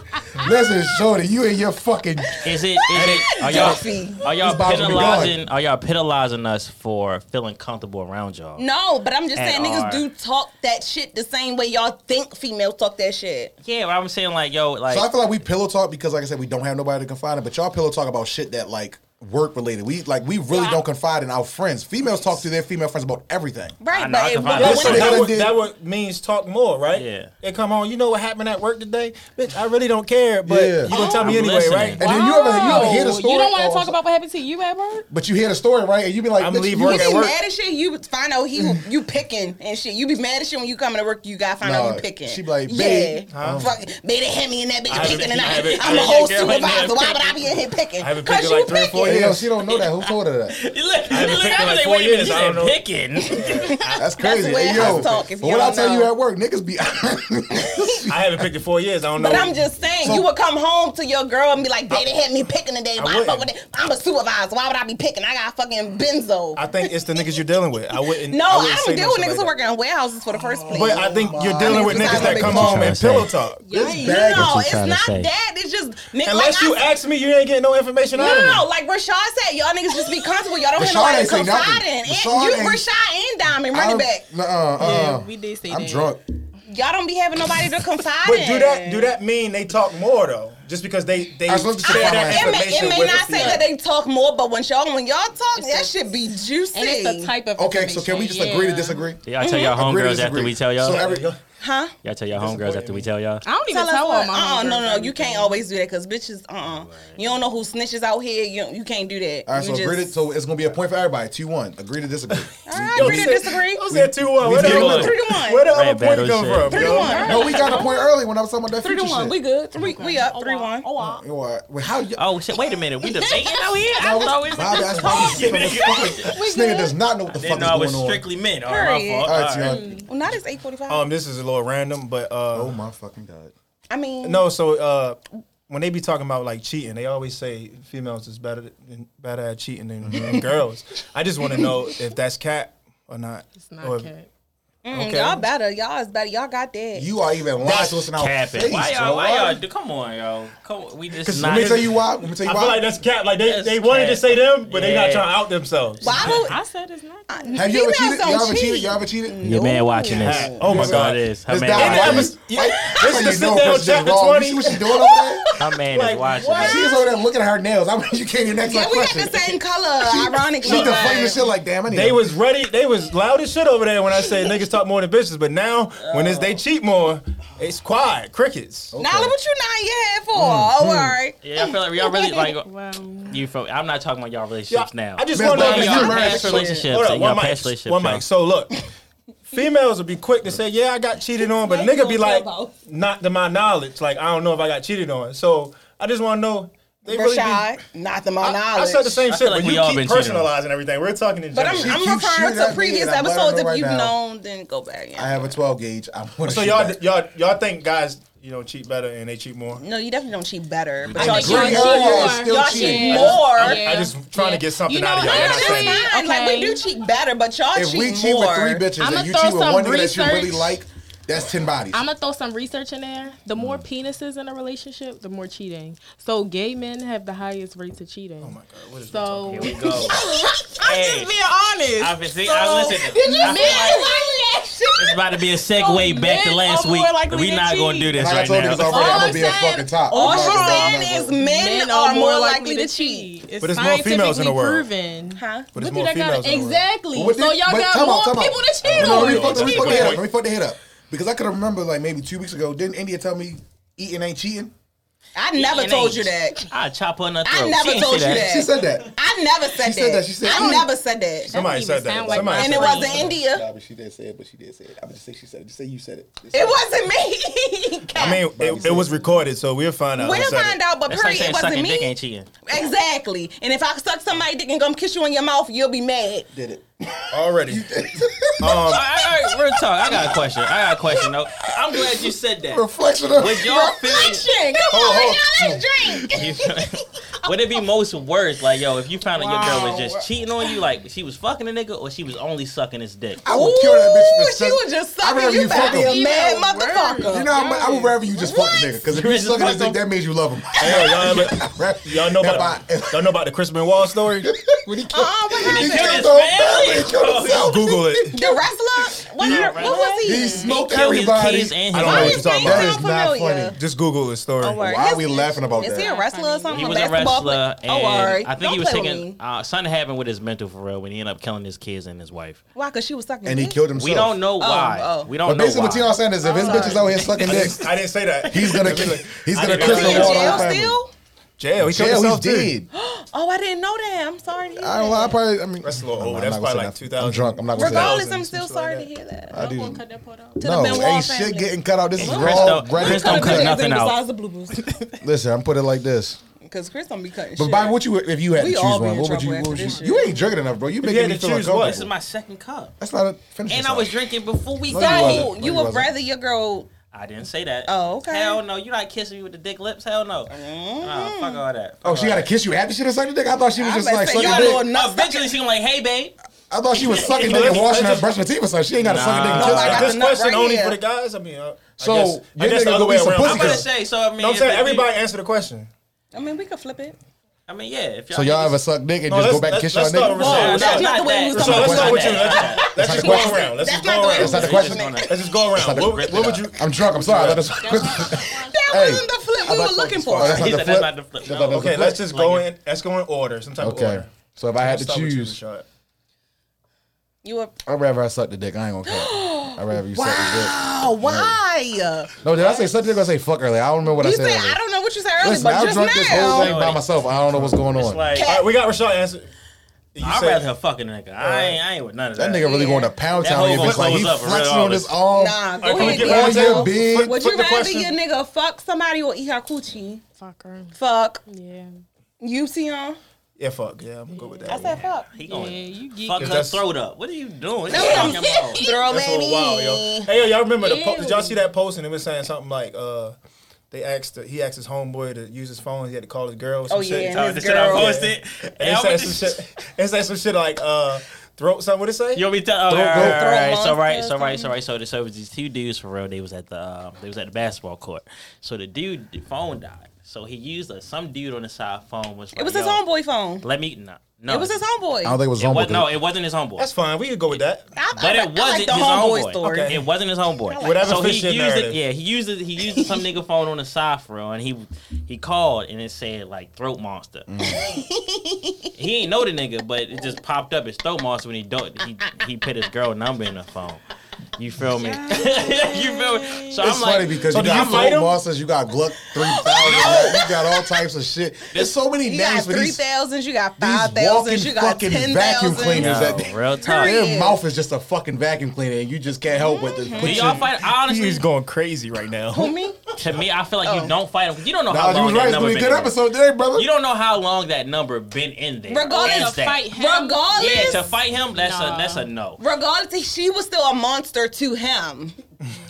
Speaker 2: listen, shorty, you and your fucking.
Speaker 1: Is it? Is it? Are
Speaker 3: Jeffy.
Speaker 1: y'all? Are y'all
Speaker 2: This bottle be
Speaker 1: penalizing? Are y'all penalizing us for feeling comfortable around y'all?
Speaker 6: Mm.
Speaker 3: No, but I'm just
Speaker 1: And
Speaker 3: saying niggas
Speaker 1: are-
Speaker 3: do talk that shit the same way y'all think females talk that shit.
Speaker 1: Yeah, but I'm saying like, yo, like,
Speaker 2: So I feel like we pillow talk because, like I said, we don't have nobody to confide in. But y'all pillow talk about shit that like work related. We like we really don't confide in our friends. Females talk to their female friends about everything.
Speaker 3: Right,
Speaker 1: I know, I
Speaker 3: but,
Speaker 1: can
Speaker 3: but
Speaker 1: find
Speaker 5: That,
Speaker 3: when
Speaker 2: That's what
Speaker 5: would,
Speaker 2: they
Speaker 5: that,
Speaker 2: done
Speaker 5: would,
Speaker 2: did.
Speaker 5: that would means talk more, right?
Speaker 1: Yeah.
Speaker 5: They come on. You know what happened at work today, bitch. I really don't care, but
Speaker 2: Yeah.
Speaker 5: you gonna tell me
Speaker 1: I'm
Speaker 5: anyway,
Speaker 1: listening.
Speaker 5: right?
Speaker 2: And then you ever you ever hear the
Speaker 6: Oh,
Speaker 2: story?
Speaker 6: you don't want to
Speaker 2: or-
Speaker 6: talk about what happened to you at work?
Speaker 2: But you hear the story, right? And you be like,
Speaker 5: I'm
Speaker 2: bitch,
Speaker 5: leave
Speaker 2: you-
Speaker 5: work
Speaker 3: you
Speaker 5: at
Speaker 3: be
Speaker 5: work.
Speaker 3: mad at shit, you find out he you picking and shit. You be mad at shit when you coming to work, you gotta find out
Speaker 2: Nah,
Speaker 3: you picking.
Speaker 2: she be like,
Speaker 3: yeah.
Speaker 2: babe,
Speaker 3: Fuck, babe, they had me in that bitch
Speaker 5: haven't-
Speaker 3: picking and
Speaker 5: I
Speaker 3: I,
Speaker 5: haven't- I
Speaker 3: I'm a
Speaker 5: haven't
Speaker 3: whole
Speaker 5: picked her right now.
Speaker 3: supervisor. Why would I be in here picking?
Speaker 5: I haven't
Speaker 3: Cause
Speaker 5: picked her
Speaker 3: you
Speaker 5: like three or four
Speaker 2: Hey,
Speaker 3: picking.
Speaker 2: yo, she don't know that. Who told her that?
Speaker 1: look, look, I
Speaker 5: been picking
Speaker 1: was
Speaker 5: like
Speaker 1: like,
Speaker 5: four
Speaker 1: wait a minute,
Speaker 5: years,
Speaker 1: you
Speaker 5: I
Speaker 1: said
Speaker 5: don't know.
Speaker 1: picking.
Speaker 2: That's crazy.
Speaker 3: That's
Speaker 2: Hey,
Speaker 3: warehouse
Speaker 2: yo,
Speaker 3: talk, if
Speaker 2: but
Speaker 3: y'all
Speaker 2: what I tell
Speaker 3: know.
Speaker 2: you at work, niggas be.
Speaker 5: I haven't picked in four years. I don't know.
Speaker 3: But I'm just saying,
Speaker 2: So-
Speaker 3: you would come home to your girl and be like, "Baby, had me picking today. Why I
Speaker 5: wouldn't.
Speaker 3: fuck with it? I'm a supervisor. Why would I be picking? I got fucking benzo."
Speaker 5: I think it's the niggas you're dealing with. I wouldn't.
Speaker 3: no,
Speaker 5: wouldn't
Speaker 3: I,
Speaker 5: say
Speaker 3: don't deal with
Speaker 5: shit
Speaker 3: niggas who
Speaker 5: like
Speaker 3: work in warehouses for the first place.
Speaker 5: that. But I think you're dealing with
Speaker 3: Niggas
Speaker 5: niggas
Speaker 3: is
Speaker 5: that
Speaker 3: not
Speaker 5: come
Speaker 3: gonna
Speaker 5: home
Speaker 1: be-
Speaker 5: and pillow talk.
Speaker 2: This
Speaker 3: no,
Speaker 2: bag that you
Speaker 3: it's
Speaker 1: tryna
Speaker 3: not
Speaker 1: say.
Speaker 3: that. It's just niggas.
Speaker 5: Unless
Speaker 3: like
Speaker 5: you
Speaker 3: I,
Speaker 5: ask me, you ain't getting no information out of me.
Speaker 3: No, like Rashad said, y'all niggas just be comfortable. Y'all don't have
Speaker 2: Rashad
Speaker 3: nobody
Speaker 2: ain't
Speaker 3: to
Speaker 2: say nothing.
Speaker 3: confide in. And
Speaker 2: Rashad
Speaker 3: you,
Speaker 2: ain't-
Speaker 3: Rashad, and Diamond, running back.
Speaker 2: Nuh uh.
Speaker 6: Yeah,
Speaker 2: uh
Speaker 6: we did say
Speaker 2: I'm
Speaker 6: that.
Speaker 2: drunk.
Speaker 3: Y'all don't be having nobody to confide
Speaker 5: But
Speaker 3: in.
Speaker 5: do that do that mean they talk more though? Just because they they
Speaker 2: I was looking to
Speaker 5: share
Speaker 2: find
Speaker 5: that
Speaker 2: out.
Speaker 3: It may,
Speaker 5: information
Speaker 3: it may
Speaker 5: with
Speaker 3: not
Speaker 5: us,
Speaker 3: say
Speaker 5: yeah.
Speaker 3: that they talk more, but when y'all when y'all talk, that
Speaker 6: the-
Speaker 3: should be juicy.
Speaker 6: And it's the type of
Speaker 2: Okay, so can we just agree to
Speaker 6: information, yeah.
Speaker 2: disagree?
Speaker 1: y'all tell y'all
Speaker 2: Agree to
Speaker 1: homegirls after
Speaker 2: disagree.
Speaker 1: we tell y'all.
Speaker 2: So every-
Speaker 3: huh?
Speaker 1: y'all tell y'all homegirls after we tell y'all.
Speaker 6: I don't even
Speaker 3: Tell us
Speaker 6: tell all
Speaker 3: what?
Speaker 6: my
Speaker 3: Uh-uh,
Speaker 6: homegirls
Speaker 3: no, no, you
Speaker 6: everything.
Speaker 3: can't always do that because bitches, uh, uh you don't know who snitches out here. You you can't do that.
Speaker 2: All right,
Speaker 3: you
Speaker 2: so agree to, so it's gonna be a point for everybody. Two one, agree to disagree.
Speaker 3: all right, agree to disagree.
Speaker 5: Who said two one?
Speaker 2: we
Speaker 5: Where the
Speaker 2: did
Speaker 5: other-
Speaker 2: one.
Speaker 3: Three to one.
Speaker 5: Where the
Speaker 1: Red
Speaker 5: other point
Speaker 1: battle
Speaker 5: come
Speaker 1: shit.
Speaker 5: from?
Speaker 3: Three to
Speaker 5: yo?
Speaker 3: one.
Speaker 2: no, we got a point early when I was talking about that
Speaker 6: Three to
Speaker 2: future
Speaker 6: one.
Speaker 2: shit.
Speaker 6: We good.
Speaker 3: Three, we up three one.
Speaker 6: Oh, wow.
Speaker 2: You know what? Wait, how you?
Speaker 1: Oh shit! Wait a minute, we debating out here. I
Speaker 2: I was,
Speaker 1: thought we was
Speaker 2: Bob, that's why we sitting on this fucking- this nigga does not know what the fuck
Speaker 1: didn't
Speaker 2: is
Speaker 1: know I was
Speaker 2: going
Speaker 1: strictly men. All right, my
Speaker 3: Period.
Speaker 1: fault.
Speaker 2: on. All right,
Speaker 1: All right.
Speaker 2: Tion.
Speaker 3: Well, not as eight forty five.
Speaker 5: Um, this is a little random, but
Speaker 2: Oh
Speaker 5: uh,
Speaker 2: my fucking god.
Speaker 3: I mean,
Speaker 5: no. So uh, when they be talking about like cheating, they always say females is better than, better at cheating than, than girls. I just want to know if that's cat or not.
Speaker 6: It's not
Speaker 5: Or if-
Speaker 6: cat.
Speaker 1: Mm,
Speaker 5: Okay.
Speaker 3: y'all better. Y'all is better. Y'all got that.
Speaker 2: You are even lying to us in our
Speaker 1: Capping.
Speaker 2: face,
Speaker 1: Why
Speaker 2: bro.
Speaker 1: y'all? Why y'all? do- Come on, yo. Come on. We just not.
Speaker 2: Let me tell you why. Let me tell you
Speaker 5: I feel like
Speaker 2: why.
Speaker 5: that's cat. Like they,
Speaker 1: That's
Speaker 5: they wanted to
Speaker 1: cat.
Speaker 5: say them, but they not
Speaker 1: Yeah.
Speaker 5: trying to out themselves.
Speaker 3: Why would
Speaker 6: I said it's not cat.
Speaker 2: Have you ever
Speaker 3: females
Speaker 2: cheated?
Speaker 3: don't
Speaker 2: Y'all ever
Speaker 3: cheat.
Speaker 2: cheated? Y'all ever
Speaker 5: Mm.
Speaker 2: cheated?
Speaker 1: Your man watching this.
Speaker 5: Oh my
Speaker 1: That's all
Speaker 5: God.
Speaker 1: it is. Her
Speaker 2: This
Speaker 1: man,
Speaker 2: guy, why
Speaker 1: watching-
Speaker 2: you-
Speaker 5: is-
Speaker 2: why-
Speaker 5: this
Speaker 2: why
Speaker 5: is
Speaker 2: you
Speaker 5: the
Speaker 2: know
Speaker 5: sit-down
Speaker 2: Chris is
Speaker 5: chapter
Speaker 2: wrong? You
Speaker 5: 20.
Speaker 2: see what she's doing over there?
Speaker 1: her man
Speaker 5: Like,
Speaker 1: is watching.
Speaker 5: what?
Speaker 1: this.
Speaker 2: She's over there looking at her nails. I mean, you can't even ask
Speaker 3: Yeah,
Speaker 2: that
Speaker 3: we got
Speaker 2: question.
Speaker 3: the same color. ironically,
Speaker 2: She's
Speaker 3: but-
Speaker 2: deflating the shit like, damn, I need
Speaker 5: They
Speaker 2: a-
Speaker 5: was ready. They was loud as shit over there when I said niggas talk more than bitches. But now, when it's
Speaker 1: Oh.
Speaker 5: they cheat more, it's quiet crickets.
Speaker 3: Now look what you nodding your head for. Oh, all right.
Speaker 1: Yeah, I feel like y'all really like.
Speaker 6: Wow.
Speaker 1: You from? I'm not talking about y'all relationships now.
Speaker 5: I just
Speaker 2: Man,
Speaker 5: want to know
Speaker 2: why
Speaker 5: if
Speaker 2: y'all
Speaker 5: you
Speaker 1: y'all
Speaker 2: married
Speaker 1: past
Speaker 2: to-
Speaker 1: relationships
Speaker 5: Hold
Speaker 1: and
Speaker 5: on,
Speaker 1: y'all
Speaker 5: one mic.
Speaker 1: past relationships.
Speaker 5: One
Speaker 1: y'all.
Speaker 5: mic. So look, females would be quick to say, "Yeah, I got cheated on," but nigga be like, "Not to my knowledge. Like I don't know if I got cheated on." So I just want to know. They really be-
Speaker 3: Rashad, not to my
Speaker 5: I,
Speaker 3: knowledge.
Speaker 5: I said the same
Speaker 1: I
Speaker 5: shit,
Speaker 1: feel like
Speaker 5: but
Speaker 1: we
Speaker 5: you
Speaker 1: all
Speaker 5: keep
Speaker 1: been cheated on.
Speaker 5: personalizing everything. We're talking in
Speaker 3: But I'm,
Speaker 5: general.
Speaker 2: She
Speaker 3: I'm
Speaker 2: keeps
Speaker 3: referring
Speaker 2: shooting at
Speaker 3: to
Speaker 2: me
Speaker 3: previous
Speaker 2: and I'm letting
Speaker 3: episodes.
Speaker 2: her
Speaker 3: If
Speaker 2: right
Speaker 3: you've
Speaker 2: now.
Speaker 3: known, then go back.
Speaker 2: I
Speaker 3: Yeah.
Speaker 2: have a 12 gauge. I'm gonna
Speaker 5: so
Speaker 2: shoot
Speaker 5: y'all,
Speaker 2: back.
Speaker 5: y'all, y'all think guys, you know, cheat better and they cheat more.
Speaker 3: No, you definitely don't cheat better. But
Speaker 6: I
Speaker 3: y'all
Speaker 6: think
Speaker 3: cheat
Speaker 6: y'all
Speaker 3: more.
Speaker 2: Green area is still
Speaker 3: Y'all
Speaker 2: cheating.
Speaker 3: cheat
Speaker 2: I
Speaker 3: more.
Speaker 2: just-
Speaker 6: Yeah.
Speaker 5: I just trying to
Speaker 6: Yeah.
Speaker 5: get something
Speaker 6: You know,
Speaker 5: out of y'all.
Speaker 6: I'm
Speaker 5: Y'all
Speaker 3: No,
Speaker 5: not
Speaker 3: that's
Speaker 5: saying-
Speaker 3: fine. Like we
Speaker 6: Okay.
Speaker 3: do cheat better, but y'all
Speaker 2: If
Speaker 3: cheat
Speaker 2: we cheat
Speaker 3: more.
Speaker 2: with three bitches
Speaker 6: I'ma
Speaker 2: and you
Speaker 6: throw
Speaker 2: cheat with
Speaker 6: some
Speaker 2: one nigga that you
Speaker 6: research.
Speaker 2: really like, that's 10 bodies.
Speaker 6: I'm gonna throw some research in there. The more penises in a relationship, the more cheating. So gay men have the highest rates of cheating. Oh my god! What is so
Speaker 1: Here we go.
Speaker 6: I'm
Speaker 1: Hey.
Speaker 6: just being honest.
Speaker 1: I been see. I listen.
Speaker 3: Did you
Speaker 1: I feel like-
Speaker 3: see
Speaker 1: It's about to be a segue
Speaker 6: So
Speaker 1: back to
Speaker 6: men
Speaker 1: last
Speaker 6: are
Speaker 1: week.
Speaker 6: more likely
Speaker 1: We
Speaker 6: to
Speaker 1: not
Speaker 6: cheat.
Speaker 1: going to do this
Speaker 2: Like I
Speaker 1: right
Speaker 2: told niggas
Speaker 1: now.
Speaker 2: already,
Speaker 6: All
Speaker 2: I'm gonna
Speaker 6: I'm
Speaker 2: be a
Speaker 6: saying-
Speaker 2: fucking top.
Speaker 3: All
Speaker 2: I'm
Speaker 3: she's
Speaker 2: not- I'm
Speaker 3: saying
Speaker 2: not-
Speaker 3: is men are more likely to cheat.
Speaker 6: It's
Speaker 5: But it's more females in the world.
Speaker 6: scientifically proven.
Speaker 3: Huh?
Speaker 5: But it's
Speaker 6: Look
Speaker 5: more
Speaker 6: at that guy-
Speaker 5: females in the world.
Speaker 6: Exactly.
Speaker 2: What
Speaker 6: so
Speaker 2: did-
Speaker 6: y'all
Speaker 2: but
Speaker 6: got
Speaker 2: time
Speaker 6: more
Speaker 2: out, time out.
Speaker 6: people to cheat
Speaker 2: No,
Speaker 6: on.
Speaker 2: let me fuck- let me
Speaker 6: Cheat
Speaker 2: fuck the
Speaker 6: on.
Speaker 2: head up. Let me fuck the head up. Because I could remember like maybe two weeks ago, didn't India tell me eating ain't cheating?
Speaker 3: I never
Speaker 1: Eating
Speaker 3: told
Speaker 1: ain't-
Speaker 3: you that.
Speaker 1: I chop her in her
Speaker 3: I
Speaker 1: throat.
Speaker 3: never
Speaker 1: She ain't
Speaker 3: told
Speaker 1: say
Speaker 3: you
Speaker 2: She said that.
Speaker 3: I never said,
Speaker 2: said
Speaker 3: that.
Speaker 2: that. She said-
Speaker 3: I never said that.
Speaker 5: Somebody
Speaker 6: Doesn't
Speaker 5: said
Speaker 6: even
Speaker 5: that.
Speaker 6: sound
Speaker 5: but
Speaker 6: like
Speaker 5: Somebody
Speaker 6: mine.
Speaker 3: and
Speaker 5: said
Speaker 3: it
Speaker 5: that.
Speaker 3: wasn't India.
Speaker 2: Nah, but she did say it, but she did say it. I'm just saying she said it. Just say you said it. Just say
Speaker 3: It wasn't me.
Speaker 5: I mean, it, it was recorded, so we'll find out.
Speaker 3: we'll
Speaker 5: who said
Speaker 3: find
Speaker 5: it.
Speaker 3: out, but
Speaker 1: That's like
Speaker 3: period,
Speaker 1: saying
Speaker 3: it wasn't
Speaker 1: sucking dick
Speaker 3: me.
Speaker 1: ain't cheating.
Speaker 3: Exactly. And if I suck somebody dick and come kiss you in your mouth, you'll be mad.
Speaker 2: did it.
Speaker 5: already. um,
Speaker 1: All right, all right, real talk. I got a question. I got a question though. I'm glad you said that.
Speaker 2: Reflection of
Speaker 1: Would y'all feel?
Speaker 3: Reflection.
Speaker 2: Oh,
Speaker 3: Come on, y'all, let's drink.
Speaker 1: You feel- Would it be most worse like yo if you found out your girl was
Speaker 6: Wow.
Speaker 1: just cheating on you like she was fucking a nigga or she was only sucking his dick?
Speaker 2: I would kill that bitch.
Speaker 3: Ooh,
Speaker 2: for
Speaker 3: she was just
Speaker 2: I'd
Speaker 3: sucking
Speaker 2: rather
Speaker 3: you
Speaker 2: you
Speaker 3: better
Speaker 2: fuck
Speaker 3: be
Speaker 2: him.
Speaker 3: a mad
Speaker 2: You
Speaker 3: motherfucker.
Speaker 2: know, I'm, I would rather you just fuck the nigga because if you
Speaker 1: Just
Speaker 2: sucking his
Speaker 1: fuck
Speaker 2: dick,
Speaker 1: him.
Speaker 2: that means you love him.
Speaker 5: hell, y'all, ever- y'all know about y'all know about the Crispin Wall story?
Speaker 3: Uh, what
Speaker 2: He
Speaker 3: happened?
Speaker 2: killed his
Speaker 1: family,
Speaker 2: family. He killed
Speaker 1: bro.
Speaker 2: himself.
Speaker 5: Google it.
Speaker 3: The wrestler? What,
Speaker 1: Yeah,
Speaker 3: what was he?
Speaker 2: He smoked
Speaker 1: He killed his
Speaker 2: everybody.
Speaker 1: kids and
Speaker 5: I
Speaker 1: his
Speaker 5: don't know
Speaker 1: wife.
Speaker 5: what you're talking
Speaker 2: That
Speaker 5: about.
Speaker 2: is not
Speaker 3: familiar.
Speaker 2: funny.
Speaker 5: Just Google his story.
Speaker 3: Oh, word.
Speaker 2: Why
Speaker 3: His-
Speaker 2: are we laughing about
Speaker 3: Is he a
Speaker 2: that?
Speaker 3: wrestler or something?
Speaker 1: He was a
Speaker 3: basketball
Speaker 1: wrestler,
Speaker 3: player?
Speaker 1: and
Speaker 3: oh, word.
Speaker 1: I think
Speaker 3: Don't
Speaker 1: he was
Speaker 3: play with
Speaker 1: taking
Speaker 3: me.
Speaker 1: uh, something happened with his mental for real when he ended up killing his kids and his wife.
Speaker 3: Why? Because she was sucking
Speaker 2: And he
Speaker 3: dick?
Speaker 2: killed himself.
Speaker 1: We don't know why.
Speaker 3: oh.
Speaker 1: We don't
Speaker 2: But
Speaker 1: know
Speaker 2: basically, what
Speaker 1: why.
Speaker 2: Tion saying is, if his bitch is out here sucking
Speaker 5: I
Speaker 2: dick,
Speaker 5: didn't, I didn't say that.
Speaker 2: he's gonna kill. He's gonna
Speaker 5: I
Speaker 2: kill
Speaker 5: didn't
Speaker 3: He in
Speaker 2: the
Speaker 5: know that.
Speaker 2: wall.
Speaker 3: jail
Speaker 2: on family.
Speaker 3: still?
Speaker 5: jail. He killed
Speaker 2: Jail,
Speaker 5: himself
Speaker 2: he's dead.
Speaker 3: Oh, I didn't know that. I'm sorry to hear
Speaker 2: I, well, I
Speaker 3: that.
Speaker 2: probably. I mean,
Speaker 5: That's a little
Speaker 2: I'm
Speaker 5: old.
Speaker 2: not
Speaker 5: That's
Speaker 2: gonna
Speaker 5: probably
Speaker 2: say
Speaker 5: like
Speaker 2: that.
Speaker 5: 2000.
Speaker 2: I'm drunk. I'm not gonna
Speaker 3: Regardless,
Speaker 2: say
Speaker 3: I'm
Speaker 5: Some
Speaker 3: still
Speaker 5: shit like
Speaker 3: sorry
Speaker 5: that.
Speaker 3: to hear that.
Speaker 2: that. I
Speaker 6: Gonna
Speaker 2: do.
Speaker 6: cut that part out.
Speaker 3: To
Speaker 2: No,
Speaker 3: the Benoit
Speaker 2: ain't
Speaker 3: family.
Speaker 2: shit getting cut out. This is
Speaker 1: Chris
Speaker 2: raw.
Speaker 1: don't-
Speaker 2: Reddit
Speaker 1: Chris don't
Speaker 2: content.
Speaker 1: cut nothing out.
Speaker 3: Besides the blue blues.
Speaker 2: Listen, I'm putting it like this.
Speaker 3: Because Chris don't be cutting
Speaker 2: But
Speaker 3: shit.
Speaker 2: Bobby, what you if you had
Speaker 3: We
Speaker 2: to choose
Speaker 3: all be
Speaker 2: one?
Speaker 3: in
Speaker 2: What would you?
Speaker 3: trouble
Speaker 2: What
Speaker 3: after
Speaker 2: would you,
Speaker 3: this shit.
Speaker 2: you ain't drinking enough, bro. You making
Speaker 5: had
Speaker 2: me
Speaker 5: to
Speaker 2: feel
Speaker 5: choose what?
Speaker 2: uncomfortable.
Speaker 1: This is my second cup,
Speaker 2: That's not a finish.
Speaker 1: and
Speaker 2: this
Speaker 1: I was
Speaker 2: out.
Speaker 1: drinking before we
Speaker 2: No, you
Speaker 1: got
Speaker 2: wasn't.
Speaker 1: here.
Speaker 3: Oh, you
Speaker 2: he
Speaker 3: would
Speaker 2: wasn't.
Speaker 3: rather your girl.
Speaker 1: I didn't say that.
Speaker 3: Oh, okay. Mm-hmm.
Speaker 1: Hell no, you not kissing me with the dick lips. Hell no. Nah, fuck all that.
Speaker 2: Oh, she got to
Speaker 1: to
Speaker 2: kiss you after she done sucked the dick. I thought she was
Speaker 3: I'm
Speaker 2: just
Speaker 3: about
Speaker 2: like
Speaker 3: to say, you
Speaker 2: sucking
Speaker 3: got a little
Speaker 2: dick.
Speaker 3: nut.
Speaker 1: Eventually, she gonna like, hey babe.
Speaker 2: I thought she was sucking dick and washing her brushing her teeth or something. She ain't got to suck a dick and
Speaker 5: Nah,
Speaker 2: kiss
Speaker 3: I
Speaker 2: her.
Speaker 3: got the nut
Speaker 5: Uh, this question
Speaker 3: right
Speaker 5: only
Speaker 3: here.
Speaker 5: for the guys. I mean, uh,
Speaker 2: So,
Speaker 5: I guess, I
Speaker 2: your
Speaker 5: guess
Speaker 2: nigga
Speaker 5: the other
Speaker 2: gonna
Speaker 5: way
Speaker 2: be some
Speaker 5: around.
Speaker 1: I'm gonna
Speaker 2: Because-
Speaker 1: say so. I mean,
Speaker 5: No, I'm
Speaker 1: if
Speaker 5: saying
Speaker 1: it-
Speaker 5: everybody answer the question.
Speaker 3: I mean, we could flip it.
Speaker 1: I mean, yeah. If y'all
Speaker 2: So y'all
Speaker 1: niggas-
Speaker 2: ever suck dick and
Speaker 5: No,
Speaker 2: just
Speaker 5: let's-
Speaker 2: go back and kiss
Speaker 5: let's-
Speaker 2: y'all
Speaker 5: let's start with
Speaker 1: Nah,
Speaker 3: Oh,
Speaker 2: nigga?
Speaker 3: that's
Speaker 1: nah,
Speaker 3: not the way
Speaker 1: that.
Speaker 3: we was
Speaker 1: That's
Speaker 3: talking about
Speaker 5: So let's not
Speaker 2: question.
Speaker 5: with you.
Speaker 1: that.
Speaker 5: Let's, let's
Speaker 2: the
Speaker 5: just go
Speaker 2: question.
Speaker 5: around. Let's
Speaker 3: That's
Speaker 5: just go
Speaker 3: not the way
Speaker 5: around.
Speaker 3: we was
Speaker 2: That's not
Speaker 3: talking
Speaker 2: the question.
Speaker 3: about
Speaker 5: Let's just go around.
Speaker 2: the
Speaker 5: What, what would you?
Speaker 2: I'm drunk. I'm sorry. I thought that's-
Speaker 3: That
Speaker 2: Hey.
Speaker 3: wasn't the flip we were looking
Speaker 2: Oh,
Speaker 3: for.
Speaker 2: that's
Speaker 1: He
Speaker 2: not the
Speaker 1: said that's
Speaker 2: flip.
Speaker 1: not the flip.
Speaker 2: That's
Speaker 1: No.
Speaker 2: not the
Speaker 5: Okay,
Speaker 2: flip.
Speaker 5: let's just go
Speaker 1: Like
Speaker 5: in. Let's go in order. Some type of
Speaker 2: Okay.
Speaker 5: order.
Speaker 2: So if I had to
Speaker 5: Start with you,
Speaker 2: choose,
Speaker 5: Rashad.
Speaker 3: You were.
Speaker 2: I'd rather I suck the dick. I ain't gonna care. I'd rather you suck the
Speaker 3: Wow, why?
Speaker 2: dick. No, did I say suck the dick or say fuck earlier? I don't remember what I
Speaker 3: You
Speaker 2: said.
Speaker 3: said
Speaker 2: earlier.
Speaker 3: I don't know what you said earlier,
Speaker 2: Listen,
Speaker 3: but
Speaker 2: I
Speaker 3: just
Speaker 2: drunk this whole
Speaker 3: now.
Speaker 2: thing by myself. I don't know what's going on.
Speaker 1: Like,
Speaker 5: All right, we got Rashad answer. You
Speaker 1: I'd
Speaker 5: said-
Speaker 1: rather her fucking a nigga. I ain't, I ain't with none of that.
Speaker 2: That nigga really going to pound
Speaker 1: That
Speaker 2: town on your
Speaker 1: whole
Speaker 2: bitch. Like he
Speaker 1: was up,
Speaker 2: flexing
Speaker 1: real
Speaker 2: on his
Speaker 1: honest.
Speaker 2: arm.
Speaker 3: Nah,
Speaker 5: All right,
Speaker 3: go
Speaker 5: can we
Speaker 3: ahead.
Speaker 5: get
Speaker 3: yeah,
Speaker 5: back
Speaker 2: on
Speaker 5: to
Speaker 3: girl.
Speaker 2: your
Speaker 3: Would
Speaker 2: big.
Speaker 3: you
Speaker 5: Flip the
Speaker 3: rather
Speaker 5: question.
Speaker 3: your nigga fuck somebody or eat her coochie?
Speaker 6: Fucker.
Speaker 3: Fuck.
Speaker 6: Yeah.
Speaker 3: You see him?
Speaker 5: Yeah, fuck. Yeah, I'm gonna go with that.
Speaker 3: I said fuck.
Speaker 1: He
Speaker 6: Oh, Yeah,
Speaker 1: going
Speaker 6: you geek.
Speaker 1: fuck her
Speaker 5: That's-
Speaker 1: throat up. What are you doing? What you talking about?
Speaker 3: Girl,
Speaker 5: That's a little wild, yo.
Speaker 3: baby.
Speaker 5: Hey, yo, y'all remember the po-
Speaker 6: Ew.
Speaker 5: did y'all see that post and it was saying something like, uh, they asked the, he asked his homeboy to use his phone. He had to call his girl. Or some
Speaker 3: Oh,
Speaker 5: shit.
Speaker 3: yeah.
Speaker 1: Oh,
Speaker 3: His
Speaker 1: the shit I
Speaker 3: girl.
Speaker 1: posted.
Speaker 5: And
Speaker 1: Yeah,
Speaker 5: it
Speaker 1: I
Speaker 5: said
Speaker 1: went
Speaker 5: some
Speaker 1: to-
Speaker 5: shit. It said some shit like uh, throat. Something. What it say?
Speaker 1: You want me to tell? Okay, all right, all
Speaker 3: throw
Speaker 1: right, so
Speaker 3: monsters
Speaker 1: right, so right, so right. So, so it was these two dudes for real. They was at the uh, they was at the basketball court. So the dude the phone died. So he used a, some dude on the side phone was. Like,
Speaker 3: It was his
Speaker 1: "Yo,
Speaker 3: homeboy phone.
Speaker 1: Let me no. no
Speaker 3: It was his homeboy.
Speaker 2: I don't think it was
Speaker 1: It
Speaker 2: on
Speaker 1: was, no, it wasn't his homeboy.
Speaker 5: That's fine. We could go with that.
Speaker 3: I,
Speaker 1: But
Speaker 3: I,
Speaker 1: it wasn't
Speaker 3: I like the
Speaker 1: his
Speaker 3: homeboy
Speaker 1: homeboy.
Speaker 3: story.
Speaker 5: Okay.
Speaker 1: It wasn't his homeboy.
Speaker 5: Whatever
Speaker 1: so
Speaker 5: fits
Speaker 1: he
Speaker 5: your
Speaker 1: used
Speaker 5: narrative.
Speaker 1: it. Yeah, he used it. He used some nigga phone on the side for real, and he he called and it said like throat monster.
Speaker 2: Mm.
Speaker 1: he ain't know the nigga, but it just popped up as throat monster when he do- he he put his girl number in the phone. You feel me? you feel me? So
Speaker 2: It's
Speaker 1: I'm like,
Speaker 2: funny because
Speaker 5: So
Speaker 2: you
Speaker 5: did you
Speaker 2: got
Speaker 5: fight
Speaker 2: Flow
Speaker 5: him?
Speaker 2: Monsters, you got Gluck 3000, you got all types of shit. There's so many
Speaker 3: You got
Speaker 2: names for
Speaker 3: three
Speaker 2: these, these
Speaker 3: thousands. You got five
Speaker 2: walking
Speaker 3: thousands. You got
Speaker 2: fucking
Speaker 3: ten
Speaker 2: vacuum
Speaker 3: thousand.
Speaker 2: cleaners.
Speaker 1: No,
Speaker 2: that,
Speaker 1: real talk.
Speaker 2: Their
Speaker 3: Period.
Speaker 2: mouth is just a fucking vacuum cleaner and you just can't help but to
Speaker 1: do
Speaker 2: put your...
Speaker 1: y'all fight? Honestly,
Speaker 5: He's going crazy right now.
Speaker 3: Who me?
Speaker 1: to me, I feel like you don't fight him. You don't know
Speaker 2: Nah,
Speaker 1: how
Speaker 2: you
Speaker 1: long
Speaker 2: was
Speaker 1: that
Speaker 2: right. It's
Speaker 1: number
Speaker 2: going
Speaker 1: been
Speaker 2: to be a good
Speaker 1: in there.
Speaker 2: episode today, brother.
Speaker 1: You don't know how long that number been in there.
Speaker 3: Regardless
Speaker 1: Is
Speaker 6: To
Speaker 1: that-
Speaker 6: fight him.
Speaker 1: Yeah,
Speaker 3: Regardless,
Speaker 1: to fight him, that's a
Speaker 6: Nah.
Speaker 1: that's a no.
Speaker 3: regardless, she was still a monster to him.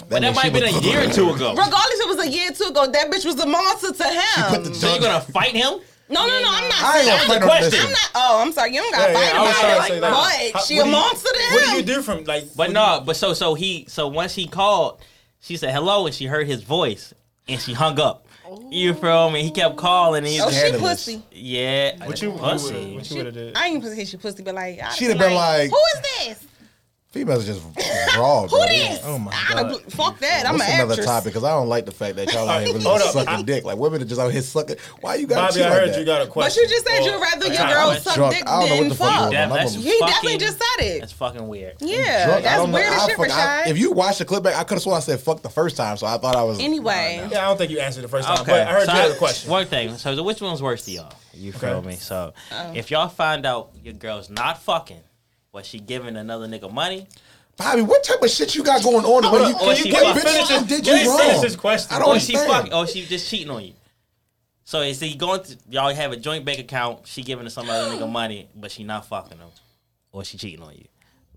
Speaker 1: But that
Speaker 2: means she
Speaker 1: might have been a
Speaker 2: was-
Speaker 1: year or two ago.
Speaker 3: Regardless, it was a year or two ago. That bitch was a monster to
Speaker 2: put the
Speaker 3: him.
Speaker 1: So you're gonna fight him?
Speaker 3: No, no, no. I'm not.
Speaker 2: I
Speaker 3: saying-
Speaker 2: ain't gonna fight
Speaker 1: the
Speaker 2: on
Speaker 1: question.
Speaker 2: this.
Speaker 3: I'm not. Oh, I'm sorry. You don't got to
Speaker 5: Yeah, yeah,
Speaker 3: fight
Speaker 5: I was
Speaker 3: about
Speaker 5: trying
Speaker 3: it.
Speaker 5: to
Speaker 3: Like,
Speaker 5: say that.
Speaker 3: what?
Speaker 5: How-
Speaker 3: she
Speaker 5: what
Speaker 3: a
Speaker 5: do you-
Speaker 3: monster to him.
Speaker 5: What do you do from like? what
Speaker 1: But
Speaker 5: do
Speaker 1: no, but so so he so once he called, she said hello and she heard his voice and she hung up.
Speaker 5: Oh.
Speaker 1: You feel me? He kept calling and he's
Speaker 3: Oh, she
Speaker 2: Scandalous.
Speaker 3: pussy.
Speaker 1: yeah.
Speaker 5: you- What you
Speaker 1: pussy?
Speaker 5: would have did?
Speaker 3: I ain't gonna say she pussy, but like, I'd
Speaker 2: She'd have been like-
Speaker 3: who is this?
Speaker 2: Females are just raw.
Speaker 3: Who
Speaker 2: bro.
Speaker 3: this?
Speaker 5: Oh my
Speaker 3: I don't bel- fuck that. I'm
Speaker 2: That's
Speaker 3: an
Speaker 2: another
Speaker 3: actress.
Speaker 2: topic because I don't like the fact that y'all out here really
Speaker 5: Hold
Speaker 2: just
Speaker 5: up.
Speaker 2: sucking dick. Like women are just out here sucking. Why you got to
Speaker 5: Bobby, I
Speaker 2: like
Speaker 5: heard
Speaker 2: that?
Speaker 5: you got a
Speaker 3: But
Speaker 5: question.
Speaker 3: you just said
Speaker 5: Or-
Speaker 3: you'd rather your
Speaker 1: Sorry,
Speaker 3: girl
Speaker 1: I'm
Speaker 3: suck
Speaker 2: drunk.
Speaker 3: dick
Speaker 2: I don't know what
Speaker 3: than
Speaker 2: the fuck
Speaker 3: fuck.
Speaker 2: going on.
Speaker 1: That,
Speaker 2: My
Speaker 1: that's
Speaker 2: mother-
Speaker 3: He definitely
Speaker 1: fucking-
Speaker 3: just said it.
Speaker 1: That's fucking weird.
Speaker 3: Yeah,
Speaker 2: Drunk, I
Speaker 3: Uh, that's
Speaker 2: don't know.
Speaker 3: weird as
Speaker 2: I
Speaker 3: shit,
Speaker 2: fuck- I-
Speaker 3: Rashad.
Speaker 2: if you watch the clip back, I could have sworn I said fuck the first time, so I thought I was.
Speaker 3: anyway,
Speaker 5: Yeah, I don't think you answered the first time,
Speaker 1: Okay.
Speaker 5: but I heard
Speaker 1: Uh, so
Speaker 5: you had a question.
Speaker 1: One thing. So, so which one's worse to y'all? You feel
Speaker 5: Okay.
Speaker 1: me? So
Speaker 5: Uh.
Speaker 1: if y'all find out your girl's not fucking, was she giving another nigga money?
Speaker 2: Bobby, what type of shit you got going on? What, you,
Speaker 1: Or she
Speaker 2: what
Speaker 1: fuck-
Speaker 2: bitches just did
Speaker 5: Let
Speaker 2: you
Speaker 5: me
Speaker 2: wrong?
Speaker 5: finish this question.
Speaker 2: I
Speaker 1: Or
Speaker 2: don't
Speaker 1: Oh, she
Speaker 2: understand.
Speaker 1: fucking? Or she just cheating on you? So is he going to y'all have a joint bank account? She giving to some other nigga money, but she not fucking him, or she cheating on you?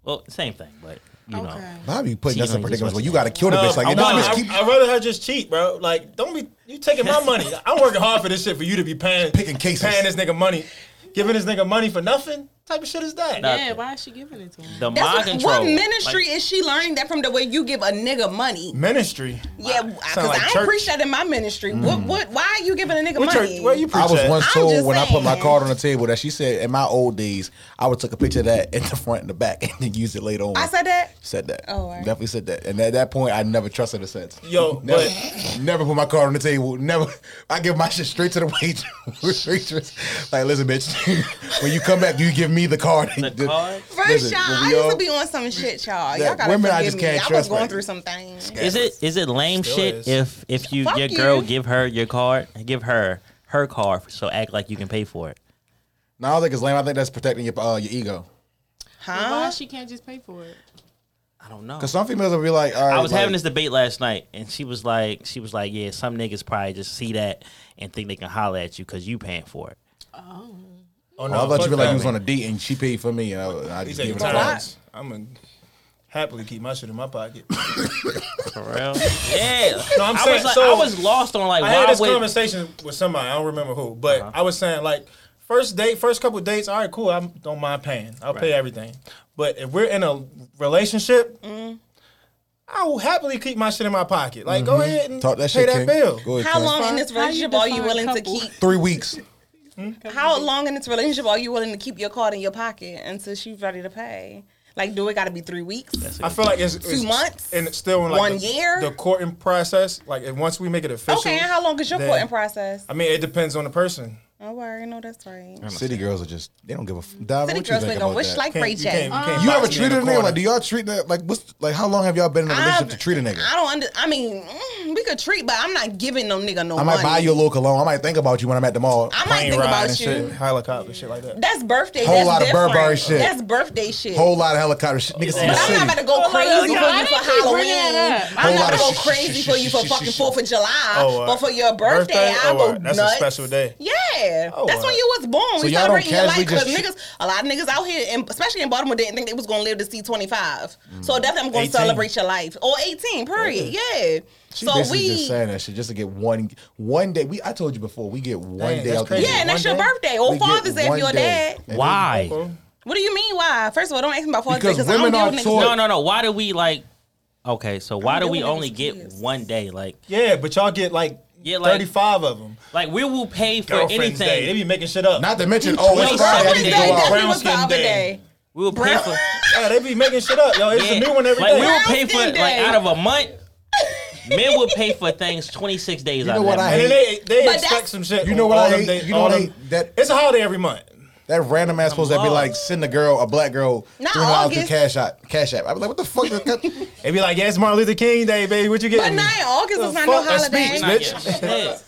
Speaker 1: Well, same thing, but you know.
Speaker 6: Okay.
Speaker 2: Bobby putting us
Speaker 1: Cheating
Speaker 2: in
Speaker 1: on you
Speaker 2: predicaments
Speaker 1: just
Speaker 2: where you got to kill the bitch. Like,
Speaker 5: I,
Speaker 2: you
Speaker 5: no,
Speaker 2: bitch
Speaker 5: I,
Speaker 2: keep
Speaker 5: I'd rather her just cheat, bro. Like, don't be you taking my money. I'm working hard for this shit for you to be paying
Speaker 2: Picking cases.
Speaker 5: paying this nigga money, giving this nigga money for nothing. Type of shit is that?
Speaker 6: Yeah, why is she giving it to him?
Speaker 1: The mind
Speaker 3: that's what,
Speaker 1: control.
Speaker 3: what ministry
Speaker 1: Like,
Speaker 3: is she learning that from the way you give a nigga money?
Speaker 5: Ministry.
Speaker 3: Yeah, because
Speaker 5: Sound like
Speaker 3: I
Speaker 5: church. Mm.
Speaker 3: don't preach that in my ministry. What? What? Why are you giving a nigga
Speaker 5: What
Speaker 3: money?
Speaker 5: church? Where you preach
Speaker 2: I was
Speaker 5: at?
Speaker 2: once
Speaker 3: I'm
Speaker 2: told
Speaker 3: just
Speaker 2: when I put my
Speaker 3: saying.
Speaker 2: card on the table that she said in my old days I would take a picture of that in the front and the back and then use it later on.
Speaker 3: I said that.
Speaker 2: Said that.
Speaker 3: Oh, all right.
Speaker 2: Definitely said that. And at that point, I never trusted her since.
Speaker 5: Yo,
Speaker 2: never,
Speaker 5: but-
Speaker 2: never put my card on the table. Never. I give my shit straight to the waitress. waitress. Like, listen, bitch. when you come back, you give me the card.
Speaker 1: The card?
Speaker 3: First,
Speaker 2: Listen,
Speaker 3: y'all,
Speaker 2: when
Speaker 3: I
Speaker 2: we
Speaker 3: used
Speaker 2: all-
Speaker 3: to be on some shit, y'all.
Speaker 2: that
Speaker 3: Y'all gotta
Speaker 2: women I
Speaker 3: forgive
Speaker 2: just
Speaker 3: me.
Speaker 2: can't
Speaker 3: I
Speaker 2: trust
Speaker 3: was going
Speaker 2: right
Speaker 3: through
Speaker 2: now.
Speaker 3: some things.
Speaker 1: is it is it lame
Speaker 5: Still
Speaker 1: shit
Speaker 5: is.
Speaker 1: if if you
Speaker 3: Fuck
Speaker 1: your
Speaker 3: you.
Speaker 1: girl give her your card, give her her card, so act like you can pay for it.
Speaker 2: No, I don't think it's lame. I think that's protecting your uh, your ego.
Speaker 6: Then Why
Speaker 3: Huh?
Speaker 6: she can't just pay for it?
Speaker 1: I don't know.
Speaker 2: Because some females will be like, all right.
Speaker 1: I was
Speaker 2: like,
Speaker 1: having this debate last night, and she was like, she was like, yeah, some niggas probably just see that and think they can holler at you because you paying for it.
Speaker 5: Oh,
Speaker 2: Oh, I thought
Speaker 5: fuck
Speaker 2: you were like
Speaker 5: that.
Speaker 2: you was on a date and she paid for me and I, and I
Speaker 5: He
Speaker 2: just
Speaker 5: said,
Speaker 2: gave it
Speaker 5: "Times."
Speaker 2: to
Speaker 3: why?
Speaker 2: her.
Speaker 5: I'm gonna happily keep my shit in my pocket.
Speaker 1: For real? yeah.
Speaker 5: No, I'm
Speaker 1: I
Speaker 5: saying,
Speaker 1: was like,
Speaker 5: so-
Speaker 1: I was lost on like
Speaker 5: I
Speaker 1: why
Speaker 5: had this
Speaker 1: would
Speaker 5: conversation with somebody. I don't remember who, but
Speaker 2: Uh-huh.
Speaker 5: I was saying like first date, first couple dates. All right, cool. I don't mind paying. I'll pay
Speaker 1: Right.
Speaker 5: everything. But if we're in a relationship,
Speaker 3: Mm-hmm.
Speaker 5: I will happily keep my shit in my pocket. Like go ahead and
Speaker 2: Mm-hmm. Talk that
Speaker 5: pay
Speaker 2: shit.
Speaker 5: that
Speaker 2: King.
Speaker 5: bill.
Speaker 2: Go ahead,
Speaker 3: How
Speaker 2: King.
Speaker 3: long in this
Speaker 6: How you
Speaker 3: relationship are you
Speaker 6: define
Speaker 3: willing to
Speaker 6: couple?
Speaker 3: keep?
Speaker 2: Three weeks.
Speaker 3: How long in this relationship are you willing to keep your card in your pocket until she's ready to pay? Like, do it got to be three weeks?
Speaker 5: I feel like it's, two it's
Speaker 3: months?
Speaker 5: and it's still in like
Speaker 3: One
Speaker 5: the,
Speaker 3: year?
Speaker 5: The courting process, like if- once we make it official.
Speaker 3: Okay, and how long is your
Speaker 5: then-
Speaker 3: courting process?
Speaker 5: I mean, it depends on the person.
Speaker 3: Oh, worry, no, that's right.
Speaker 2: City girls are just they don't give a f- Dive,
Speaker 3: City
Speaker 2: what you
Speaker 3: girls
Speaker 2: think
Speaker 3: been gonna
Speaker 2: about
Speaker 3: wish
Speaker 2: that?
Speaker 3: like
Speaker 5: Can't-
Speaker 3: Ray
Speaker 5: you can't-
Speaker 3: J.
Speaker 5: you can't
Speaker 2: you
Speaker 5: box
Speaker 2: ever
Speaker 5: me in
Speaker 2: treated a
Speaker 5: the
Speaker 2: nigga
Speaker 5: corner.
Speaker 2: like? Do y'all treat that like? What's like? How long have y'all been in a relationship
Speaker 3: I've-
Speaker 2: to treat a nigga?
Speaker 3: I don't under. I mean, mm, we could treat, but I'm not giving no nigga no
Speaker 2: I might
Speaker 3: money.
Speaker 2: buy you a little cologne. I might think about you when I'm at the mall.
Speaker 3: I might
Speaker 5: Plane
Speaker 3: think
Speaker 5: ride
Speaker 3: about
Speaker 5: and
Speaker 3: you.
Speaker 5: shit, helicopter, shit like that.
Speaker 3: That's birthday.
Speaker 2: Whole
Speaker 3: that's
Speaker 2: lot of
Speaker 3: different.
Speaker 2: Burberry shit.
Speaker 3: That's birthday shit.
Speaker 2: Whole lot of helicopter shit. Niggas in the
Speaker 3: but I'm not
Speaker 2: city. Oh,
Speaker 3: about to go crazy for
Speaker 6: Oh, Why
Speaker 3: you
Speaker 6: they
Speaker 3: for
Speaker 6: keep bringing
Speaker 3: Halloween.
Speaker 6: that up?
Speaker 2: Whole
Speaker 3: I'm not
Speaker 2: lot
Speaker 3: gonna
Speaker 2: of
Speaker 3: go
Speaker 2: sh- sh-
Speaker 3: crazy
Speaker 2: sh-
Speaker 3: for you for
Speaker 2: sh-
Speaker 3: fucking
Speaker 2: sh-
Speaker 3: Fourth of July,
Speaker 5: Oh, uh,
Speaker 3: but for your birthday,
Speaker 5: birthday?
Speaker 3: I
Speaker 5: Oh,
Speaker 3: go
Speaker 5: uh, that's a
Speaker 3: nuts.
Speaker 5: special day.
Speaker 3: Yeah,
Speaker 5: Oh,
Speaker 3: that's
Speaker 5: uh,
Speaker 3: when you was born.
Speaker 2: So
Speaker 3: we
Speaker 2: y'all
Speaker 3: celebrating
Speaker 2: don't
Speaker 3: your life because
Speaker 2: casually
Speaker 3: niggas, a lot of niggas out here, and especially in Baltimore, didn't think they was gonna live to see 25.
Speaker 2: Mm.
Speaker 3: So definitely, I'm gonna
Speaker 5: 18.
Speaker 3: celebrate your life or 18. Period. Yeah.
Speaker 2: She
Speaker 3: so
Speaker 2: basically
Speaker 3: we,
Speaker 2: just saying that shit just to get one one day. We I told you before we get one day
Speaker 5: Dang, that's
Speaker 2: out the
Speaker 5: crazy.
Speaker 2: year.
Speaker 3: yeah, and that's
Speaker 5: One
Speaker 3: your
Speaker 5: day?
Speaker 3: birthday or
Speaker 2: We get
Speaker 3: Father's Day if
Speaker 2: one
Speaker 3: you're a
Speaker 2: day.
Speaker 3: dad.
Speaker 2: And
Speaker 1: why?
Speaker 5: Okay.
Speaker 3: What do you mean? Why? First of all, don't ask me about Father's Day
Speaker 2: Because
Speaker 3: because I don't
Speaker 2: women
Speaker 3: deal
Speaker 2: are
Speaker 3: with niggas.
Speaker 2: taught-
Speaker 1: No, no, no. Why do we like? Okay, so why do
Speaker 3: doing
Speaker 1: we
Speaker 3: it
Speaker 1: only
Speaker 3: with
Speaker 1: get
Speaker 3: kids.
Speaker 1: one day? Like,
Speaker 5: Yeah, but y'all get like,
Speaker 1: Yeah, like-
Speaker 5: 35 of them.
Speaker 1: like we will pay for
Speaker 5: Girlfriend's
Speaker 1: anything.
Speaker 5: Day. They be making shit up.
Speaker 2: Not to mention, oh, it's
Speaker 1: Wait,
Speaker 2: Friday. I
Speaker 3: Father's
Speaker 2: need
Speaker 3: Day
Speaker 2: to go out.
Speaker 3: definitely
Speaker 5: Brown
Speaker 3: was
Speaker 5: skin
Speaker 3: Father's
Speaker 5: day.
Speaker 3: Day.
Speaker 1: We will pay for.
Speaker 5: yeah, they be making shit up, yo. It's
Speaker 1: Yeah.
Speaker 5: a new one every day.
Speaker 1: like we will pay for
Speaker 3: Brown skin
Speaker 1: like
Speaker 3: day.
Speaker 1: out of a month. Men will pay for things twenty six days out
Speaker 2: know
Speaker 1: of
Speaker 2: what
Speaker 1: that
Speaker 2: I
Speaker 1: month.
Speaker 5: and then they, they
Speaker 3: But
Speaker 5: expect
Speaker 3: that's-
Speaker 5: some shit.
Speaker 2: You know
Speaker 5: on
Speaker 2: what
Speaker 5: all
Speaker 2: I
Speaker 5: them
Speaker 2: hate?
Speaker 5: day-
Speaker 2: You know
Speaker 5: all
Speaker 2: what I
Speaker 5: them-
Speaker 2: hate? That-
Speaker 5: it's a holiday every month.
Speaker 2: That random ass supposed to be
Speaker 1: love.
Speaker 2: like send a girl, a black girl, three
Speaker 3: Not
Speaker 2: hundred dollars through
Speaker 3: August.
Speaker 2: Cash App. Cash App. I was like, what the fuck? Is that?
Speaker 5: They be like, yeah, it's Martin Luther King Day, baby. What you
Speaker 3: But
Speaker 5: getting?
Speaker 3: now in August
Speaker 5: The
Speaker 3: is not no
Speaker 5: fuck? That's
Speaker 3: holiday.
Speaker 5: speech,
Speaker 1: Not
Speaker 5: bitch.
Speaker 1: yet.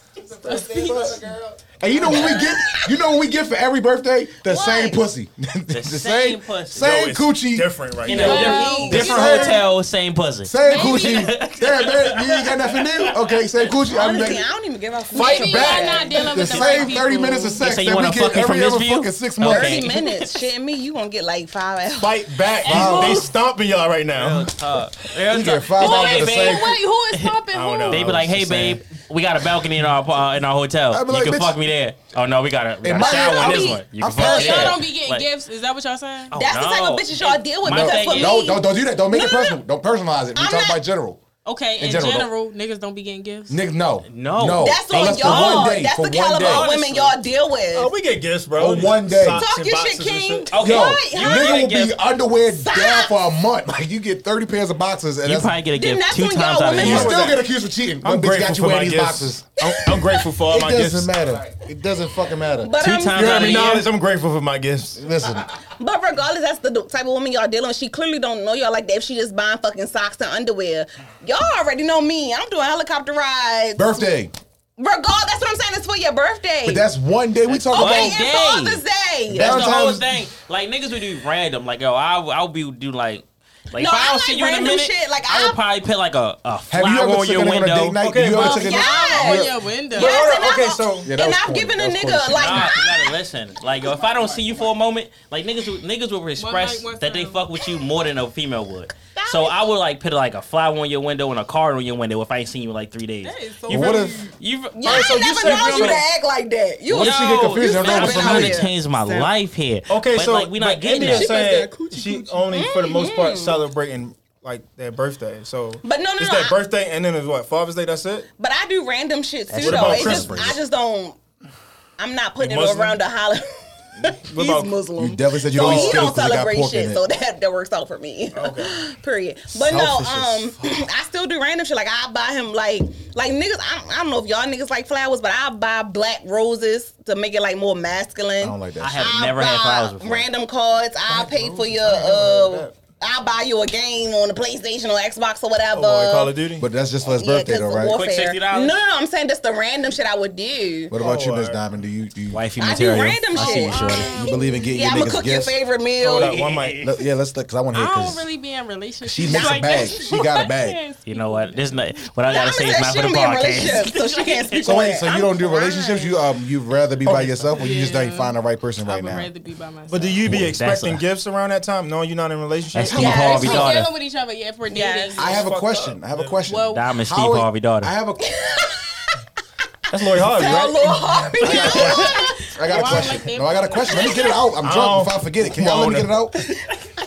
Speaker 1: Yeah.
Speaker 2: And you know what we get? You know what we get for every birthday? The
Speaker 3: What?
Speaker 2: same pussy. The,
Speaker 1: same pussy.
Speaker 2: Same
Speaker 5: Yo, it's
Speaker 2: coochie.
Speaker 5: Different right
Speaker 1: In a
Speaker 5: now.
Speaker 1: different, different
Speaker 2: Same-
Speaker 1: hotel, same pussy.
Speaker 2: Same coochie. Damn, man, you ain't got nothing new? Okay, same coochie. I'm
Speaker 3: Honestly,
Speaker 2: like,
Speaker 3: I don't even give a
Speaker 2: fight
Speaker 6: Maybe
Speaker 2: back.
Speaker 6: y'all not dealing
Speaker 2: the
Speaker 6: with the
Speaker 2: same
Speaker 6: right
Speaker 2: 30
Speaker 6: people.
Speaker 2: minutes of sex
Speaker 1: say you
Speaker 2: that
Speaker 1: wanna
Speaker 2: we
Speaker 1: fuck
Speaker 2: get
Speaker 1: me from
Speaker 2: every
Speaker 1: this
Speaker 2: other
Speaker 1: view?
Speaker 2: fucking six months.
Speaker 1: Okay.
Speaker 3: 30 minutes. Shit, and me, you gonna get like five hours.
Speaker 5: Fight back.
Speaker 2: Wow.
Speaker 5: They stomping y'all right now.
Speaker 1: Uh,
Speaker 2: You get five hours of the
Speaker 1: babe.
Speaker 2: same
Speaker 6: Wait, who is pumping
Speaker 5: I don't
Speaker 6: who?
Speaker 5: know.
Speaker 1: They be like, "Hey,
Speaker 5: just saying.
Speaker 1: babe, we got a balcony in our uh, in our hotel.
Speaker 2: I'd be
Speaker 1: You
Speaker 2: like,
Speaker 1: can
Speaker 2: bitch,
Speaker 1: fuck me there." Oh no, we got a, we got
Speaker 2: in
Speaker 1: a
Speaker 2: my
Speaker 1: shower
Speaker 2: head,
Speaker 1: on
Speaker 2: I
Speaker 1: this
Speaker 2: be-
Speaker 1: one. You
Speaker 2: I
Speaker 1: can fuck me
Speaker 2: feel
Speaker 1: there.
Speaker 2: like-
Speaker 6: Y'all don't be getting
Speaker 1: Like,
Speaker 6: gifts. Is that what y'all saying?
Speaker 1: oh,
Speaker 3: That's the type
Speaker 1: no.
Speaker 3: of bitches y'all deal with.
Speaker 1: My
Speaker 3: Because
Speaker 1: thing
Speaker 3: for
Speaker 1: is-
Speaker 2: No,
Speaker 3: me,
Speaker 2: don't, don't do that. Don't make it
Speaker 3: No, no,
Speaker 2: personal. Don't personalize it. We
Speaker 3: I'm
Speaker 2: talk
Speaker 3: not-
Speaker 2: about general.
Speaker 6: Okay, in,
Speaker 2: general,
Speaker 6: general, niggas don't be getting gifts.
Speaker 2: Nigga, no,
Speaker 1: No.
Speaker 2: no.
Speaker 3: That's on
Speaker 2: Unless for
Speaker 3: y'all.
Speaker 2: one day,
Speaker 3: That's
Speaker 2: for
Speaker 3: the
Speaker 2: one
Speaker 3: caliber
Speaker 2: day.
Speaker 3: of women y'all deal with.
Speaker 5: Oh, we get gifts, bro.
Speaker 2: Oh, one day.
Speaker 5: Socks
Speaker 3: Talk
Speaker 5: and
Speaker 3: your
Speaker 5: boxes
Speaker 3: shit,
Speaker 5: and
Speaker 3: King.
Speaker 1: Okay.
Speaker 2: Yo,
Speaker 3: Right,
Speaker 2: you
Speaker 3: right.
Speaker 2: nigga will be
Speaker 1: Socks.
Speaker 2: underwear down for a month. Like you get thirty pairs of boxes, and
Speaker 1: You
Speaker 2: that's,
Speaker 1: probably get a
Speaker 3: Then
Speaker 1: gift
Speaker 3: that's
Speaker 1: two
Speaker 3: when
Speaker 1: times
Speaker 3: y'all
Speaker 1: out of
Speaker 3: women
Speaker 2: you
Speaker 1: year.
Speaker 3: have-
Speaker 2: still get accused for cheating.
Speaker 5: I'm
Speaker 2: One bitch
Speaker 5: grateful
Speaker 2: got you
Speaker 5: for my
Speaker 2: wearing
Speaker 5: gifts.
Speaker 2: these boxes.
Speaker 5: I'm, I'm grateful for all
Speaker 2: It
Speaker 5: my
Speaker 2: doesn't
Speaker 5: gifts.
Speaker 2: matter. It doesn't fucking matter.
Speaker 3: but
Speaker 1: Two
Speaker 3: I'm,
Speaker 1: times
Speaker 5: You
Speaker 1: out
Speaker 5: heard
Speaker 1: of
Speaker 5: me,
Speaker 1: year.
Speaker 5: knowledge. I'm grateful for my gifts.
Speaker 2: Listen,
Speaker 3: but regardless, that's the type of woman y'all dealing with. She clearly don't know y'all like that. If she just buying fucking socks and underwear, y'all already know me. I'm doing helicopter rides.
Speaker 2: birthday.
Speaker 3: Regardless, that's what I'm saying. It's for your birthday.
Speaker 2: But that's one day we talk
Speaker 3: okay,
Speaker 1: one
Speaker 2: about.
Speaker 3: and
Speaker 1: day.
Speaker 3: Father's Day.
Speaker 1: That's the whole
Speaker 2: Valentine's-
Speaker 1: thing. Like niggas would do random. Like yo, I I'll be do like. Like
Speaker 3: No,
Speaker 1: if I
Speaker 3: I
Speaker 1: don't
Speaker 3: like
Speaker 1: see you in a
Speaker 3: random
Speaker 1: minute,
Speaker 3: shit. Like,
Speaker 1: I would
Speaker 3: I-
Speaker 1: probably put like a, a
Speaker 2: Have
Speaker 1: flower
Speaker 2: you ever
Speaker 1: on
Speaker 2: took a
Speaker 1: your
Speaker 2: nigga on a date
Speaker 1: window.
Speaker 2: night?
Speaker 5: Okay,
Speaker 2: you ever
Speaker 5: well,
Speaker 2: took a
Speaker 6: Oh,
Speaker 3: yes.
Speaker 6: your window.
Speaker 3: Yes,
Speaker 5: Hold on,
Speaker 3: and I've-
Speaker 5: okay, so-
Speaker 2: Yeah, that
Speaker 3: and
Speaker 2: was
Speaker 3: I've
Speaker 2: corny.
Speaker 3: given a
Speaker 2: That was corny
Speaker 3: nigga
Speaker 2: shit.
Speaker 3: like
Speaker 1: Nah, you gotta listen. Like yo, if I don't see you for a moment, like niggas, would, niggas will express
Speaker 6: night, one
Speaker 1: that they
Speaker 6: time.
Speaker 1: fuck with you more than a female would.
Speaker 3: That
Speaker 1: So
Speaker 3: is-
Speaker 1: I would like put like a flower on your window and a card on your window if I ain't seen you in like three days.
Speaker 6: That is so
Speaker 1: you
Speaker 2: What
Speaker 1: feel-
Speaker 2: if-
Speaker 1: you?
Speaker 3: Yeah, I ain't never known you to act like that. You
Speaker 2: What
Speaker 3: was
Speaker 2: if she get confused
Speaker 1: yo, man, I'm
Speaker 2: and don't know what's
Speaker 1: trying
Speaker 2: going
Speaker 1: to
Speaker 2: on?
Speaker 1: change my life here.
Speaker 5: Okay,
Speaker 1: but,
Speaker 5: so
Speaker 1: like we not
Speaker 5: but
Speaker 1: getting
Speaker 5: India
Speaker 1: that.
Speaker 5: said
Speaker 6: She must got
Speaker 5: she only for the most part celebrating like their birthday. So,
Speaker 3: But no, no,
Speaker 5: it's
Speaker 3: no,
Speaker 5: their
Speaker 3: I-
Speaker 5: birthday, and then it's what Father's Day. That's it.
Speaker 3: But I do random shit too,
Speaker 2: what
Speaker 3: though.
Speaker 5: about
Speaker 3: It just,
Speaker 2: Christmas?
Speaker 3: I just don't. I'm not putting
Speaker 5: You
Speaker 3: it
Speaker 5: Muslim?
Speaker 3: around the holiday.
Speaker 5: What
Speaker 3: He's
Speaker 5: about-
Speaker 3: Muslim.
Speaker 2: You definitely said you
Speaker 3: so
Speaker 2: don't eat
Speaker 3: he
Speaker 2: steak
Speaker 3: don't
Speaker 2: 'cause it got
Speaker 3: celebrate
Speaker 2: pork in
Speaker 3: shit,
Speaker 2: it.
Speaker 3: so that that works out for me. Period. But
Speaker 2: Selfish as
Speaker 3: no, um, I still do random shit. Like I buy him like like niggas. I don't, I don't know if y'all niggas like flowers, but I buy black roses to make it like more masculine.
Speaker 2: I don't like
Speaker 1: I
Speaker 2: that. shit.
Speaker 1: have
Speaker 3: I
Speaker 1: never had
Speaker 3: buy
Speaker 1: flowers before.
Speaker 3: Random cards. I pay for your.
Speaker 5: never heard
Speaker 3: Uh,
Speaker 5: that.
Speaker 3: I buy you a game on the PlayStation or Xbox or whatever.
Speaker 5: Oh, like Call of Duty.
Speaker 2: But that's just for his
Speaker 3: Yeah,
Speaker 2: birthday,
Speaker 3: 'cause
Speaker 2: though,
Speaker 3: of
Speaker 2: right?
Speaker 1: Quick
Speaker 3: warfare.
Speaker 1: $60?
Speaker 3: No, no, no. I'm saying that's the random shit I would do.
Speaker 2: What about you,
Speaker 5: Oh,
Speaker 2: Miss
Speaker 5: alright.
Speaker 2: Diamond? Do you do you,
Speaker 1: Wifey
Speaker 3: I do
Speaker 1: material.
Speaker 3: random
Speaker 1: I see
Speaker 3: shit. Um,
Speaker 1: you, shorty.
Speaker 2: you believe in getting
Speaker 3: Yeah, I'm
Speaker 2: your
Speaker 3: gonna
Speaker 2: niggas
Speaker 3: cook
Speaker 2: gifts?
Speaker 3: your favorite meal.
Speaker 5: Hold up, one mic.
Speaker 2: Let- yeah, let's because I want to
Speaker 6: I
Speaker 2: hear
Speaker 6: don't
Speaker 2: because
Speaker 6: really be in relationships.
Speaker 2: she makes a
Speaker 6: like
Speaker 2: bag.
Speaker 6: that.
Speaker 2: She got a bag.
Speaker 1: You know what? There's not what I
Speaker 3: Diamond
Speaker 1: gotta say is
Speaker 3: said
Speaker 1: not
Speaker 3: she
Speaker 1: for the
Speaker 3: don't be in relationships,
Speaker 1: podcast.
Speaker 3: so she can't speak
Speaker 2: So
Speaker 3: on
Speaker 2: wait,
Speaker 3: that.
Speaker 2: so you don't do relationships? You um, you'd rather be by
Speaker 5: Okay.
Speaker 2: yourself, or you just
Speaker 6: Yeah.
Speaker 2: don't find the right person
Speaker 6: I
Speaker 2: right
Speaker 6: would
Speaker 2: now?
Speaker 6: rather be by myself.
Speaker 5: But do you be
Speaker 1: Boy, that's
Speaker 5: expecting
Speaker 1: a-
Speaker 5: gifts around that time, knowing you're not in a
Speaker 1: That's
Speaker 5: relationship?
Speaker 1: Steve
Speaker 3: Yeah,
Speaker 1: Harvey
Speaker 6: We're
Speaker 3: it's
Speaker 1: daughter.
Speaker 6: dealing with each other. Yeah, if we're dating.
Speaker 3: Yes.
Speaker 2: I have a
Speaker 5: fucked
Speaker 2: question.
Speaker 5: up.
Speaker 2: I have a question.
Speaker 6: Well,
Speaker 1: Diamond Steve
Speaker 2: How is-
Speaker 1: Harvey daughter.
Speaker 2: I have a.
Speaker 5: That's Lori Harvey,
Speaker 3: Tell Lord
Speaker 5: right?
Speaker 3: Harvey.
Speaker 2: I got a
Speaker 6: Why
Speaker 2: question.
Speaker 6: like that?
Speaker 2: No, I got a question. Let me get it out. I'm
Speaker 5: Oh.
Speaker 2: drunk. If I forget it, can y'all let me get it out?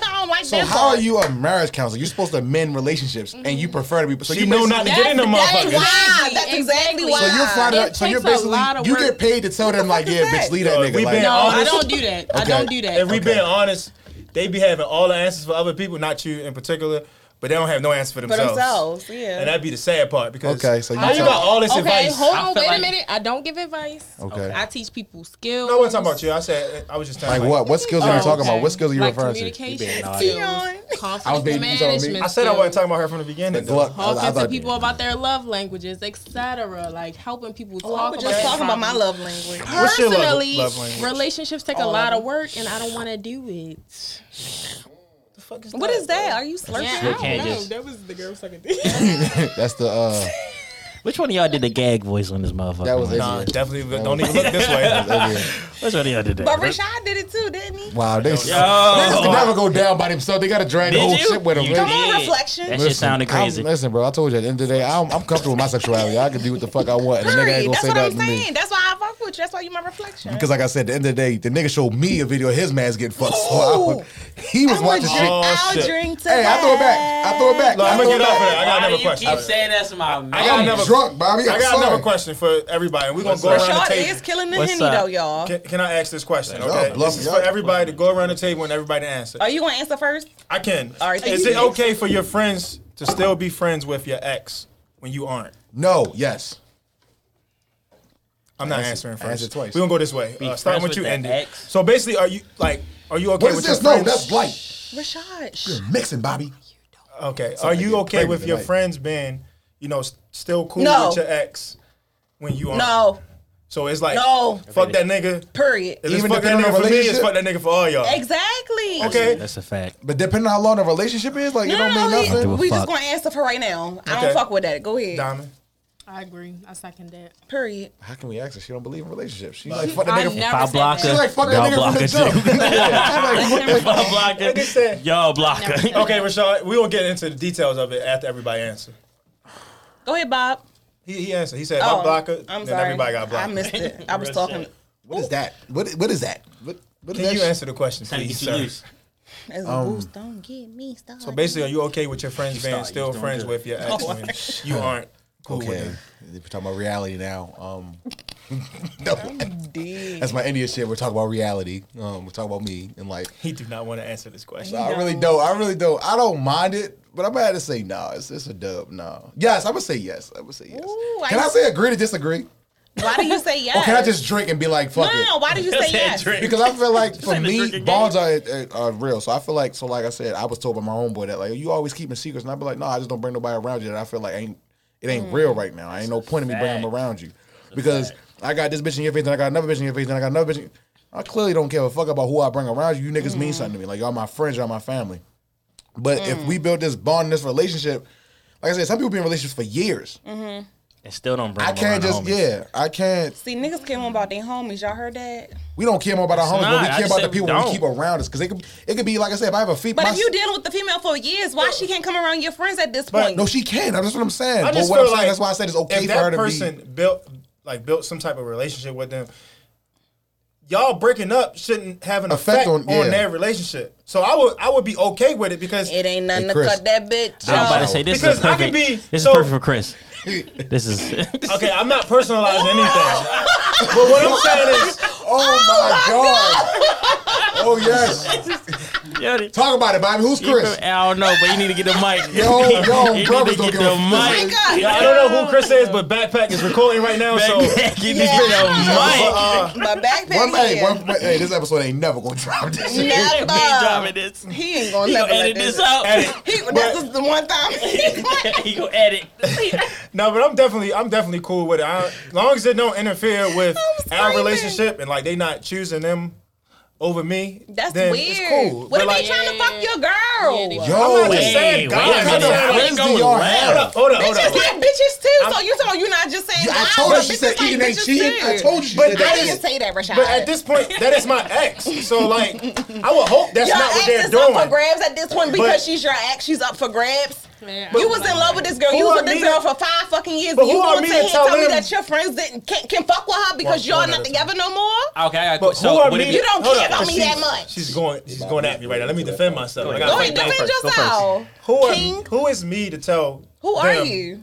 Speaker 3: I don't like
Speaker 2: So
Speaker 3: that.
Speaker 2: how
Speaker 3: part.
Speaker 2: are you a marriage counselor? You're supposed to mend relationships, and
Speaker 6: Mm-hmm.
Speaker 2: you prefer to be. So
Speaker 5: She
Speaker 2: you
Speaker 5: know
Speaker 2: basically-
Speaker 5: not to get in them
Speaker 3: That's
Speaker 5: motherfuckers.
Speaker 3: why.
Speaker 6: Exactly,
Speaker 3: That's exactly
Speaker 6: exactly.
Speaker 3: why.
Speaker 2: So you're finding
Speaker 6: It
Speaker 2: out. So you're
Speaker 6: takes a
Speaker 2: basically
Speaker 6: lot of
Speaker 2: you
Speaker 6: work.
Speaker 2: get paid to tell them like,
Speaker 3: fuck
Speaker 2: yeah,
Speaker 3: is
Speaker 2: bitch,
Speaker 3: that?
Speaker 2: leave that
Speaker 5: Look,
Speaker 2: nigga.
Speaker 5: we
Speaker 2: like,
Speaker 5: been
Speaker 6: No,
Speaker 5: all
Speaker 6: I
Speaker 5: this-
Speaker 6: don't do that. I
Speaker 2: Okay.
Speaker 6: don't do that.
Speaker 5: If we
Speaker 2: Okay.
Speaker 5: being honest, they be having all the answers for other people, not you in particular, but they don't have no answer for
Speaker 3: for
Speaker 5: themselves.
Speaker 3: themselves. Yeah.
Speaker 5: And that'd be the sad part because
Speaker 2: Okay, so you
Speaker 5: now you
Speaker 2: tell-
Speaker 5: got all this
Speaker 6: okay,
Speaker 5: advice.
Speaker 6: hold
Speaker 1: I
Speaker 6: on,
Speaker 1: feel
Speaker 6: wait
Speaker 1: like-
Speaker 6: a minute. I don't give advice.
Speaker 2: Okay.
Speaker 6: I teach people skills.
Speaker 5: No, I wasn't talking about you. I said I was just telling
Speaker 2: like what? What skills are you
Speaker 6: Oh,
Speaker 2: talking about?
Speaker 6: okay.
Speaker 2: What skills are you
Speaker 6: like
Speaker 2: referring to?
Speaker 6: communication skills,
Speaker 3: Dion.
Speaker 6: conflict
Speaker 2: I was being- you told me.
Speaker 6: management
Speaker 5: I said I wasn't
Speaker 6: skills,
Speaker 5: talking about her from the beginning. though.
Speaker 2: Look, I- I
Speaker 6: talking to
Speaker 2: thought-
Speaker 6: people about their love languages, etc. Like helping people
Speaker 3: Oh,
Speaker 6: talk
Speaker 3: I was
Speaker 6: about
Speaker 3: just
Speaker 6: their
Speaker 3: talking about my love
Speaker 6: problems.
Speaker 3: language. Oh.
Speaker 5: What's your love-
Speaker 6: Personally,
Speaker 5: love language?
Speaker 6: relationships take a lot of work, and I don't want to do it.
Speaker 3: What is that? Are you slurping?
Speaker 6: Yeah,
Speaker 1: I can't don't know. just-
Speaker 6: That was the girl sucking dick.
Speaker 2: That's the. uh
Speaker 1: Which one of y'all did the gag voice on this motherfucker?
Speaker 2: That was it.
Speaker 5: Nah, definitely
Speaker 2: Oh.
Speaker 5: don't even look this way.
Speaker 1: Which one of y'all did that?
Speaker 3: But Rashad did it too, didn't he?
Speaker 2: Wow, they niggas can
Speaker 1: Yo,
Speaker 2: never go down by themselves. They gotta drag the
Speaker 1: did
Speaker 2: whole
Speaker 1: you?
Speaker 2: shit with them.
Speaker 1: You
Speaker 2: man.
Speaker 3: Come on,
Speaker 1: did.
Speaker 3: reflection.
Speaker 1: That shit sounded
Speaker 2: I'm-
Speaker 1: crazy.
Speaker 2: listen, bro, I told you at the end of the day, I'm, I'm comfortable with my sexuality. I can do what the fuck I want, and the nigga
Speaker 3: Period.
Speaker 2: ain't gonna
Speaker 3: That's
Speaker 2: say
Speaker 3: what I'm
Speaker 2: nothing to
Speaker 3: saying.
Speaker 2: me.
Speaker 3: That's why I fuck with you. That's why you my reflection.
Speaker 2: Because, like I said, at the end of the day, the nigga showed me a video of his man's getting fucked. So I would- he was
Speaker 3: I
Speaker 2: watching shit.
Speaker 5: Oh,
Speaker 3: I'll
Speaker 5: shit.
Speaker 3: drink to
Speaker 2: Hey, I throw it
Speaker 3: that.
Speaker 2: back. I throw it back.
Speaker 5: Look,
Speaker 2: I
Speaker 5: I'm
Speaker 2: throw
Speaker 5: gonna
Speaker 2: it
Speaker 5: get off of
Speaker 2: back.
Speaker 5: that. I got
Speaker 1: Why do
Speaker 5: another
Speaker 1: you
Speaker 5: question.
Speaker 1: keep saying that's my man?
Speaker 5: I got
Speaker 2: I'm
Speaker 5: another-
Speaker 2: drunk, Bobby. I'm
Speaker 5: I got another
Speaker 2: sorry.
Speaker 5: question for everybody, and we're gonna go around the
Speaker 3: Rashad
Speaker 5: table.
Speaker 3: is killing the
Speaker 1: What's
Speaker 3: henny
Speaker 1: up?
Speaker 3: though, y'all.
Speaker 5: Can, can I ask this question?
Speaker 2: Y'all
Speaker 5: Okay, this
Speaker 2: bluffing,
Speaker 5: is for
Speaker 2: y'all.
Speaker 5: everybody to go around the table and everybody to answer.
Speaker 3: Are you gonna answer first?
Speaker 5: I can.
Speaker 3: All right,
Speaker 5: is
Speaker 3: thank
Speaker 5: it
Speaker 3: you.
Speaker 5: okay for your friends to still be friends with your ex when you aren't?
Speaker 2: No, yes.
Speaker 5: I'm not
Speaker 2: Answer-
Speaker 5: answering
Speaker 2: answer
Speaker 5: first.
Speaker 2: twice.
Speaker 5: We're gonna go this way. Uh, starting
Speaker 1: friends
Speaker 5: with
Speaker 1: with
Speaker 5: you,
Speaker 1: that
Speaker 5: Andy.
Speaker 1: ex?
Speaker 5: So basically, are you like, are you okay
Speaker 2: What
Speaker 5: with
Speaker 2: is this?
Speaker 5: your
Speaker 2: No,
Speaker 5: friends?
Speaker 2: that's light.
Speaker 3: Rashad. sh-
Speaker 2: Mixing, Bobby.
Speaker 5: Okay. Are you
Speaker 2: get
Speaker 5: okay
Speaker 2: pregnant
Speaker 5: with your
Speaker 2: tonight.
Speaker 5: friends being, you know, s- still cool
Speaker 3: No.
Speaker 5: with your ex when you aren't?
Speaker 3: No.
Speaker 5: So it's like,
Speaker 3: No.
Speaker 5: Fuck that nigga.
Speaker 3: Period.
Speaker 5: If it's
Speaker 2: Even
Speaker 5: fuck
Speaker 2: if they're in
Speaker 5: that
Speaker 2: a
Speaker 5: nigga for me, it's
Speaker 2: relationship?
Speaker 5: fuck that nigga for all y'all.
Speaker 3: Exactly.
Speaker 5: Okay.
Speaker 1: That's a fact.
Speaker 2: But depending on how long the relationship is, like,
Speaker 3: No,
Speaker 2: it don't
Speaker 3: no,
Speaker 2: mean
Speaker 3: no,
Speaker 2: nothing.
Speaker 3: we, we just
Speaker 1: Fuck.
Speaker 3: gonna answer for right now. I
Speaker 5: Okay.
Speaker 3: don't fuck with that. Go ahead.
Speaker 5: Diamond.
Speaker 6: I agree. I second that.
Speaker 3: Period.
Speaker 2: How can we ask her? She don't believe in relationships. She like, fuck the
Speaker 6: I
Speaker 2: nigga.
Speaker 6: never
Speaker 1: I
Speaker 6: said
Speaker 1: block
Speaker 6: that.
Speaker 2: She like, fuck that
Speaker 1: Y'all
Speaker 2: nigga from the
Speaker 1: blockers
Speaker 2: jump.
Speaker 1: too.
Speaker 2: Yeah, she like, fuck-
Speaker 1: If I block her,
Speaker 5: I said-
Speaker 1: y'all block her.
Speaker 5: Okay, Rashad. We won't get into the details of it after everybody answer.
Speaker 3: Go ahead, Bob. Oh,
Speaker 5: He, he answered. He said, "If I block her,"
Speaker 3: I'm
Speaker 5: then
Speaker 3: sorry.
Speaker 5: everybody got blocked.
Speaker 3: I missed it. I was
Speaker 1: Rashad.
Speaker 3: talking.
Speaker 2: What is that? What, what is that? What, what is
Speaker 5: Can
Speaker 2: that
Speaker 5: you
Speaker 2: shit?
Speaker 5: answer the question,
Speaker 1: Trying to
Speaker 5: please,
Speaker 1: get you loose.
Speaker 5: sir?
Speaker 3: As a
Speaker 2: Um,
Speaker 3: boost, don't get me started.
Speaker 5: So basically, are you okay with your friends being
Speaker 1: started,
Speaker 5: still
Speaker 1: he's doing
Speaker 5: friends
Speaker 1: good.
Speaker 5: with your ex when you aren't cool with
Speaker 2: Oh. Okay,
Speaker 5: them?
Speaker 2: we're talking about reality now. Um, no. that's my India shit. We're talking about reality. Um, we're talking about me and like.
Speaker 5: He do not want to answer this question.
Speaker 2: I really don't. I really don't. I don't mind it, but I'm gonna have to say no. Nah, it's it's a dub. No. Yes, I'm gonna say yes. I'm gonna say yes.
Speaker 3: Ooh,
Speaker 2: can
Speaker 3: I
Speaker 2: I, say agree to disagree?
Speaker 3: Why do you say
Speaker 5: Oh,
Speaker 3: yes?
Speaker 2: Or can I just drink and be like fuck
Speaker 3: no,
Speaker 2: it?
Speaker 3: no, why do you say
Speaker 1: Said
Speaker 3: yes?
Speaker 1: drink.
Speaker 2: Because I feel like for
Speaker 1: Same as
Speaker 2: me,
Speaker 1: drinking
Speaker 2: bonds are, are, are real. So I feel like so like I said, I was told by my homeboy that like you always keeping secrets, and I'd be like, no, I just don't bring nobody around you. That I feel like ain't it ain't real right now. ain't no point in me bringing them
Speaker 1: Mm, fact.
Speaker 2: around you because I got this bitch in your face, and I got another bitch in your face, and I got another bitch. In... I clearly don't give a fuck about who I bring around you. You niggas
Speaker 1: Mm-hmm.
Speaker 2: mean something to me. Like y'all my friends, y'all my family. But
Speaker 1: Mm.
Speaker 2: if we build this bond, this relationship, like I said, some people be in relationships for years.
Speaker 1: Mm-hmm. And still don't bring
Speaker 2: I
Speaker 1: them
Speaker 2: can't
Speaker 1: around
Speaker 2: just
Speaker 1: homies.
Speaker 2: yeah, I can't.
Speaker 3: See, niggas care more about their homies. Y'all heard that?
Speaker 2: We don't care more about our homies, but
Speaker 1: not.
Speaker 2: we
Speaker 1: I
Speaker 2: care
Speaker 1: just
Speaker 2: about the
Speaker 1: said we
Speaker 2: people we
Speaker 1: don't.
Speaker 2: keep around us. Because it could, it could be like I said, if I have a feet.
Speaker 3: But
Speaker 2: my
Speaker 3: if you dealing with the female for years, why she can't come around your friends at this
Speaker 5: But
Speaker 3: point?
Speaker 2: No, she can. That's what I'm saying.
Speaker 5: I
Speaker 2: But
Speaker 5: just
Speaker 2: what
Speaker 5: feel
Speaker 2: I'm saying,
Speaker 5: like
Speaker 2: that's why I said it's okay
Speaker 5: if
Speaker 2: for
Speaker 5: that
Speaker 2: her to
Speaker 5: person
Speaker 2: be.
Speaker 5: built like built some type of relationship with them. Y'all breaking up shouldn't have an
Speaker 2: Effect
Speaker 5: effect,
Speaker 2: on-
Speaker 5: on,
Speaker 2: yeah.
Speaker 5: their relationship. So I would I would be okay with it because
Speaker 3: it ain't nothing
Speaker 2: Hey,
Speaker 3: to
Speaker 2: Chris.
Speaker 3: cut that bitch.
Speaker 1: I'm about to
Speaker 3: off.
Speaker 1: say this
Speaker 5: Because
Speaker 1: is
Speaker 5: I
Speaker 1: perfect.
Speaker 5: could be-
Speaker 1: this
Speaker 5: so-
Speaker 1: is perfect for Chris. This is
Speaker 5: okay, I'm not personalizing anything. but what I'm saying is
Speaker 2: Oh, my god! oh yes.
Speaker 1: yo, th-
Speaker 2: Talk about it, Bobby. Who's
Speaker 1: you
Speaker 2: Chris?
Speaker 1: remember- I don't know, but you need to get the mic.
Speaker 2: Yo, yo,
Speaker 1: you
Speaker 2: brothers
Speaker 1: need to get
Speaker 2: don't give a
Speaker 1: the
Speaker 3: Oh
Speaker 2: fuck.
Speaker 1: mic.
Speaker 5: Yeah, I don't know who Chris is, but Backpack is recording right now. So
Speaker 1: you need to get the mic.
Speaker 5: uh,
Speaker 3: But backpack
Speaker 2: One, hey,
Speaker 3: here,
Speaker 2: one, hey, this episode ain't never gonna drop this. shit.
Speaker 1: You ain't dropping
Speaker 3: never.
Speaker 1: this. You
Speaker 3: He ain't gonna
Speaker 1: gonna
Speaker 3: never let
Speaker 1: edit
Speaker 3: this.
Speaker 1: this out.
Speaker 3: He, this is the one time.
Speaker 1: you gonna edit.
Speaker 5: no, but I'm definitely I'm definitely cool with it. I, as long as it don't interfere with
Speaker 3: I'm
Speaker 5: our
Speaker 3: screaming.
Speaker 5: relationship and like they not choosing them over me.
Speaker 3: That's
Speaker 5: then
Speaker 3: weird.
Speaker 5: It's cool.
Speaker 3: What
Speaker 5: but
Speaker 3: if
Speaker 5: like,
Speaker 3: they trying to fuck your girl?
Speaker 6: they-
Speaker 2: Yo,
Speaker 5: I'm not just
Speaker 1: Wait,
Speaker 5: saying God.
Speaker 1: wait a
Speaker 5: I'm
Speaker 1: minute.
Speaker 5: saying, like,
Speaker 1: Where you
Speaker 2: friends do
Speaker 1: going
Speaker 2: y'all
Speaker 1: around?
Speaker 2: have?
Speaker 5: hold up, hold up,
Speaker 3: Bitches
Speaker 5: hold up.
Speaker 3: like bitches too. so you told you not just saying.
Speaker 2: I
Speaker 3: lies,
Speaker 2: told her
Speaker 3: but
Speaker 2: she
Speaker 3: bitches
Speaker 2: said
Speaker 3: like
Speaker 2: eating ain't
Speaker 3: bitches
Speaker 2: cheating. I
Speaker 3: too.
Speaker 2: told you she
Speaker 5: But
Speaker 2: said
Speaker 5: I
Speaker 2: that.
Speaker 3: I
Speaker 5: didn't
Speaker 3: didn't say that, Rashad.
Speaker 5: But at this point, that is my ex. So like, I would hope that's
Speaker 3: your
Speaker 5: not what
Speaker 3: ex
Speaker 5: they're
Speaker 3: is up for
Speaker 5: doing.
Speaker 3: grabs at this point because
Speaker 5: But-
Speaker 3: she's your ex. She's up for grabs.
Speaker 6: Man,
Speaker 3: you
Speaker 6: I'm
Speaker 3: was in
Speaker 6: like-
Speaker 3: love with this girl.
Speaker 5: Who
Speaker 3: You was
Speaker 5: are
Speaker 3: with this
Speaker 5: me to-
Speaker 3: girl for five fucking years.
Speaker 5: But
Speaker 3: and you
Speaker 5: who are
Speaker 3: going
Speaker 5: me
Speaker 3: to
Speaker 5: to
Speaker 3: here and
Speaker 5: tell
Speaker 3: tell me
Speaker 5: them-
Speaker 3: that your friends didn't can, can fuck with her because
Speaker 5: One-
Speaker 3: y'all
Speaker 5: one
Speaker 3: not
Speaker 5: at a
Speaker 3: together no more?
Speaker 1: Okay, I got
Speaker 5: But who
Speaker 1: so
Speaker 5: are
Speaker 1: what
Speaker 5: me?
Speaker 1: if
Speaker 3: You don't
Speaker 5: hold
Speaker 3: care
Speaker 5: up,
Speaker 3: about
Speaker 5: 'cause
Speaker 3: me
Speaker 5: she's-
Speaker 3: that much.
Speaker 5: She's going. She's going at me right now. Let me defend myself.
Speaker 1: Go
Speaker 5: I gotta
Speaker 3: Go ahead,
Speaker 5: fight back
Speaker 3: defend
Speaker 5: first.
Speaker 3: yourself.
Speaker 5: Who are,
Speaker 3: King,
Speaker 5: who is me to tell?
Speaker 3: who are
Speaker 5: them
Speaker 3: you?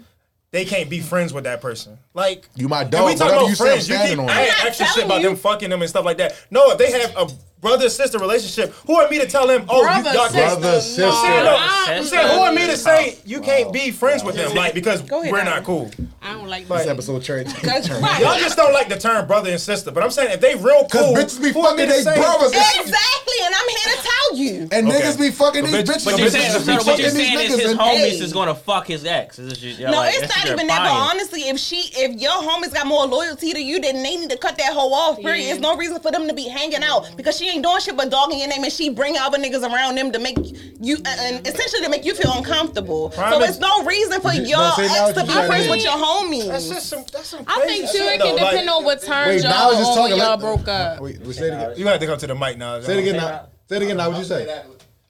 Speaker 5: They can't be friends with that person. Like
Speaker 2: You my
Speaker 5: and
Speaker 2: dog,
Speaker 5: We talking
Speaker 2: whatever
Speaker 5: about
Speaker 2: you say, I'm
Speaker 5: friends. you
Speaker 2: standing
Speaker 5: keep
Speaker 2: on it.
Speaker 5: adding
Speaker 3: I'm not
Speaker 5: extra shit
Speaker 3: telling
Speaker 5: about
Speaker 3: you.
Speaker 5: them fucking them and stuff like that. No, if they have a brother sister relationship, who are me to tell them? Oh, you
Speaker 6: brother,
Speaker 5: got
Speaker 6: sister,
Speaker 5: this.
Speaker 2: Brother, sister.
Speaker 5: saying,
Speaker 6: no,
Speaker 5: though,
Speaker 6: I-
Speaker 5: I'm saying, who are me to say you can't be friends with them? Like because
Speaker 3: Go ahead,
Speaker 5: we're
Speaker 3: Adam.
Speaker 5: not cool.
Speaker 6: I don't like
Speaker 2: This
Speaker 6: that.
Speaker 2: episode church.
Speaker 3: That's right.
Speaker 5: Y'all just don't like the term brother and sister, but I'm saying if they real
Speaker 2: Cause
Speaker 5: cool,
Speaker 2: bitches be
Speaker 5: who are
Speaker 2: fucking
Speaker 5: they
Speaker 2: they
Speaker 5: saying-
Speaker 2: brothers.
Speaker 3: Exactly, and I'm here to tell you.
Speaker 2: And
Speaker 5: Okay.
Speaker 2: niggas be fucking these
Speaker 5: But bitch-
Speaker 2: bitches.
Speaker 5: but
Speaker 2: and
Speaker 1: you're
Speaker 5: you're
Speaker 2: bitches
Speaker 1: saying,
Speaker 2: be
Speaker 5: so
Speaker 1: what you're
Speaker 2: fucking these
Speaker 1: saying is
Speaker 2: niggas
Speaker 1: his
Speaker 2: and-
Speaker 1: homies
Speaker 3: Hey.
Speaker 1: is gonna fuck his ex. This is just, y'all
Speaker 3: No,
Speaker 1: like,
Speaker 3: it's
Speaker 1: that's
Speaker 3: not
Speaker 1: your
Speaker 3: even that. But
Speaker 1: bias.
Speaker 3: honestly, if she, if your homies got more loyalty to you, then they need to cut that hoe off. Period.
Speaker 6: Yeah.
Speaker 3: There's no reason for them to be hanging out because she ain't doing shit but dogging your name, and she bring other niggas around them to make you, uh, and essentially to make you feel uncomfortable. So
Speaker 5: Prime
Speaker 3: it's
Speaker 5: is-
Speaker 3: no reason for
Speaker 2: You-
Speaker 3: your
Speaker 2: no, see, now
Speaker 3: ex to
Speaker 2: you
Speaker 3: be
Speaker 2: got it.
Speaker 3: friends with your
Speaker 5: That's
Speaker 3: homies.
Speaker 5: just some. That's some.
Speaker 6: I think too, it can depend on what terms
Speaker 2: Wait, now I
Speaker 6: y'all
Speaker 2: was just
Speaker 6: on
Speaker 2: talking.
Speaker 6: when y'all
Speaker 2: like-
Speaker 6: broke up.
Speaker 2: Wait, say it again.
Speaker 5: You gonna have to come to the mic now.
Speaker 2: Say it again. now. Say it again. Now, what'd you say?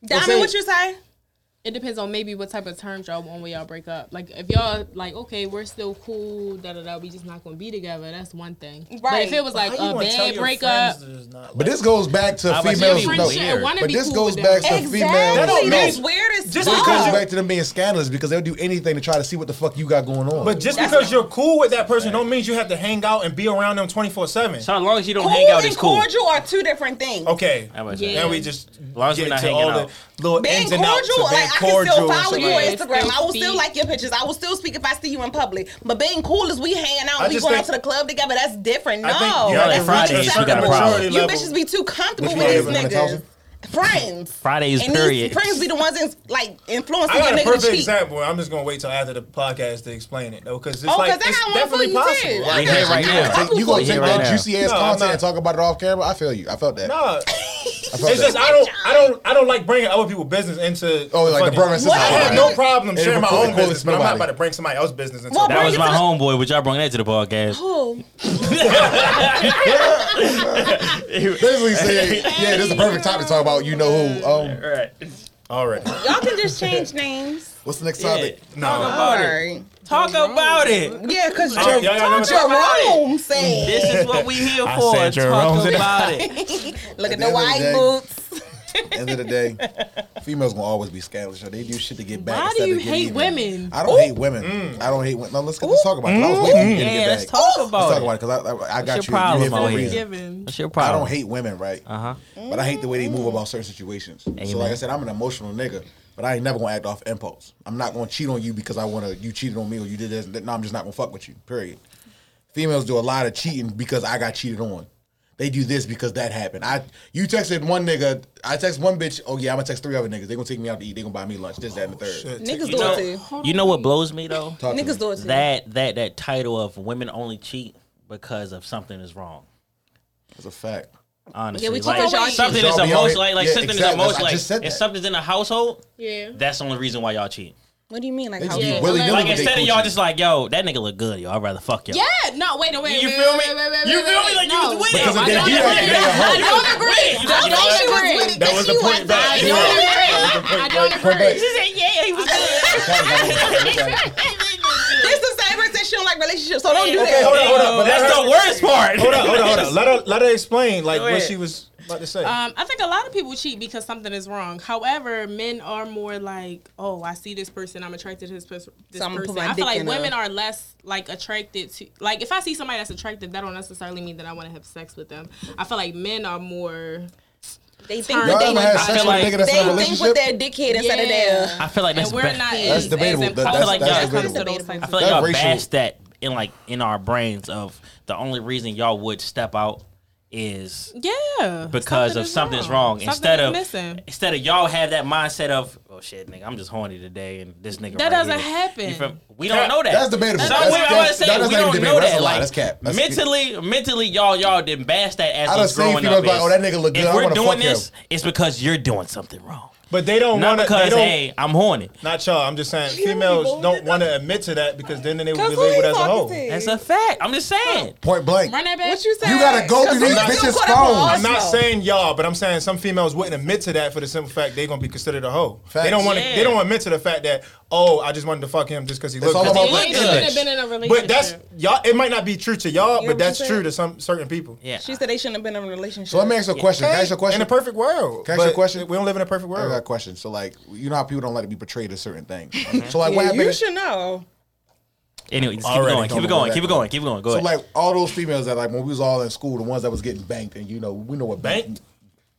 Speaker 3: Diamond, what you say?
Speaker 6: It depends on maybe what type of terms y'all on when y'all break up. Like if y'all like, okay, we're still cool, da da da, we just not gonna be together. That's one thing. But
Speaker 3: Right.
Speaker 6: if it was like a bad breakup,
Speaker 2: But this goes back to
Speaker 1: I was
Speaker 2: females.
Speaker 1: your
Speaker 2: No,
Speaker 1: friendship. Weird.
Speaker 6: wanna
Speaker 2: but
Speaker 6: be
Speaker 2: this
Speaker 6: cool
Speaker 2: goes
Speaker 6: with
Speaker 2: back
Speaker 6: them.
Speaker 2: to
Speaker 3: Exactly.
Speaker 2: females.
Speaker 5: don't
Speaker 3: That's
Speaker 5: mean-
Speaker 3: weird as
Speaker 5: Just
Speaker 2: This
Speaker 3: fuck.
Speaker 2: goes
Speaker 5: Oh.
Speaker 2: back to them being scandalous because they'll do anything to try to see what the fuck you got going on.
Speaker 5: But just because you're cool with that person, don't mean you have to hang out and be around them twenty four seven.
Speaker 1: So as long as you don't
Speaker 3: cool
Speaker 1: hang out,
Speaker 3: and
Speaker 1: it's cool.
Speaker 3: cordial are two different things.
Speaker 5: Okay.
Speaker 1: How about
Speaker 6: Yeah.
Speaker 1: that?
Speaker 5: Now we just
Speaker 1: long as
Speaker 5: get
Speaker 1: we're not
Speaker 5: to
Speaker 1: hanging
Speaker 5: all
Speaker 1: out.
Speaker 5: the little
Speaker 3: being
Speaker 5: ins and outs
Speaker 3: cordial,
Speaker 5: of being
Speaker 3: like I can
Speaker 5: cordial.
Speaker 3: still
Speaker 5: and
Speaker 3: follow
Speaker 5: stuff
Speaker 3: you
Speaker 5: like
Speaker 3: on
Speaker 5: that.
Speaker 6: that.
Speaker 3: Instagram. I will still
Speaker 6: Speak.
Speaker 3: like your pictures. I will still speak if I see you in public. But being cool is we hanging out,
Speaker 5: I
Speaker 3: we
Speaker 5: just
Speaker 3: going out
Speaker 5: think-
Speaker 3: to the club together. That's different. No,
Speaker 5: I think you have
Speaker 1: like
Speaker 5: to
Speaker 3: that's not
Speaker 5: reach a
Speaker 1: Fridays, you got
Speaker 3: acceptable.
Speaker 1: a
Speaker 5: certain
Speaker 1: problem.
Speaker 5: maturity
Speaker 3: You
Speaker 5: level.
Speaker 3: bitches be too comfortable
Speaker 2: Which
Speaker 3: with
Speaker 2: one
Speaker 3: these
Speaker 2: is
Speaker 3: niggas.
Speaker 2: it, 100,000?
Speaker 3: Friends.
Speaker 1: Fridays,
Speaker 3: and
Speaker 1: period.
Speaker 3: These friends be the ones that's like influencing
Speaker 5: I
Speaker 3: your
Speaker 5: got a
Speaker 3: nigga to
Speaker 5: perfect
Speaker 3: cheat.
Speaker 5: example. I'm just gonna wait till after the podcast to explain it though, because it's
Speaker 3: Oh, 'cause
Speaker 5: like
Speaker 3: I
Speaker 5: it's
Speaker 3: got one for
Speaker 5: definitely
Speaker 3: you,
Speaker 5: possible.
Speaker 3: too.
Speaker 5: Like,
Speaker 1: We here right now.
Speaker 2: you gonna take
Speaker 1: Yeah, right
Speaker 2: that
Speaker 1: now.
Speaker 2: juicy ass
Speaker 5: No, I'm
Speaker 2: content
Speaker 5: not.
Speaker 2: and talk about it off camera? I feel you. I felt that.
Speaker 5: No,
Speaker 2: I felt
Speaker 5: it's
Speaker 2: that.
Speaker 5: just I don't, I don't, I don't like bringing other people's business into.
Speaker 2: Oh, like the
Speaker 5: fucking-
Speaker 2: brother and sister
Speaker 5: I
Speaker 3: thing,
Speaker 5: have
Speaker 3: right?
Speaker 5: no problem
Speaker 2: It
Speaker 5: sharing my
Speaker 2: recorded-
Speaker 5: own business, but I'm not
Speaker 2: somebody.
Speaker 5: about to bring somebody else's business into.
Speaker 3: Well,
Speaker 5: it.
Speaker 1: That was
Speaker 3: Bring it
Speaker 1: my
Speaker 3: to the-
Speaker 1: homeboy, which y'all brought that to the podcast.
Speaker 3: Oh,
Speaker 2: basically saying, yeah, this is the perfect topic to talk about. You know who? Um,
Speaker 1: Right.
Speaker 5: All right.
Speaker 3: y'all can just change names.
Speaker 2: what's the next
Speaker 1: Yeah.
Speaker 2: topic?
Speaker 1: Talk
Speaker 5: No.
Speaker 1: about it. Talk about it.
Speaker 3: Yeah, because
Speaker 5: Oh, y'all got another-
Speaker 3: Jerome said,
Speaker 1: This is what we here
Speaker 5: I
Speaker 1: for.
Speaker 5: said
Speaker 1: Talk
Speaker 5: Jerome's in it.
Speaker 1: about it.
Speaker 3: look at the
Speaker 2: the end of the
Speaker 3: white
Speaker 2: day-
Speaker 3: boots.
Speaker 2: End of the day, females gonna always be scandalous. Yo. They do shit to get back.
Speaker 6: Why
Speaker 2: instead
Speaker 6: do
Speaker 2: of
Speaker 6: you
Speaker 2: get
Speaker 6: hate
Speaker 2: even.
Speaker 6: women?
Speaker 2: I don't hate women. I don't hate women. No, let's, let's talk about it. I was waiting for you to
Speaker 1: Yeah,
Speaker 2: get
Speaker 1: let's
Speaker 2: back.
Speaker 1: talk
Speaker 2: Let's
Speaker 1: about
Speaker 2: talk
Speaker 1: it.
Speaker 2: about it because I, I, I got
Speaker 1: What's
Speaker 2: you.
Speaker 1: your problem,
Speaker 2: you here for a
Speaker 1: Malia?
Speaker 2: reason.
Speaker 6: Given.
Speaker 1: That's your
Speaker 2: I
Speaker 1: problem.
Speaker 2: don't hate women, right? Uh huh. But I hate the way they move about certain situations. So, like I said, I'm an emotional nigga, but I ain't never gonna act off impulse. I'm not gonna cheat on you because I wanna you cheated on me or you did this. and that. No, I'm just not gonna fuck with you. Period. Females do a lot of cheating because I got cheated on. They do this because that happened. I you texted one nigga, I text one bitch. Oh yeah, I'm gonna text three other niggas. They gonna take me out to eat. They gonna buy me lunch. This, that, and the third.
Speaker 3: Niggas
Speaker 1: You
Speaker 3: do it
Speaker 1: know,
Speaker 3: too.
Speaker 1: you know what blows me though?
Speaker 2: Talk to
Speaker 3: Niggas
Speaker 2: me.
Speaker 3: do it too.
Speaker 1: That that that title of women only cheat because of something is wrong.
Speaker 2: That's a fact.
Speaker 1: Honestly,
Speaker 3: Yeah, we talk
Speaker 1: like
Speaker 3: about y'all
Speaker 1: something
Speaker 2: cheating.
Speaker 1: is
Speaker 2: Y'all be out
Speaker 1: emotional.
Speaker 2: here-
Speaker 1: Like, like
Speaker 2: yeah,
Speaker 1: something
Speaker 2: exactly.
Speaker 1: is emotional.
Speaker 2: I
Speaker 1: Like
Speaker 2: just said
Speaker 1: if
Speaker 2: that.
Speaker 1: something's in the household,
Speaker 6: Yeah.
Speaker 1: that's the only reason why y'all cheat.
Speaker 3: What do you mean? Like,
Speaker 2: They
Speaker 3: how
Speaker 2: just be
Speaker 6: Yeah.
Speaker 2: willy nilly
Speaker 6: Like,
Speaker 1: Like
Speaker 2: with they
Speaker 1: instead of y'all
Speaker 2: coochie.
Speaker 1: just like, yo, that nigga look good, yo. I'd rather fuck y'all.
Speaker 6: Yeah. No. Wait. No. Wait.
Speaker 1: You
Speaker 6: wait,
Speaker 1: feel me?
Speaker 6: wait, wait, wait,
Speaker 1: You
Speaker 6: wait,
Speaker 1: feel
Speaker 6: wait,
Speaker 1: me? Like you
Speaker 6: no.
Speaker 1: was with
Speaker 2: Because
Speaker 1: it.
Speaker 2: if they
Speaker 1: I
Speaker 2: do
Speaker 1: don't agree.
Speaker 2: that, they a hoe.
Speaker 1: I don't agree. You
Speaker 3: I
Speaker 1: know
Speaker 3: don't
Speaker 1: what?
Speaker 3: think she was with it.
Speaker 2: That was the
Speaker 3: She
Speaker 2: point,
Speaker 3: was
Speaker 2: bro.
Speaker 3: not.
Speaker 6: I
Speaker 2: Yeah.
Speaker 6: don't agree.
Speaker 2: Yeah.
Speaker 6: I don't
Speaker 2: Come back.
Speaker 6: agree.
Speaker 1: She said, yeah, he was good.
Speaker 3: This the same person she don't like relationships, so don't do
Speaker 5: Okay, hold on,
Speaker 3: that.
Speaker 5: hold on. But let
Speaker 1: That's
Speaker 5: her-
Speaker 1: the worst part.
Speaker 5: Hold on, hold on, hold on. Let her let her explain like
Speaker 1: Go
Speaker 5: what
Speaker 1: ahead.
Speaker 5: she was about to say.
Speaker 6: Um, I think a lot of people cheat because something is wrong. However, men are more like, oh, I see this person, I'm attracted to this, pers- this
Speaker 3: So I'ma put
Speaker 6: person.
Speaker 3: my
Speaker 6: I
Speaker 3: dick
Speaker 6: feel like
Speaker 3: in
Speaker 6: women
Speaker 3: her.
Speaker 6: are less like attracted to like if I see somebody that's attractive, that don't necessarily mean that I want to have sex with them. I feel like men are more.
Speaker 3: They think
Speaker 6: Y'all
Speaker 3: that
Speaker 2: Y'all
Speaker 3: they
Speaker 2: ever had sex
Speaker 1: feel
Speaker 2: with a
Speaker 1: like-
Speaker 2: nigga that's in a
Speaker 3: they think with
Speaker 2: relationship?
Speaker 3: their dickhead instead of their.
Speaker 1: I feel like that's
Speaker 6: and we're
Speaker 1: bad.
Speaker 6: not.
Speaker 1: I
Speaker 2: That's
Speaker 6: as,
Speaker 2: debatable.
Speaker 6: As
Speaker 2: That-
Speaker 1: feel
Speaker 6: important
Speaker 1: like
Speaker 2: that's
Speaker 6: when it comes to
Speaker 2: debatable.
Speaker 6: those types
Speaker 1: I
Speaker 6: of
Speaker 1: feel like
Speaker 2: That
Speaker 1: y'all
Speaker 2: racial-
Speaker 1: bash that in like in our brains of the only reason y'all would step out is
Speaker 6: Yeah.
Speaker 1: because of
Speaker 6: is
Speaker 1: something's wrong.
Speaker 6: Something
Speaker 1: instead
Speaker 6: is
Speaker 1: of
Speaker 6: missing.
Speaker 1: instead of y'all have that mindset of oh shit nigga I'm just horny today and this nigga
Speaker 6: That
Speaker 1: right
Speaker 6: doesn't
Speaker 1: here."
Speaker 6: happen.
Speaker 1: You feel- we don't know that.
Speaker 2: That's debatable.
Speaker 1: Some
Speaker 2: That's-
Speaker 1: women I'm
Speaker 2: that's-
Speaker 1: gonna say
Speaker 2: that is
Speaker 1: we
Speaker 2: not
Speaker 1: don't
Speaker 2: debatable.
Speaker 1: know
Speaker 2: That's a
Speaker 1: that.
Speaker 2: lie.
Speaker 1: Like
Speaker 2: That's cap. That's-
Speaker 1: mentally, mentally y'all y'all didn't bash that as
Speaker 2: I
Speaker 1: I
Speaker 2: done
Speaker 1: was
Speaker 2: seen
Speaker 1: growing
Speaker 2: females
Speaker 1: up.
Speaker 2: like,
Speaker 1: is,
Speaker 2: "Oh, that nigga look
Speaker 1: if
Speaker 2: good. I
Speaker 1: we're
Speaker 2: wanna
Speaker 1: doing
Speaker 2: fuck him."
Speaker 1: this, it's because you're doing something wrong.
Speaker 5: but they don't
Speaker 1: Not
Speaker 5: want to. They
Speaker 1: because
Speaker 5: don't.
Speaker 1: hey, I'm horny.
Speaker 5: Not y'all. I'm just saying females don't want to admit to that because then they would be
Speaker 3: Cause who you
Speaker 5: labeled as a
Speaker 3: talking
Speaker 5: hoe.
Speaker 3: to?
Speaker 1: That's a fact. I'm just saying.
Speaker 2: Point blank.
Speaker 6: Run that back.
Speaker 3: What you say?
Speaker 2: You gotta go through these bitches' phones.
Speaker 5: I'm not saying y'all, but I'm saying some females wouldn't admit to that for the simple fact they're gonna be considered a hoe. They don't want to.
Speaker 1: Facts.
Speaker 5: They don't admit to the fact that oh, I just wanted to fuck him just because he
Speaker 2: all
Speaker 5: looked
Speaker 2: about
Speaker 5: good.
Speaker 2: what
Speaker 6: They should have been in a relationship.
Speaker 5: But that's y'all. It might not be true to y'all,
Speaker 3: You know
Speaker 5: but
Speaker 3: what I'm
Speaker 5: that's
Speaker 3: saying?
Speaker 5: true to some certain people.
Speaker 1: Yeah.
Speaker 3: She said they shouldn't have been in a relationship.
Speaker 2: So let me ask you a question. Can I ask you a question?
Speaker 5: In a perfect world.
Speaker 2: Can I ask you a
Speaker 5: but
Speaker 2: question?
Speaker 5: We don't live in a perfect world.
Speaker 2: I got a question. So like, you know how people don't like to be portrayed as certain things. So like, what happened?
Speaker 3: you should know.
Speaker 1: Anyway, just keep it
Speaker 2: Already
Speaker 1: going.
Speaker 2: don't
Speaker 1: Keep it
Speaker 2: know
Speaker 1: going.
Speaker 2: that.
Speaker 1: Keep it going. Keep it going. Go
Speaker 2: So
Speaker 1: ahead.
Speaker 2: like, all those females that like when we was all in school, the ones that was getting banked, and you know, we know what
Speaker 5: Banked?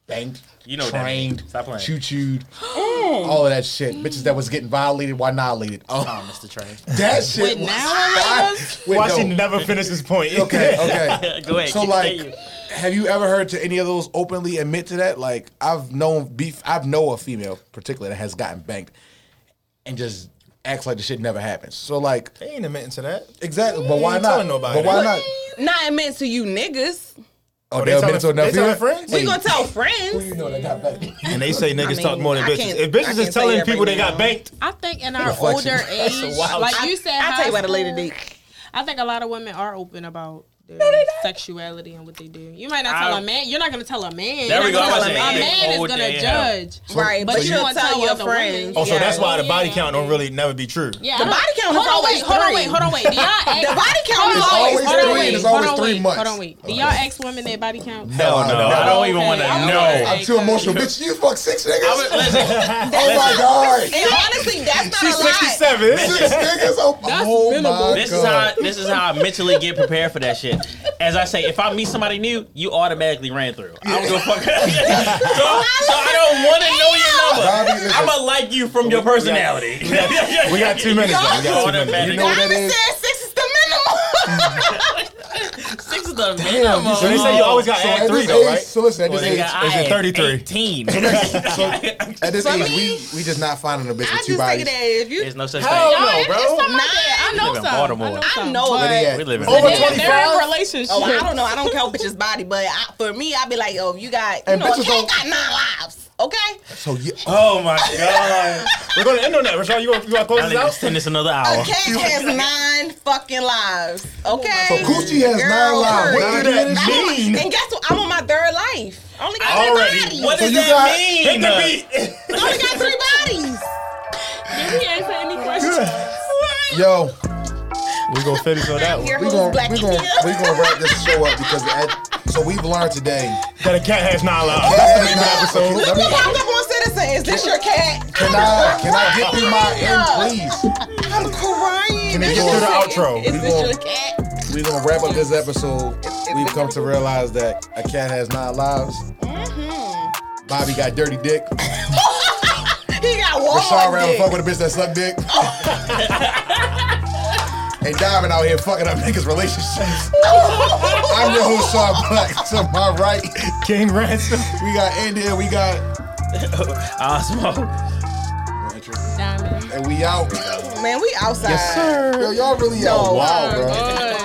Speaker 2: banked,
Speaker 1: You know what that
Speaker 2: trained,
Speaker 1: means. Stop playing.
Speaker 2: choo chewed, all of that shit. Bitches that was getting violated, why violated? Oh,
Speaker 1: Oh, Mr. Train.
Speaker 2: that shit.
Speaker 6: Wait,
Speaker 2: was-
Speaker 6: now
Speaker 2: I- wait,
Speaker 5: Watch
Speaker 2: no.
Speaker 5: him never finish his point.
Speaker 2: Okay, okay.
Speaker 1: Go ahead.
Speaker 2: So like, have you ever heard to any of those openly admit to that? Like, I've known beef. I've know a female particularly that has gotten banked, and just acts like the shit never happened. So like,
Speaker 5: They ain't admitting to that.
Speaker 2: exactly. But why
Speaker 5: ain't
Speaker 2: not?
Speaker 5: telling nobody
Speaker 2: But why
Speaker 5: that.
Speaker 2: not?
Speaker 3: Oh, Not meant to you niggas.
Speaker 2: Oh,
Speaker 5: they
Speaker 2: they'll
Speaker 5: telling-
Speaker 2: admit to another
Speaker 5: they telling
Speaker 2: female?
Speaker 5: friends?
Speaker 2: Wait,
Speaker 3: We gonna tell
Speaker 2: who
Speaker 3: friends.
Speaker 2: you know that got banked?
Speaker 5: And they say niggas
Speaker 3: mean,
Speaker 5: talk more than
Speaker 3: I
Speaker 5: bitches.
Speaker 3: can't-
Speaker 5: If
Speaker 3: I
Speaker 5: bitches
Speaker 3: can't
Speaker 5: is telling
Speaker 3: say that
Speaker 5: people
Speaker 3: right
Speaker 5: they got
Speaker 3: now.
Speaker 5: banked,
Speaker 6: I think in our
Speaker 2: Reflection.
Speaker 6: older
Speaker 2: That's
Speaker 6: age,
Speaker 5: wild-
Speaker 6: like you said,
Speaker 3: I'll tell you
Speaker 6: high
Speaker 3: about it later,
Speaker 6: school,
Speaker 3: Deke.
Speaker 6: I think a lot of women are open about their sexuality and what they do. You might not tell
Speaker 1: I-
Speaker 6: a man. You're not gonna tell a man.
Speaker 1: There we
Speaker 6: You're
Speaker 3: go. I'm about
Speaker 6: not gonna tell
Speaker 3: to
Speaker 6: A
Speaker 3: say,
Speaker 6: man
Speaker 1: oh,
Speaker 6: is gonna
Speaker 1: damn.
Speaker 6: judge.
Speaker 3: Right,
Speaker 6: But
Speaker 2: so
Speaker 6: you
Speaker 2: you-
Speaker 6: don't tell your friends.
Speaker 5: oh, so that's why the body
Speaker 6: Yeah.
Speaker 5: count don't really never be true.
Speaker 6: Yeah,
Speaker 3: The
Speaker 6: I'm-
Speaker 3: body count is
Speaker 6: hold on,
Speaker 3: always
Speaker 6: wait, Hold on, wait,
Speaker 3: three.
Speaker 6: hold on, wait. Do y'all ask,
Speaker 3: The body count
Speaker 6: hold
Speaker 3: is
Speaker 6: on,
Speaker 3: always
Speaker 6: wait, hold on,
Speaker 2: three,
Speaker 6: wait,
Speaker 2: and it's
Speaker 6: hold
Speaker 2: always
Speaker 6: on,
Speaker 2: three
Speaker 6: wait,
Speaker 2: months.
Speaker 6: Hold on, wait. Do y'all ask women their body count?
Speaker 1: Hell no. I don't even
Speaker 6: Okay.
Speaker 1: want to
Speaker 6: I'm
Speaker 1: know.
Speaker 6: like-
Speaker 2: I'm too emotional, bitch. You fuck six niggas. oh my
Speaker 3: That's
Speaker 2: god,
Speaker 3: And honestly, that's not a lot.
Speaker 5: Sixty-seven.
Speaker 2: six niggas. Oh, oh my
Speaker 1: This is how
Speaker 2: god.
Speaker 1: this is how I mentally get prepared for that shit. As I say, if I meet somebody new, you automatically ran through. I don't give a fuck. so, so I don't want to know your
Speaker 2: Bobby,
Speaker 1: number.
Speaker 2: listen.
Speaker 1: I'ma like you from your personality.
Speaker 5: We got two minutes. left. We got two minutes.
Speaker 2: You know what that
Speaker 3: Diamond
Speaker 2: is?
Speaker 3: said six is the minimum.
Speaker 1: Six is the
Speaker 2: Damn,
Speaker 1: minimum.
Speaker 2: you
Speaker 5: So they say you always got to
Speaker 2: So
Speaker 5: add
Speaker 2: at
Speaker 5: three
Speaker 2: this
Speaker 5: though,
Speaker 2: age-
Speaker 5: right?
Speaker 2: So listen, at this
Speaker 1: Nigga,
Speaker 2: age,
Speaker 1: I
Speaker 5: Is it
Speaker 1: am
Speaker 5: 33?
Speaker 1: 18.
Speaker 2: so at this
Speaker 3: For
Speaker 2: age,
Speaker 3: me,
Speaker 2: we we just not finding a bitch
Speaker 3: I
Speaker 2: with
Speaker 3: just
Speaker 2: two
Speaker 3: take it
Speaker 2: bodies.
Speaker 3: as if you.
Speaker 1: There's Oh, no such
Speaker 5: Hell
Speaker 1: thing.
Speaker 5: no,
Speaker 6: Nah, it-
Speaker 5: bro.
Speaker 6: it's something like that. I
Speaker 1: Nah.
Speaker 6: know
Speaker 1: Live in
Speaker 6: some.
Speaker 1: Baltimore.
Speaker 6: know
Speaker 3: I
Speaker 6: some.
Speaker 3: know
Speaker 2: Where they
Speaker 3: it.
Speaker 2: at?
Speaker 1: We live in
Speaker 5: Over
Speaker 6: They're-
Speaker 1: Baltimore.
Speaker 6: They're
Speaker 5: 25?
Speaker 6: in relationships.
Speaker 3: Oh, I don't know. I don't count bitches' body, but I, for me, I'd be like, oh, you got, you
Speaker 2: And
Speaker 3: know, a
Speaker 2: bitches
Speaker 3: cat
Speaker 2: don't-
Speaker 3: got nine lives. Okay.
Speaker 2: So yeah, uh,
Speaker 1: Oh my god.
Speaker 5: We're gonna end on that, Rashad. You want to close
Speaker 1: I
Speaker 5: this
Speaker 1: need to
Speaker 5: out?
Speaker 1: extend this another hour.
Speaker 3: A cat has nine fucking lives. Okay.
Speaker 2: so Coochie has nine
Speaker 3: Girl,
Speaker 2: lives.
Speaker 3: girl.
Speaker 2: What do
Speaker 5: Nine
Speaker 2: that
Speaker 5: lives.
Speaker 2: mean?
Speaker 3: I'm on-
Speaker 5: mean?
Speaker 3: And guess what? I'm on my third life. I only got
Speaker 5: Already.
Speaker 3: three bodies.
Speaker 1: What
Speaker 2: So
Speaker 1: does
Speaker 2: you
Speaker 1: that
Speaker 2: got-
Speaker 1: mean?
Speaker 3: I only got three bodies.
Speaker 6: Did we answer any questions?
Speaker 2: Yo,
Speaker 5: We gonna finish on that one.
Speaker 3: Your
Speaker 2: We
Speaker 3: host,
Speaker 2: gonna
Speaker 3: Black
Speaker 2: we gonna
Speaker 3: Kia.
Speaker 2: we gonna wrap this show up because at, so we've learned today.
Speaker 5: That a cat has nine lives.
Speaker 2: That's
Speaker 5: episode.
Speaker 2: Let me,
Speaker 3: Look, I'm up on Citizen. Is this your cat?
Speaker 2: can I can I get through my end, please?
Speaker 3: I'm crying.
Speaker 2: Can we
Speaker 3: Is
Speaker 2: go
Speaker 3: this
Speaker 2: to the
Speaker 3: your-
Speaker 5: outro?
Speaker 3: Is
Speaker 2: We
Speaker 3: this
Speaker 2: gonna-
Speaker 3: your cat?
Speaker 2: We're gonna wrap up this episode. We've come to realize that a cat has nine lives.
Speaker 3: Mm-hmm.
Speaker 2: Bobby got dirty dick.
Speaker 3: He got one.
Speaker 2: Rashad around fuck with a bitch that suck dick. and Diamond out here fucking up niggas' relationships. I'm your host, Sean Black. To my right,
Speaker 5: King Ransom.
Speaker 2: we got India, we got.
Speaker 1: Osmo.
Speaker 6: Diamond.
Speaker 2: And we out.
Speaker 3: Man, we outside.
Speaker 2: Yo, y'all really out.
Speaker 3: No.
Speaker 2: Wow, bro.
Speaker 6: Good.